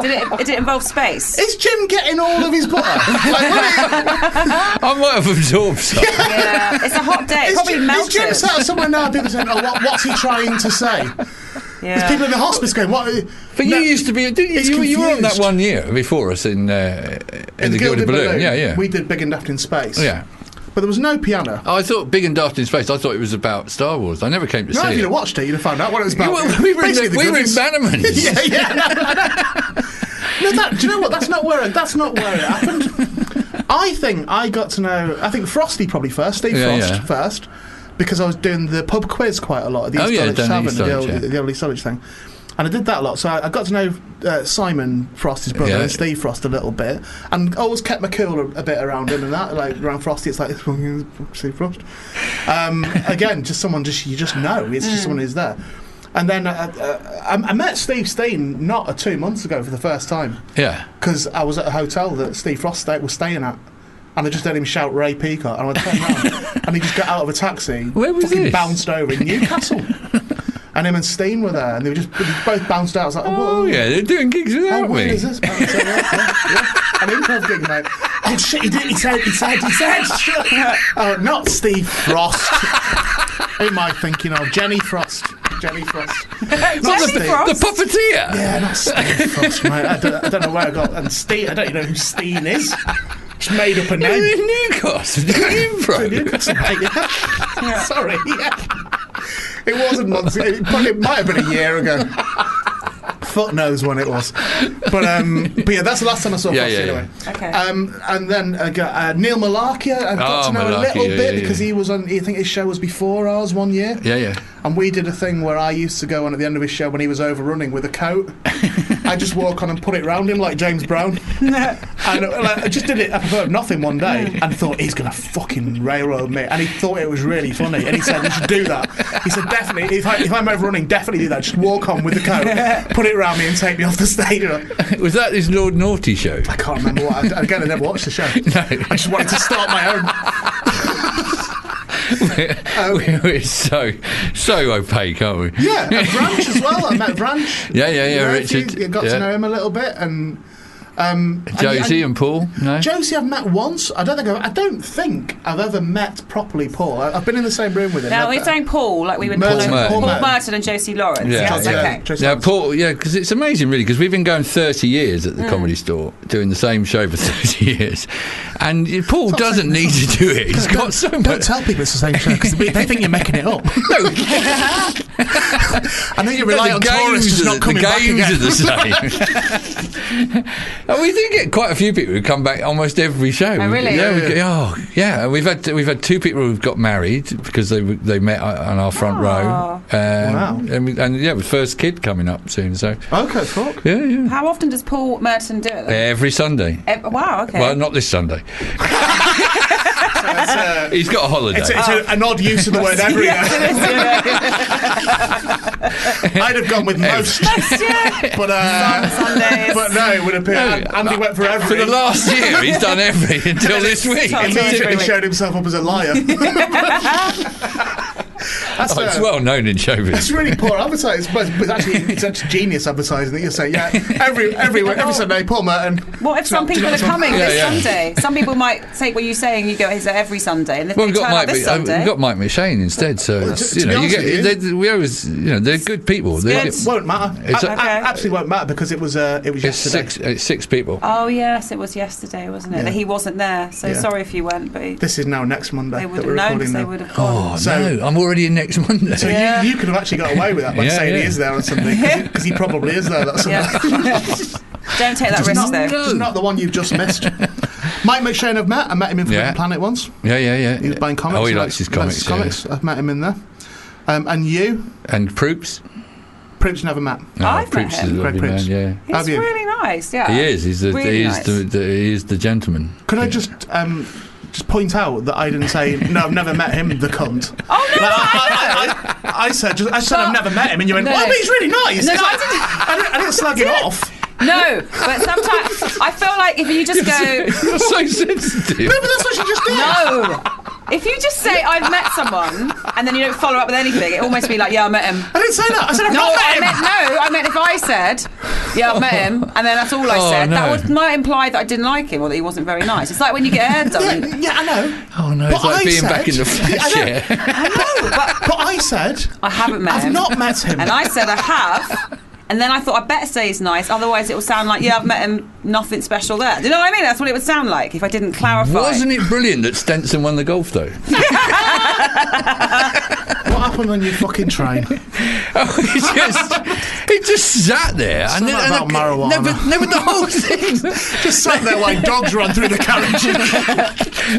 C: Did it? Did it involve space?
B: Is Jim getting all [LAUGHS] of his butter? Like, when it-
F: I might have absorbed some.
C: Yeah. It's a hot day. It
B: is,
C: probably
B: Jim, is
C: melted.
B: Jim sat somewhere now? People saying, "Oh, what, what's he trying to say?" There's people
C: Yeah.
B: in the hospice going, "What?" uh,
F: But
B: No,
F: you used to be, didn't
B: it's
F: you? You, you were on that
B: confused.
F: one year before us in uh, in, the Gilded, Balloon. Yeah, yeah,
B: We did Big and Daft in Space.
F: yeah.
B: but there was no piano.
F: I thought Big and Daft in Space. I thought it was about Star Wars. I never came to
B: No, if
F: see
B: you'd
F: it.
B: have watched it, you'd have found out what it was
F: Yeah,
B: about.
F: [LAUGHS] well, we were in,
B: Basically,
F: the, we were in
B: Goonies.
F: [LAUGHS]
B: [LAUGHS]
F: Bannerman's.
B: yeah, yeah. no, that, do you know what? That's not where it, that's not where it happened. I think I got to know. I think Frosty probably first. Steve
F: Yeah,
B: Frost
F: yeah.
B: first, because I was doing the pub quiz quite a lot at the
F: Oh,
B: East
F: yeah,
B: Dulwich
F: down at
B: Tavern,
F: East
B: the,
F: Dulwich,
B: old,
F: yeah.
B: the old East Dulwich thing. And I did that a lot, so I, I got to know uh, Simon Frost, his brother,
F: Yeah.
B: and Steve Frost a little bit, and always kept my cool a, a bit around him and that, like around Frosty. It's like [LAUGHS] Steve Frost.
F: [LAUGHS]
B: Um, again, just someone just you just know it's
F: Hmm.
B: just someone who's there. And then uh, uh, I, I met Steve Steen not uh, two months ago for the first time
F: Yeah.
B: because I was at a hotel that Steve Frost sta- was staying at. And I just heard him shout Ray Peacock, and I turned
F: [LAUGHS]
B: around, and he just got out of a taxi,
F: Where was
B: fucking
F: this?
B: bounced over in Newcastle,
F: [LAUGHS]
B: and him and Steen were there, and they were just they both bounced out. I was like,
F: Oh,
B: "Whoa,
F: yeah, they're doing gigs
B: how
F: without
B: weird
F: me.
B: is this?" man?" So, yeah, yeah, yeah. An improv gig, mate. Oh shit, he did. He said. He said. He
F: [LAUGHS]
B: said. oh, not Steve Frost. Who am I thinking of? Jenny Frost. Jenny Frost. Not
C: Jenny
B: Steve.
C: Frost?
F: The puppeteer.
B: Yeah, not Steve Frost, mate. I don't, I don't know where I got. And Steve, I don't even know who Steen is. Just made up a
F: They were
B: name.
F: in [LAUGHS] Newcastle doing
B: [LAUGHS]
F: improv.
B: Sorry. Yeah. It wasn't months. It, probably, it might have been a year ago. Fuck knows when it was. But um, but yeah, that's the last time I saw
F: Yeah,
B: Frost
F: yeah,
B: anyway.
C: Okay.
B: Um, and then I got, uh, Neil Malarkey. I got
F: Oh,
B: to know a
F: Malarkey,
B: little
F: yeah,
B: bit
F: yeah,
B: because
F: yeah.
B: he was on. I think his show was before ours one year.
D: [LAUGHS]
F: Yeah, yeah.
B: And we did a thing where I used to go on at the end of his show when he was overrunning with a coat. I just walk on and put it round him like James Brown. and uh, like, I just did it. I preferred nothing one day and thought he's gonna fucking railroad me. And he thought it was really funny. And he said you should do that. He said definitely. If, I, if I'm overrunning, definitely do that. Just walk on with the coat, put it round me, and take me off the stage. And I,
F: Was that his Lord Naughty show? [LAUGHS]
B: I can't remember what. I, again, I never watched the show. I just wanted to start my own. Um,
F: We're so, so opaque, aren't we?
B: Yeah,
F: [LAUGHS]
B: and Branch as well. I met Branch.
F: Yeah, yeah, yeah,
B: if you-
F: Richard,
B: You got
F: yeah.
B: to know him a little bit, and um, and-
F: Josie
B: and
F: and Paul? No?
B: Josie, I've met once. I don't think I've, I don't think I've ever met properly Paul. I, I've been in the same room with him.
C: Now
B: I've-
C: we're saying Paul, like we would
B: Merton,
C: call him
F: Paul
C: Paul
B: Merton.
C: Merton and Josie Lawrence.
F: Yeah,
C: yes,
F: yeah.
C: okay.
B: Josie
F: Now,
B: Lawrence.
F: Paul, yeah, because it's amazing, really, because we've been going 30 years at the Comedy Store doing the same show for [LAUGHS] 30 years. And uh, Paul
B: not saying-
F: doesn't need to do
B: [LAUGHS]
F: it. He's
B: Don't-
F: got so
B: Don't
F: much.
B: tell people it's the same show because they they think you're making it up. I know you rely on tourists just
F: are
B: not
F: the-
B: coming
F: the
B: back
F: games
B: again.
F: are the same. and we do get quite a few people who come back almost every show.
C: Oh, really?
F: Yeah, we get, oh, yeah. And We've had we've had two people who've got married because they were- they met uh, on our front row. Um,
B: Ah. Wow.
F: And, we- and yeah, with first kid coming up soon. So
B: [LAUGHS] Okay, fuck.
F: yeah, yeah.
C: How often does Paul Merton do it? Then?
F: Every Sunday.
C: Ev- wow. Okay.
B: Eh.
F: Well, [LAUGHS] not this Sunday. He's got a holiday.
B: uh, It's, it's
C: Oh.
B: a, an odd use of the
C: [LAUGHS]
B: word every. [LAUGHS] I'd have gone with most,
C: yeah.
B: but uh,
C: Sundays.
B: but no, it would appear Andy went for every.
F: uh, for the last year, he's done
B: [LAUGHS]
F: every until this week.
C: Sorry.
B: immediately
C: [LAUGHS] Immediately
B: showed himself up as a liar. That's,
F: Oh, it's
B: uh,
F: well known in showbiz.
B: It's really poor advertising, but, but actually, it's actually genius advertising that you say,
C: [LAUGHS]
B: yeah, every
C: Oh.
B: every every Sunday, Paul Merton.
C: What if some
B: Do you
C: people
B: know
C: are
B: what I'm
C: coming
F: Yeah,
C: this
F: yeah.
C: Sunday? Some people might take what you're saying. You go, is it every Sunday? And if
F: Well,
C: they
F: we've
C: turn
F: got
C: up
F: Mike.
C: this
F: uh,
C: Sunday,
F: We've got Mike McShane instead. So it's,
B: to- to
F: you know,
B: be
F: you
B: honest
F: get,
B: with
F: they, we always, you know, they're good people. They're
C: It's
B: It
F: good-
B: won't matter.
F: It's
B: It's
F: a-
C: Okay.
B: absolutely won't matter because it was uh, it was
F: it's
B: yesterday.
F: six. It's six people.
C: Oh yes, it was yesterday, wasn't it?
B: Yeah.
C: That he wasn't there. So
B: Yeah.
C: sorry if you weren't, but he-
B: This is now next Monday
C: they would
B: that
C: have
B: we're
C: known because
B: recording
C: they
B: now.
C: would have
F: Oh
C: gone.
B: So-
F: no! I'm already in next [LAUGHS] Monday.
B: So
C: Yeah.
B: you, you could have actually got away with that by
F: [LAUGHS] Yeah,
B: saying
F: yeah.
B: he is there on Sunday because he, probably is there that Sunday. [LAUGHS]
C: Yeah. Don't take that
B: Just
C: risk
B: Oh, not,
C: though.
B: just not the one you've just
F: [LAUGHS]
B: missed. Mike McShane I've met. I met him in Forbidden
F: Yeah.
B: Planet once.
F: yeah, yeah, yeah.
B: He was buying comics.
F: Oh, he
B: and
F: likes his
B: I- likes
F: comics. yeah.
B: comics. I've met him in there. Um, and you,
F: And Proops.
B: Prince never met.
F: No,
C: I've met
F: Proops
C: him.
F: is a lovely
B: Greg Proops.
F: man. Yeah.
C: He's
B: Have you?
C: really nice. Yeah,
F: He is. He's the,
C: Really
F: he is
C: nice.
F: the, the he is the gentleman.
B: Could I just um, just point out that I didn't say no. I've never met him. The cunt.
C: [LAUGHS] Oh no!
B: Like, I, I, I, I said just, I said I've never met him, and you went,
C: No.
B: "Well, but he's really nice." It's
C: No, no,
B: like, I didn't. I didn't slag
C: [LAUGHS]
B: him off.
C: No, but
B: [LAUGHS]
C: sometimes I feel like if you just go,
F: You're so sensitive.
B: But that's what she just did.
C: no. If you just say I've met someone and then you don't follow up with anything, it almost be like, yeah, I met him.
B: I didn't say that. I said [LAUGHS] I've
C: No,
B: not met
C: I
B: him.
C: meant no. I meant if I said, "Yeah, I met him," and then that's all I
F: Oh,
C: said.
F: no.
C: That would might imply that I didn't like him or that he wasn't very nice. It's like when you get your hair done.
B: [LAUGHS] yeah, yeah, I know.
F: oh no!
B: But
F: It's
B: I
F: like being back in
B: said-
F: the
C: [LAUGHS]
F: flesh.
B: I know.
F: Yeah.
B: I know, [LAUGHS] but, but I said
C: I haven't met
B: I've
C: him.
B: not met him.
C: and I said I have. And then I thought I better say he's nice, otherwise it will sound like yeah I've met him, nothing special there. Do you know what I mean? That's what it would sound like if I didn't clarify.
F: Wasn't it brilliant that Stenson won the golf though? [LAUGHS]
B: what happened on your fucking train?
C: [LAUGHS]
F: Oh, he just he just sat there and,
B: Something
F: and
B: about marijuana.
F: never never
C: [LAUGHS]
F: the whole thing
B: Just sat there like dogs run through the
F: [LAUGHS]
B: carriage.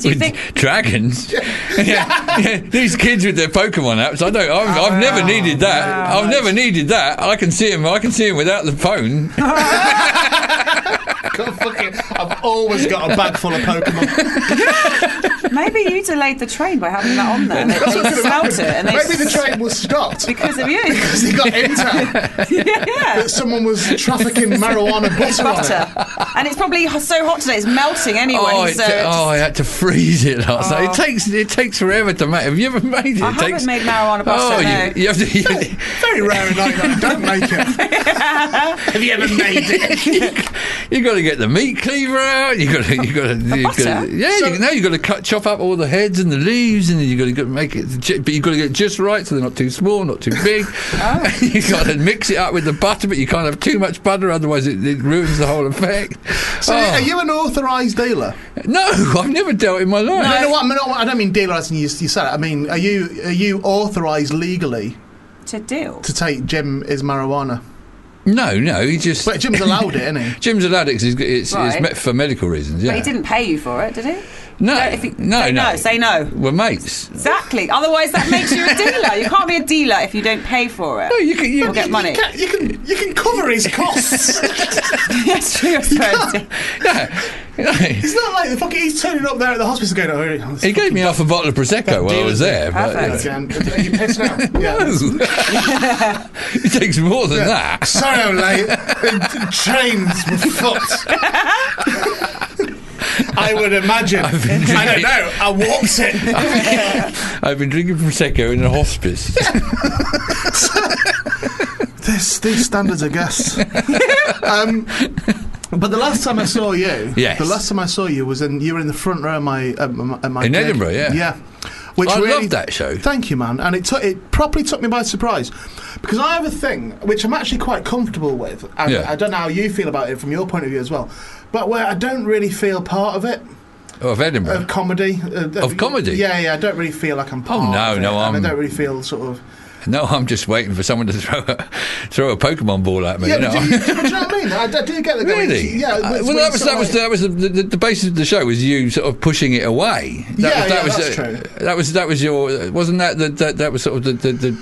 C: Do you
F: with
C: think? [LAUGHS]
F: dragons. [LAUGHS] Yeah, yeah, these kids with their Pokemon apps. I don't. I've, I've
C: Oh,
F: never needed that. I've never needed that. I can see him. I can see him without the phone.
B: [LAUGHS] God, fucking, I've always got a bag full of
F: [LAUGHS]
B: Pokemon.
C: Maybe you delayed the train by having that on there. They,
B: That's what
C: they
B: could've
C: smelt
B: happened.
C: it and they
B: Maybe the train was stopped.
C: [LAUGHS] because of you. [LAUGHS]
B: Because he got into
C: yeah,
B: that someone was trafficking marijuana butter. on it.
C: butter. And it's probably h- so hot today; it's melting anyway.
F: Oh, it
C: so
F: t- oh, I had to freeze it last night. It takes it takes forever to make. Have you ever made it?
C: Oh. I
F: it
C: haven't
F: takes,
C: made marijuana pasta,
F: Oh,
C: no.
F: you, you have to. You,
B: Very rare in Ireland. Don't make it. Have you ever made it?
F: you got to get the meat cleaver out. You got to, you got to, you got
C: butter?
F: to yeah. you, no, you got to cut, chop up all the heads and the leaves, and then you got to go make it. ju- But you got to get it just right, so they're not too small, not too big.
C: Oh.
F: [LAUGHS] you got to mix it up with the butter, but you can't have too much butter, otherwise it, it ruins the whole effect.
B: So,
F: Oh.
B: are you an authorised dealer?
F: no, I've never dealt in
C: [LAUGHS]
F: my life. [LAUGHS]
B: No, no, what, I, mean, not what- I don't mean dealer as in you, you said it. I mean, are you are you authorised legally
C: to deal.
B: to take Jim is marijuana?
F: no, no, he just.
B: But Jim's allowed it, isn't
C: [LAUGHS]
B: he?
F: Jim's allowed it 'cause he's- it's, it's
C: Right.
F: met for medical reasons. Yeah.
C: But he didn't pay you for it, did he?
F: No,
C: Don't- if he-
F: no,
C: say
F: no.
C: no, say no.
F: We're mates.
C: Exactly. Otherwise, that makes you a dealer. You can't be a dealer if you don't pay for it.
F: No, you can. You,
C: Or get money.
B: You can, you can you can cover his costs.
C: [LAUGHS] Yes, true. I suppose.
F: Yeah. Yeah.
B: [LAUGHS] It's not like the fucking he's turning up there at the hospital going, oh, really?
F: He gave me half a bottle
B: [LAUGHS]
F: of prosecco while I was there. But,
C: Perfect.
F: you
B: Again. Are you pissed now? [LAUGHS] Yeah.
F: know. it takes more than that.
B: Sorry, I'm late. The Trains were fucked. I would imagine.
F: been
B: I don't
F: drinking-
B: know. I walked it.
F: I've been drinking prosecco in
B: [LAUGHS]
F: a hospice.
B: this, these standards, I
F: [LAUGHS]
B: guess. um, but the last time I saw you,
F: Yes.
B: the last time I saw you was in you were in the front row of my at my, at my
F: In
B: gig.
F: Edinburgh, yeah.
B: yeah. Which
F: I
B: really,
F: loved that show.
B: Thank you, man. And it took it properly took me by surprise because I have a thing which I'm actually quite comfortable with. And
F: Yeah.
B: I don't know how you feel about it from your point of view as well, but where I don't really feel part of it
F: of Edinburgh.
B: of comedy. Uh,
F: Of comedy? Oh,
B: Yeah, yeah. I don't really feel like I'm part.
F: no,
B: of it,
F: no,
B: and
F: I'm-
B: I don't really feel sort of.
F: no, I'm just waiting for someone
E: [LAUGHS]
F: to throw a, throw a Pokemon ball at me.
B: Yeah,
F: you know?
B: but do, you,
F: [LAUGHS]
B: do you know what I mean? I, I do get the going,
F: Really?
B: Yeah.
F: Uh,
B: it's
F: well,
B: when
F: that
B: you
F: was
B: sort
F: that
B: of
F: was
B: like-
F: that was the, the, the basis of the show was you sort of pushing it away.
B: Yeah,
F: That was,
B: yeah,
F: that was
B: that's
F: the-
B: true.
F: That was that was your wasn't that the, that that was sort of the, the, the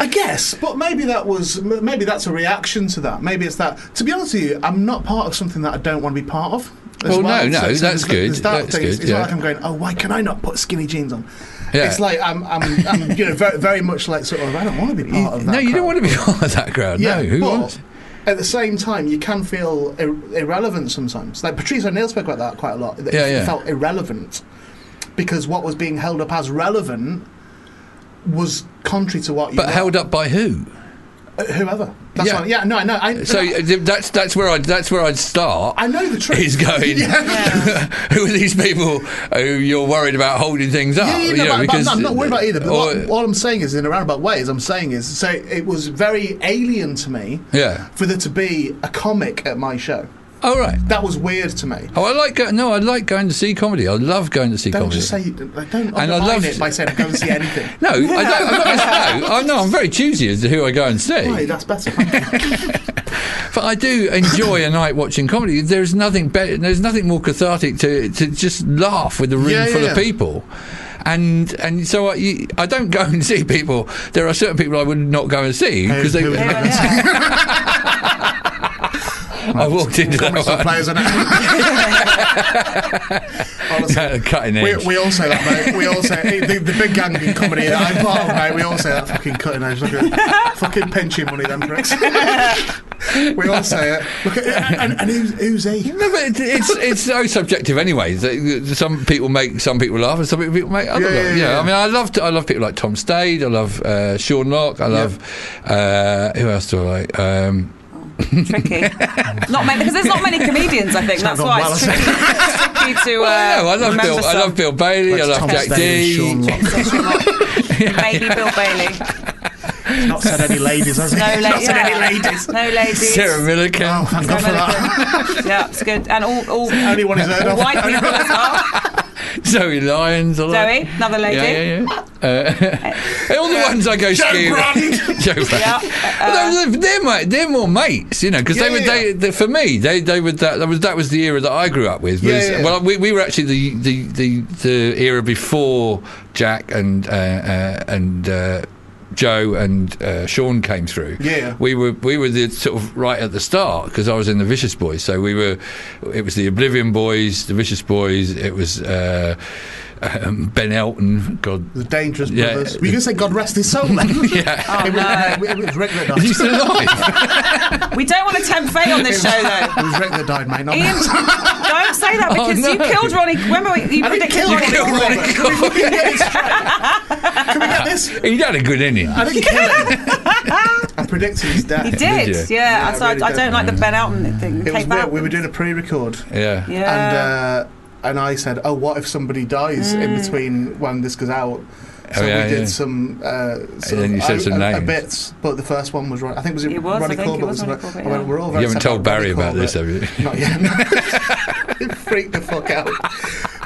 B: I guess, but maybe that was m- maybe that's a reaction to that. Maybe it's that. To be honest with you, I'm not part of something that I don't want to be part of. as
F: Well, no, no,
B: it's-
F: that's
B: it's- it's
F: good,
B: that
F: that's
B: thing. It's,
F: good,
B: it's
F: yeah.
B: not like I'm going. Oh, why can I not put skinny jeans on?
F: Yeah.
B: It's like I'm, I'm, I'm you know, very, very much like sort of. I don't want to be part of that.
F: no you
B: crowd.
F: don't want to be [LAUGHS] part of that crowd.
B: Yeah,
F: no, who
B: but
F: wants?
B: At the same time, you can feel ir- irrelevant sometimes. Like Patrice O'Neill spoke about that quite a lot. That
F: Yeah,
B: he
F: yeah.
B: felt irrelevant because what was being held up as relevant was contrary to what you.
E: But
B: were.
E: held up by who?
B: Uh, whoever. That's
E: Yeah.
B: yeah. yeah, no, I know. I,
E: So
B: no,
E: uh, that's that's where I that's where I'd start.
B: I know the truth.
E: He's going.
F: [LAUGHS]
E: who are these people who you're worried about holding things up?
B: Yeah, yeah,
E: You
B: no,
E: know,
B: but- but I'm not worried about either. But
E: or-
B: what, all I'm saying is, in a roundabout way, is I'm saying is, so it was very alien to me
E: yeah.
B: for there to be a comic at my show.
E: All right.
B: That was weird to me.
E: Oh, I like go- no, I like going to see comedy. I love going to see
B: Don't
E: comedy.
B: just say, like, don't
E: I
B: underline
E: loved-
B: it by saying, go and see
E: [LAUGHS]
B: anything.
E: no, I don't.
B: [LAUGHS]
E: I'm not, no, I know I'm very choosy as to who I go and see.
B: Right, that's [LAUGHS] better.
E: But I do enjoy a night watching comedy. There's nothing better. There's nothing more cathartic to to just laugh with a room
B: Yeah, yeah,
E: full of
B: yeah.
E: people. And and so I, you, I don't go [LAUGHS] and see people. There are certain people I would not go and see because they.
B: who-
C: Here
B: [LAUGHS]
C: I am.
E: I walked into that
B: Comics are
E: one.
B: [LAUGHS] players, innit? Honestly.
E: [LAUGHS] Cutting
B: We,
E: edge.
B: we all say that, mate. We all say the, the big gang in comedy that I'm part of, mate. We all say that fucking cutting edge. Look at [LAUGHS] fucking pension money, them pricks. [LAUGHS] we all say it. Look at and, and who's, who's he?
E: No, but it- it's it's so subjective anyway. Th- Some people make some people laugh, and some people make other
B: Yeah,
E: laugh.
B: yeah,
E: you know,
B: yeah.
E: I mean, I love I love people like Tom Stade. I love uh, Sean Locke. I love uh, who else do I like? Um,
C: tricky. Not many because there's not many comedians. I think that's
B: not
C: why
B: gone
C: it's
B: well,
C: tricky, it's tricky
E: [LAUGHS]
C: to. Uh,
E: I, know, I love
C: remember
E: Bill. I
C: some.
E: love Bill Bailey. I love
B: Tom
E: Jack
B: Stay, Sean
E: D.
B: Lock.
C: Maybe Bill Bailey.
E: [LAUGHS]
B: Not said any ladies, has he?
C: No la-
B: Not said
C: yeah.
B: any ladies.
C: No ladies.
E: Sarah Millican.
B: Oh, thank God for that.
C: yeah, it's good. And all, all,
B: Only one who's heard
C: all
B: of.
C: white people as well.
E: [LAUGHS] Zoe Lyons. I like.
C: Zoe, another lady.
E: Yeah, yeah, yeah. Uh, [LAUGHS] all the ones I go
B: Joe
E: skiing.
B: Brand.
E: [LAUGHS] Joe Brand.
C: Yeah,
E: Well, they're, they're, my, they're more mates, you know, because they
B: Yeah,
E: were
B: yeah,
E: they, they, for me they they were that, that was that was the era that I grew up with. was-
B: Yeah, yeah, yeah.
E: Well, we, we were actually the, the, the, the era before Jack and uh, uh, and uh, Joe and uh, Sean came through.
B: Yeah.
E: we were we were the sort of right at the start because I was in the Vicious Boys, so we were it was the Oblivion Boys, the Vicious Boys, it was. Uh, um, ben Elton, God,
B: The Dangerous
E: Yeah.
B: Brothers. Were you going to say God rest his soul?
E: [LAUGHS]
B: Then? yeah. it, was, Oh, no. it was Rick that died.
E: he's
B: It
E: still alive.
C: We don't want to tempt fate on this show,
E: [LAUGHS]
C: though.
B: was Rick that died, mate. Not
C: Ian, don't say that
E: Oh,
C: because you
E: no.
C: killed Ronnie. Remember, you
B: I didn't
C: predicted
B: kill
C: Ronnie.
B: Rick.
E: Ronnie
B: Can we- can we get this straight? Can we get
E: [LAUGHS]
B: this?
E: He'd had a good inning.
B: I didn't kill him. I predicted his death.
C: He did,
E: Did you?
C: yeah.
B: Yeah,
C: so I,
B: really
C: I
B: did.
C: don't like the Ben Elton thing.
B: It was
C: Take that.
B: weird. We were doing a pre-record,
E: Yeah.
C: yeah.
B: and uh, and I said, "Oh, what if somebody dies in between when this goes out?" So
E: Mm. Oh, yeah,
B: we did
E: yeah.
B: some. Uh, sort
E: then you
B: of-
E: said
B: a-
E: some
B: a- a
E: names.
B: bits, but the first one was right. I think it was,
C: It was, I
B: Ronnie
C: think it
B: Corbett.
C: was
B: wasn't
C: Ronnie Corbett,
B: I went,
C: yeah.
B: we're all very
E: You haven't
B: sad
E: told
B: Ronnie
E: Barry about this, have
B: Corbett." [LAUGHS]
E: you?
B: Not yet. [LAUGHS] No. it freaked the fuck out.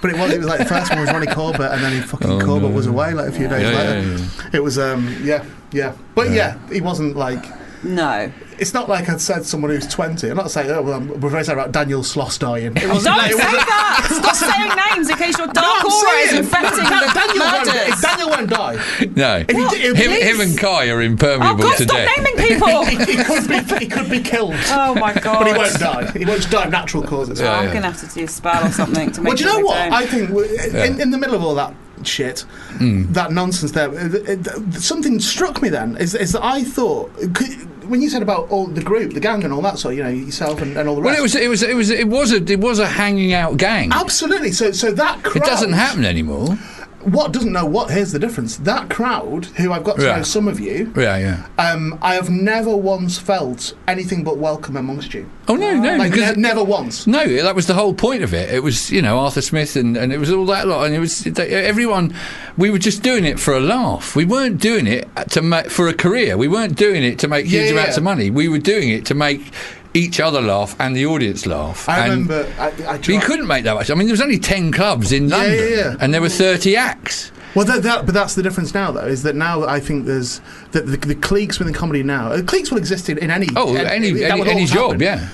B: But it was. It was like the first one was Ronnie Corbett, and then he fucking
E: Oh,
B: Corbett
E: no.
B: was away like a few days
E: Yeah,
B: later.
E: yeah,
B: It was. Um. Yeah. Yeah. But yeah, he wasn't like.
C: no.
B: It's not like I'd said someone who's 20. I'm not saying, oh, well, I'm- we're very sad about Daniel Sloss dying. It
C: Don't say that.
E: [LAUGHS]
C: Stop saying names in case your dark aura is infecting the
B: Daniel won't,
C: murders.
B: if Daniel won't die.
E: No.
B: If he
E: Him,
B: d- if he-
E: him and Kai are
C: Oh
E: impermeable
C: God!
E: to
C: Stop
E: death.
C: naming
E: [LAUGHS]
B: [LAUGHS]
C: people.
B: he, could be, he could be killed.
C: Oh my God!
B: But he won't die. He won't die of natural causes.
E: Yeah,
C: I'm
E: yeah.
C: gonna have to do a spell or something to make.
B: Well, do you know
C: sure
B: what?
C: they don't.
B: I think w- in, in the middle of all that shit,
E: Hmm.
B: that nonsense there, uh, th- uh, th- something struck me then is, is that I thought, c- when you said about all the group, the gang and all that sort, you know, yourself and, and all the rest.
E: Well, it was it was it was it was a it was a hanging out gang.
B: Absolutely. So, so that crowd.
E: It doesn't happen anymore.
B: What doesn't know what? Here's the difference. That crowd, who I've got to
E: Yeah.
B: know some of you,
E: Yeah, yeah.
B: um, I have never once felt anything but welcome amongst you.
E: Oh no, no,
B: Like,
E: because
B: ne- never once.
E: no, that was the whole point of it. It was you know Arthur Smith and, and it was all that lot, and it was they, everyone. We were just doing it for a laugh. We weren't doing it to make for a career. We weren't doing it to make huge
B: Yeah, yeah,
E: amounts
B: yeah.
E: of money. We were doing it to make each other laugh and the audience laugh.
B: I
E: And-
B: remember. I, I
E: But you couldn't make that much. I mean, there was only ten clubs in London,
B: yeah, yeah.
E: and there were thirty acts.
B: Well, that, that, but that's the difference now, though, is that now I think there's that the, the cliques within comedy now. uh, cliques will exist in in any
E: Oh,
B: an-
E: any
B: that would always
E: any, any job,
B: happen,
E: yeah.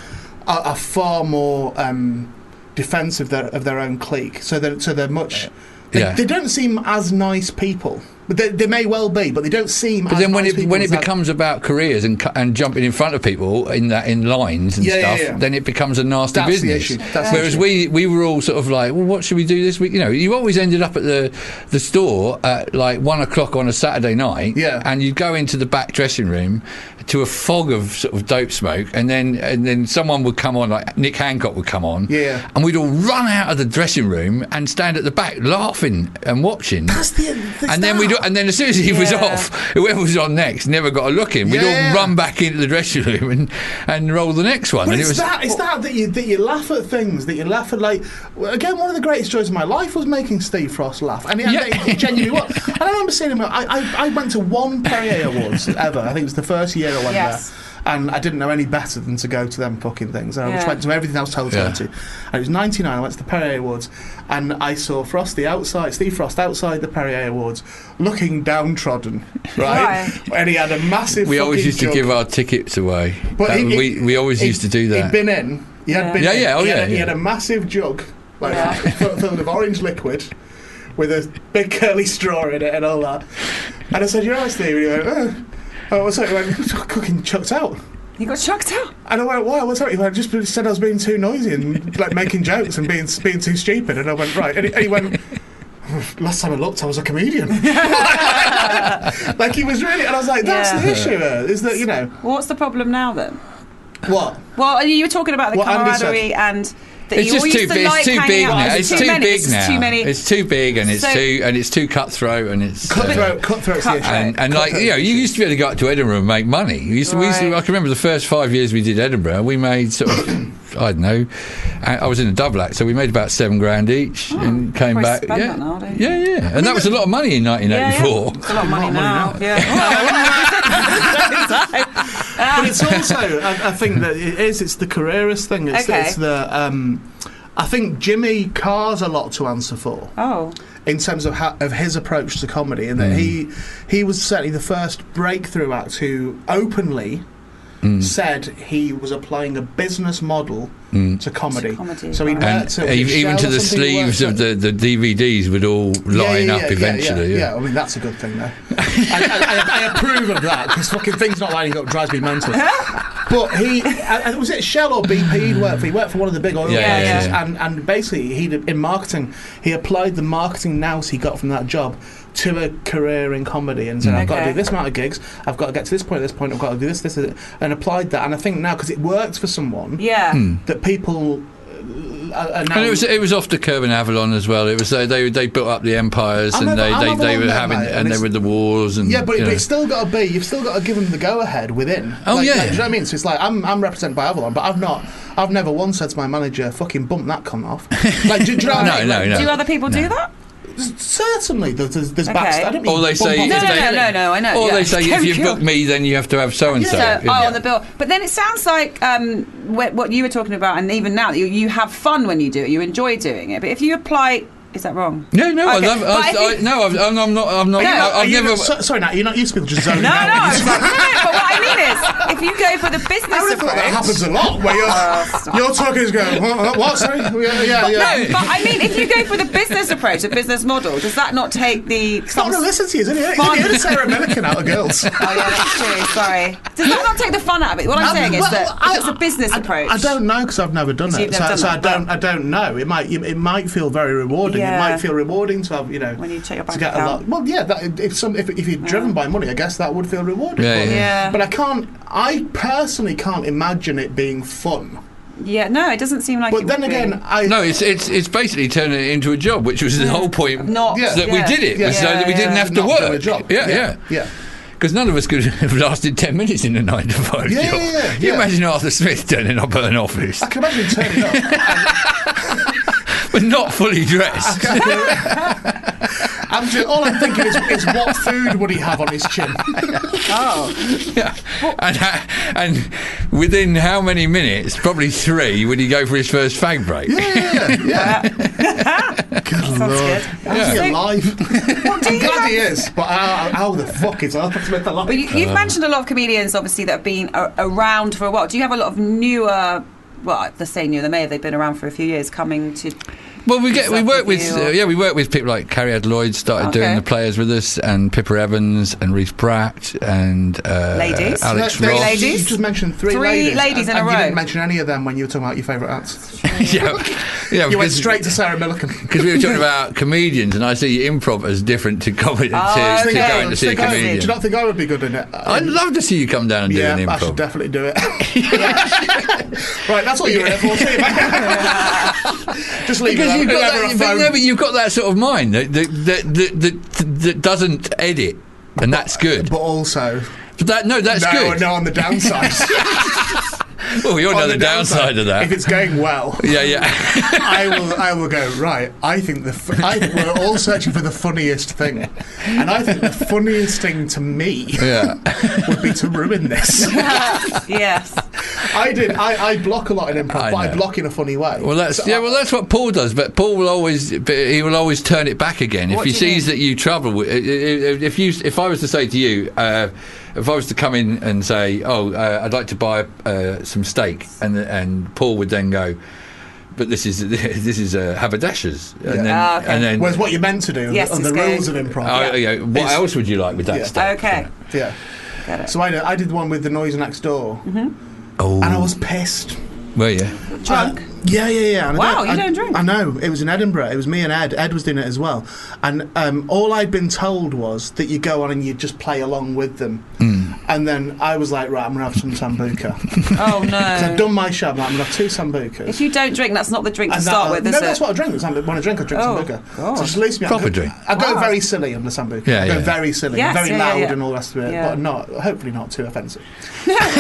B: Are, are far more um, defensive their, of their own clique, so they're so they're much. They,
E: Yeah.
B: they don't seem as nice people, but they, they may well be, but they don't seem.
E: But
B: as
E: then when
B: nice
E: it
B: people
E: when
B: as
E: it
B: that-
E: becomes about careers and cu- and jumping in front of people in that in lines and
B: Yeah, yeah,
E: stuff,
B: yeah.
E: then it becomes a nasty
B: That's the
E: business.
B: issue. That's the
E: Whereas
B: issue.
E: we we were all sort of like, well, what should we do this week? You know, you always ended up at the the store at like one o'clock on a Saturday night,
B: Yeah.
E: and you'd go into the back dressing room to a fog of sort of dope smoke, and then and then someone would come on, like Nick Hancock would come on,
B: Yeah.
E: and we'd all run out of the dressing room and stand at the back laughing and watching.
B: That's the- it's
E: and then
B: that.
E: we'd look, and then as soon as he was
C: Yeah.
E: off, whoever was on next never got a look in. We'd
B: Yeah.
E: all run back into the dressing room and, and roll the next one.
B: But
E: and
B: it's
E: it was
B: that it's that that you that you laugh at things that you laugh at like well, again one of the greatest joys of my life was making Steve Frost laugh and, and
E: Yeah.
B: it genuinely was and I remember seeing him I, I, I went to one Perrier Awards ever I think it was the first year I went
C: Yes.
B: there and I didn't know any better than to go to them fucking things and I just
C: Yeah.
B: went to everything else I was
E: Yeah.
B: going to and it was 99 I went to the Perrier Awards and I saw Frosty outside Steve Frost outside the Perrier Awards looking downtrodden right and he had a massive
E: we always
B: fucking
E: used to
B: jug.
E: give our tickets away.
B: But
E: That-
B: he- he-
E: Um, we we always
B: he-
E: used to do
B: He'd
E: that.
B: been in. He had
C: Yeah.
B: been
E: Yeah,
B: in.
E: yeah, oh
B: he
E: yeah,
B: Had a, He
E: yeah.
B: had a massive jug, like
C: Yeah.
B: full- [LAUGHS] filled with orange liquid, with a big curly straw in it and all that. And I said, "You're right, Steve." And he went, "Oh, oh what's up?" He went, "Fucking chucked out."
C: He got chucked out.
B: And I went, "Why? What's up?" He went, "Just said I was being too noisy and like making jokes and being being too stupid." And I went, "Right." And he, and he went. "Oh, Last time I looked, I was a
C: [LAUGHS]
B: comedian. [LAUGHS] like he was really, and I was like, "That's
C: Yeah.
B: the issue. uh, Is that you know
C: Well, what's the problem now then?
B: what?"
C: Well, you were talking about the
B: What Andy said.
C: camaraderie and that
E: It's
C: you all
E: just
C: used
E: too,
C: to
E: big.
C: like
E: it's too
C: hanging
E: big
C: out.
E: now.
C: There's
E: It's
C: too,
E: too
C: many.
E: big
C: it's just
E: now.
C: too many.
E: It's too big and it's
C: So-
E: too and it's too cutthroat and it's uh,
B: Cutthroat, cutthroat's the issue.
E: and, and like you know, you used to be able to go up to Edinburgh and make money. You used to, we used to,
C: Right.
E: I can remember the first five years we did Edinburgh, we made sort of [COUGHS] I don't know. I I was in a double act, so we made about seven grand each and came
C: probably
E: back.
C: spend
E: yeah,
C: that now, don't you?
E: yeah, yeah, and that was a lot of money in
C: eh? Yeah, yeah.
E: 1984.
C: It's a lot of money now. Yeah.
B: but it's also I, I think that it is it's the careerist thing it's,
C: Okay.
B: it's the um, I think Jimmy Carr's a lot to answer for
C: oh,
B: in terms of how, of his approach to comedy and that
E: Mm.
B: he he was certainly the first breakthrough act who openly
E: Mm.
B: said he was applying a business model to comedy.
C: comedy,
B: so he
C: right.
E: Mm. And
B: worked at-
E: e- even
B: Shell
E: to
B: or
E: the
B: something he worked
E: sleeves
B: at.
E: of the, the DVDs would all line
B: yeah,
E: up
B: yeah, yeah,
E: eventually.
B: Yeah, I mean that's a good thing though. I, I, I, I approve of that because fucking things not lining up drives me mental. But he I, I- was it Shell or BP he'd worked for. He worked for one of the big oil
E: Yeah, yeah,
B: companies,
E: yeah.
B: and and basically he in marketing he applied the marketing nous he got from that job to a career in comedy and said I've got to
C: Okay.
B: do this amount of gigs, I've got to get to this point, this point, I've got to do this, this, this and applied that. And I think now because it worked for someone
C: yeah.
E: Hmm.
B: that people. uh, Are, are now
E: And it was it was off the curb in Avalon as well. It was they they, they built up the empires
B: I'm
E: and
B: over-
E: they,
B: I'm
E: they,
B: over
E: they
B: on
E: were
B: that,
E: having
B: mate, and
E: and they
B: it's-
E: were the wars and
B: Yeah, but,
E: you
B: it,
E: know.
B: but it's still got to be. You've still got to give them the go ahead within.
E: Oh,
B: Like,
E: yeah.
B: like, do you know what I mean? So it's like I'm I'm represented by Avalon, but I've not. I've never once said to my manager, "Fucking bump that cunt
E: [LAUGHS]
B: off." Like, do, do you know what I
E: no,
B: mean?
E: no,
B: Like,
E: no.
C: Do other people do that?
B: Certainly, there's there's, there's
C: Okay.
B: backst- I don't mean
E: Or they
B: bump
E: say
B: off
E: if
B: the
C: No,
E: they-
C: no, no, no, I know.
E: Or
C: yeah.
E: they say if you book me, then you have to have so and so.
C: So, oh, on the bill. But then it sounds like um, wh- what you were talking about, and even now, you, you have fun when you do it. You enjoy doing it. But if you apply, is that wrong?
E: No, no,
C: Okay,
E: I love.
C: but
E: I,
C: I think-
E: I, no, I've- I'm, I'm not. I'm not.
C: Are you
E: I,
C: not-
B: Are
E: I've
B: you
E: never.
B: not- so- sorry, Nat, you're not used to people just zoning
C: No, no,
B: out.
C: no, no, But what I mean is, if you go for the
B: I
C: business
B: would have thought that
C: approach.
B: happens a lot. Where
C: [LAUGHS]
B: you're, [LAUGHS] you're talking is going, what? what, what sorry, yeah, yeah. yeah.
C: No, but I mean, if you go for the business approach, the business model, does that not take the?
B: It's not
C: some-
B: realistic, isn't it? Have
C: Fun.
B: you heard of Sarah Millican
C: [LAUGHS]
B: out of girls?
C: Oh yeah, that's true. Sorry. Does that not take the fun out of it? What I'm saying is
B: Um, Well,
C: that
B: I-
C: it's a business
B: I-
C: approach.
B: I don't know because I've never done
C: So
B: it,
C: you've
B: so,
C: never done
B: so
C: that,
B: I don't. I don't know. It might. It might feel very rewarding.
C: Yeah.
B: It might feel rewarding to have you know
C: When you check your
B: to
C: bank
B: get
C: account.
B: a lot. Well, yeah. That, if some if, if you're driven by money, I guess that would feel rewarding.
E: Yeah,
B: but,
E: yeah.
C: Yeah.
B: But I can't. I personally can't imagine it being fun.
C: Yeah, no, it doesn't seem like.
B: But
C: it
B: then
C: would
B: again, I
E: No, it's it's it's basically turning it into a job, which was the [LAUGHS] whole point.
C: be. not
B: Yeah.
E: that we did it,
B: Yeah.
E: was so that we
C: Yeah,
E: didn't
C: yeah.
E: have to
B: not do a
E: work.
B: job.
E: Yeah, yeah.
B: yeah.
E: Because none of us could [LAUGHS] have lasted ten minutes in a nine to five
B: Yeah,
E: job.
B: yeah, yeah,
E: you
B: yeah.
E: imagine Arthur Smith turning up at an office,
B: I can imagine turning up.
E: but not fully dressed.
B: I'm just, all I'm thinking is, is what food would he have on his
E: [LAUGHS]
B: chin?
E: [LAUGHS] Yeah. And, ha- and within how many minutes? Probably three. Would he go for his first fag break?
B: yeah, yeah. Good lord,
C: good.
B: How's
E: Yeah.
B: he
C: [LAUGHS]
B: alive?
C: Well, do
B: I'm
C: you
B: glad
C: have-
B: he is, but how, how the fuck is Arthur Smith alive?
C: But you, you've mentioned a lot of comedians, obviously, that have been a- around for a while. Do you have a lot of newer? Well, they say new. They may have. They've been around for a few years. Coming to.
E: Well, we get we
C: Stuff with
E: work with
C: you,
E: uh,
C: or-
E: yeah we work with people like Carrie Ad Lloyd started
C: Okay.
E: doing the players with us and Pippa Evans and Reese Bratt and uh,
C: Ladies.
E: Alex
B: Three
E: Ross.
C: ladies.
B: You just mentioned three,
C: Three
B: ladies,
C: ladies
B: and,
C: in a
B: and You
C: row.
B: didn't mention any of them when you were talking about your favourite acts.
E: [LAUGHS] yeah, yeah.
B: You went
E: because-
B: straight to Sarah
E: [LAUGHS]
B: Millican.
E: because we were talking about comedians, and I see improv as different to comedy
C: Oh,
E: to, to
C: okay.
E: going to see a
B: Think I- Do you
E: comedian.
B: not think I would be good in it?
E: I'd love to see you come down and
B: yeah,
E: do an
B: I should
E: improv.
B: definitely
E: [LAUGHS]
B: do it. right, that's what you were here for. See you, mate. Just leave
E: [LAUGHS] Because
B: it
E: you've
B: Whenever
E: got
B: I
E: that, but
B: phone-
E: no, but you've got that sort of mind that that that, that, that, that doesn't edit, and that's good.
B: But also,
E: But that no, that's
B: no,
E: good.
B: no, on
E: [LAUGHS]
B: the downside.
E: Oh, you're
B: On
E: another downside, of that.
B: If it's going well,
E: yeah,
B: [LAUGHS]
E: yeah.
B: I will. I will go right. I think the. F- I think we're all searching for the funniest thing, and I think the funniest thing to me
E: yeah.
B: [LAUGHS] would be to ruin this. [LAUGHS]
C: yes.
B: I did. I, I block a lot in improv,
E: I
B: but I
E: know.
B: block in a funny way.
E: Well, that's yeah. Well, that's what Paul does. But Paul will always, but he will always turn it back again if
C: What
E: he
C: do you
E: sees
C: mean?
E: that you trouble. With, i- i- i- if you, if I was to say to you, uh, if I was to come in and say, "Oh, uh, I'd like to buy uh, some steak," and and Paul would then go. But this is [LAUGHS] this is uh, haberdashers, and then
C: Ah, okay.
E: and then
B: Whereas what you're meant to do
C: Yes,
B: on the
C: it's
B: rules of
C: going-
B: improv.
E: Oh, yeah. What
B: It's-
E: else would you like with that
B: Yeah.
E: steak?
C: Okay.
E: Oh,
B: Yeah.
C: Got it. Mm-hmm.
B: So I, I did one with the noise next door,
J: Oh.
B: and I was pissed.
E: Well, yeah.
B: Drunk? Uh, yeah, yeah, yeah. and I
C: Wow,
B: don't-
C: you
B: I-
C: don't drink.
B: I know. It was in Edinburgh. It was me and Ed. Ed was doing it as well. And um, all I'd been told was that you go on and you just play along with them. And then I was like, right, I'm going to have some
C: [LAUGHS]
B: Sambuca. [LAUGHS] 'Cause
C: Oh
B: I've
C: no.
B: done my show. I'm, like, I'm going to have two Sambucas.
C: If you don't drink, that's not the drink to
B: And that- uh,
C: start with,
B: no,
C: is it?
B: that's what I drink. It's Sambuca. When I drink, I drink
C: Oh,
B: Sambuca.
C: God.
B: So just loose me up.
E: Proper drink.
B: I go
C: Wow.
B: very silly on the Sambuca.
E: Yeah,
B: I go
E: yeah, yeah.
B: very silly,
C: Yes,
B: very
C: yeah,
B: loud
C: yeah.
B: and all the rest of it,
C: Yeah.
B: but not, hopefully not too
C: [LAUGHS]
B: offensive.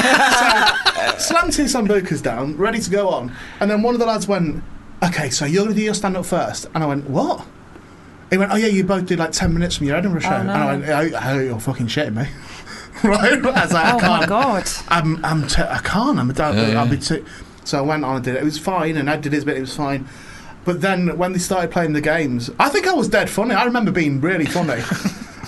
B: so, slammed two Sambucas down, ready to go on. And then one of the lads went, okay, so you're going to do your stand-up first. And I went, what? He went, oh yeah, you both did like 10 minutes from your Edinburgh show. And
C: no.
B: I went, oh, oh, you're fucking shitting me. [LAUGHS] right? I was like, I
C: oh
B: can't.
C: my god.
B: I'm, I'm t- I can't. I'm, I'll,
E: Yeah,
B: be,
E: yeah.
B: I'll be too. So I went on and did it. It was fine, and I did his bit. It was fine. But then when they started playing the games, I think I was dead funny. I remember being really
E: [LAUGHS]
B: funny,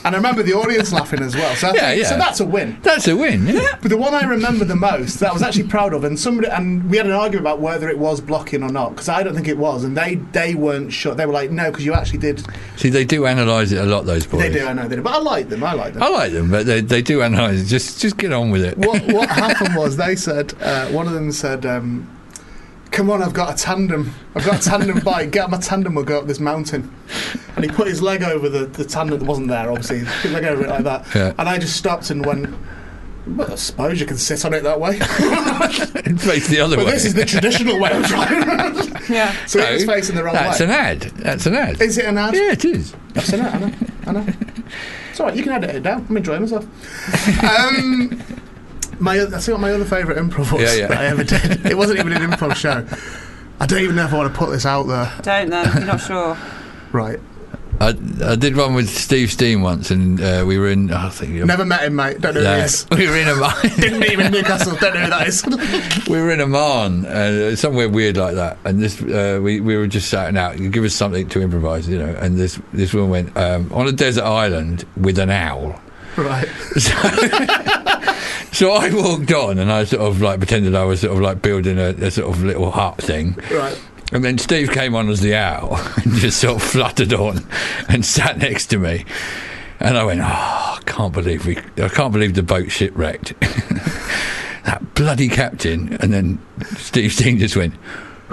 B: and I remember the audience laughing as well. So, I
E: Yeah,
B: think- so
E: yeah.
B: that's a win.
E: That's a win. Yeah.
B: But the one I remember the most that I was actually proud of, and somebody and we had an argument about whether it was blocking or not because I don't think it was, and they they weren't sure. They were like, no, because you actually did.
E: See, they do analyse it a lot. Those boys.
B: They do, I know they did, but I like them. I like them.
E: I like them, but they, they do analyse. it. Just just get on with it.
B: what what happened was they said uh, one of them said, um, "Come on, I've got a tandem. I've got a
E: [LAUGHS]
B: tandem bike. Get on my tandem. We'll go up this mountain." And he put his leg over the, the tandem that wasn't there. Obviously, his leg over it like that.
E: Yeah.
B: And I just stopped and went. Well, I suppose you can sit on it that
E: [LAUGHS]
B: way.
E: Face the other
B: but
E: way.
B: this is the traditional way of driving. [LAUGHS]
C: Yeah.
B: so it was facing the wrong
E: That's
B: way.
E: an ad. That's an ad.
B: Is it an ad?
E: yeah, it is.
B: I've seen it, I know, I know. It's alright, you can edit it down. I'm enjoying myself. Um, my, oth- I see what my other favourite improv was
E: Yeah, yeah.
B: that [LAUGHS] I ever did. It wasn't even an improv show. I don't even know if I want to put this out there.
C: Don't then. if You're
B: [LAUGHS]
C: not sure.
B: Right.
E: I, I did one with Steve Steen once, and uh, we were in. I think
B: Never met him, mate. Don't know who he
E: Yeah.
B: is.
E: we [LAUGHS] were in a
B: Didn't meet him in Newcastle. Don't know who that is.
E: [LAUGHS] we were in Amman, uh, somewhere weird like that, and this uh, we we were just shouting out, "Give us something to improvise," you know. And this this woman went um, on a desert island with an owl.
B: right.
E: So, so I walked on and I sort of like pretended I was sort of like building a, a sort of little hut thing.
B: Right.
E: And then Steve came on as the owl [LAUGHS] and just sort of fluttered on and sat next to me. And I went, oh, I can't believe we, I can't believe the boat shipwrecked. [LAUGHS] that bloody captain. And then Steve Steen just went,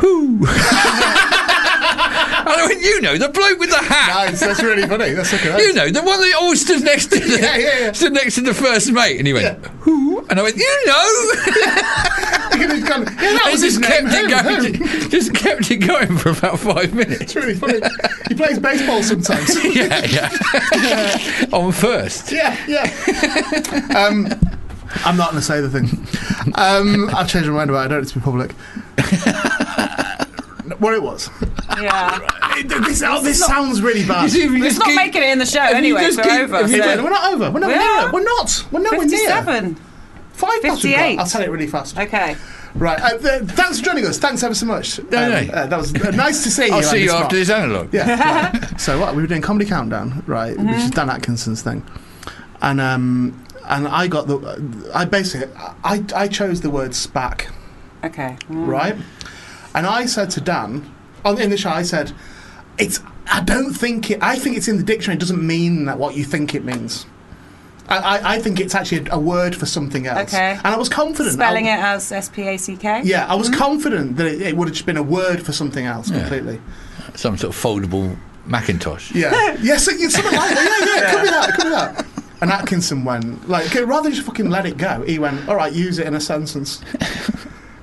E: whoo. [LAUGHS] and I went, you know, the bloke with the hat.
B: Nice. That's Oh, really funny. That's okay.
E: You know, the one that always stood next to the
B: Yeah, yeah,
E: [LAUGHS]
B: yeah.
E: stood next to the first mate, and he went, "Who?" And I went, "You know." [LAUGHS]
B: You could have gone, yeah, that
E: and
B: was his
E: just
B: name.
E: kept it
B: him,
E: going,
B: him.
E: ju- just kept it going for about five minutes.
B: It's really funny. He plays baseball sometimes.
E: [LAUGHS]
F: [LAUGHS]
E: Yeah, yeah. On first,
B: yeah, yeah.
E: [LAUGHS]
B: Um, I'm not going to say the thing.
E: [LAUGHS]
B: Um, I've changed my mind about it. I don't need to be public. [LAUGHS] what it was.
C: Yeah.
B: It- this oh, this sounds really bad.
C: It's not making it in the show anyway.
E: just
C: so
E: keep-
C: We're over.
E: if you
C: so-
B: We're not over. We're not.
C: We are.
B: We're not. We're nowhere near.
C: 57.
B: Five past we've got.
C: 58.
B: I'll tell it really fast.
C: Okay.
B: Right. Uh, th- thanks for joining us. Thanks ever so much.
E: no.
B: uh, that was uh, nice to see you.
E: I'll
B: on
E: see
B: this
E: you
B: spot.
E: after this analog.
B: Yeah.
C: [LAUGHS]
B: right. So what we were doing comedy countdown, right? Which
C: Mm-hmm.
B: is Dan Atkinson's thing, and um, and I got the, I basically, I I chose the word spac,
C: Okay. Mm.
B: right? And I said to Dan on in the show, I said, it's I don't think it. I think it's in the dictionary. It doesn't mean that what you think it means. I, I, I think it's actually a, a word for something else.
C: Okay.
B: And I was confident.
C: Spelling
B: I,
C: it as S P A C K.
B: Yeah, I was confident that it, it would have just been a word for something else completely.
E: Some sort of foldable Macintosh.
B: Yeah. yes, it- it's something like that. Yeah, yeah, it could be that, it could be that. And Atkinson went, like, rather than just fucking let it go, he went, all right,
E: [LAUGHS]
B: use it in a sentence.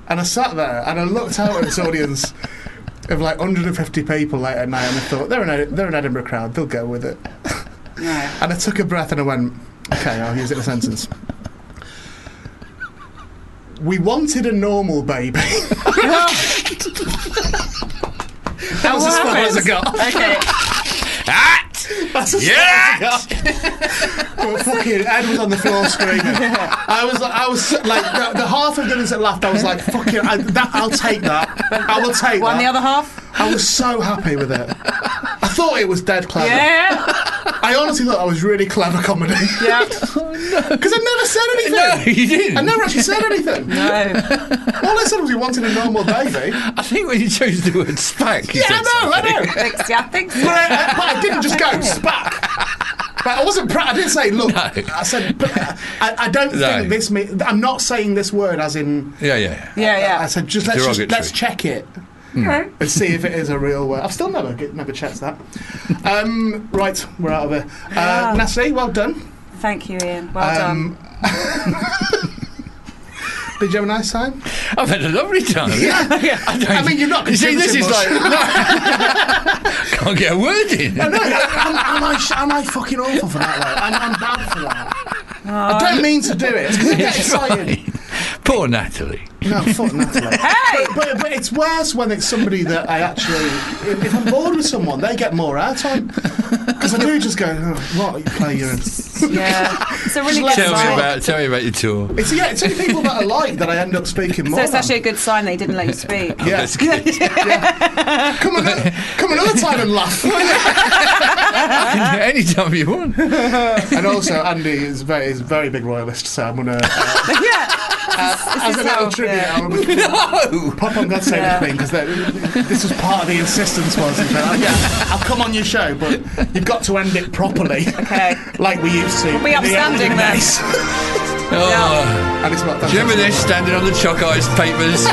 B: And I sat there and I looked out at his audience. of like 150 people late at night, and I thought they're an Ed- they're an Edinburgh crowd. They'll go with it. And I took a breath and I went, okay, I'll use it in a sentence. We wanted a normal baby. that was as far as I got. [LAUGHS]
C: Okay.
B: That's as far as I got. But fucking Ed was on the floor screaming. I was like, I was like, the, the half of dinners that left, I was like, fucking, I, that, I'll take that. I will take that.
C: Well, and the other half?
B: I was so happy with it. I thought it was dead clever.
C: Yeah.
B: I honestly thought I was really clever comedy.
C: [LAUGHS] Yeah.
B: [LAUGHS] Because I never said anything.
F: you didn't.
B: I never actually said anything.
C: No.
B: All I said was he wanted a normal baby.
F: I think when you chose the word spack,
B: [LAUGHS]
F: you
B: yeah,
F: said
B: I know, I know.
C: Thanks, yeah,
B: [LAUGHS]
C: thanks.
B: But I, I- but I didn't just
F: [LAUGHS]
B: go spack. But I wasn't proud. I didn't say, look, I said, but I, I don't
F: No.
B: think this me I'm not saying this word as in.
F: something. Yeah, yeah.
C: Yeah,
B: I
C: yeah.
B: said, just let's, just,
F: Derogatory.
B: let's check it
C: Okay.
B: and see if it is a real word. I've still never get- never checked that. Um, right, we're out of it. Uh, Nasty, well done.
C: Thank you, Ian. Well done.
B: Um, Did you have a nice time?
F: I've had a lovely time.
B: Yeah.
F: [LAUGHS] I, don't-
B: I mean, you're not
F: You see, this is
B: contributing
F: like no, can't get a word
B: [LAUGHS]
F: in. [LAUGHS]
B: No, am, am, I, sh- am I fucking awful for that? Though? I'm, I'm bad for that. I don't mean to do it. It's 'cause I get
F: It's
B: excited.
F: fine. Poor Natalie.
B: No, fuck
C: [LAUGHS]
B: Natalie.
C: Hey!
B: But, but, but it's worse when it's somebody that I actually. If, if I'm bored with someone, they get more airtime. Because I do just go, oh, what? You play your. It's,
C: Yeah. It's a really
B: Just
C: good
F: Tell me
B: Right.
C: sign.
F: about tell me about your tour.
B: yeah, it's only people that I like that I end up speaking more.
C: So it's
B: than.
C: actually a good sign that he didn't let you speak.
B: Yeah.
F: That's good.
B: Come, another, come another time and laugh.
F: Anytime you want.
B: and also, Andy is very, is a very big royalist, so I'm going to. Uh,
C: [LAUGHS] yeah.
B: as a
C: is how-
B: little tribute,
C: yeah.
B: I'm gonna-
C: [LAUGHS]
F: No.
B: Pop on God Save
C: Yeah.
B: the Queen because this was part of the insistence, wasn't it? Like, yeah, I'll come on your show, but you've got to end it properly,
C: Okay.
B: [LAUGHS] like we used to.
C: be
B: in the
C: upstanding
B: olden
C: then.
B: days.
F: Oh.
B: and it's not.
F: Do you remember this standing on the chalk ice papers?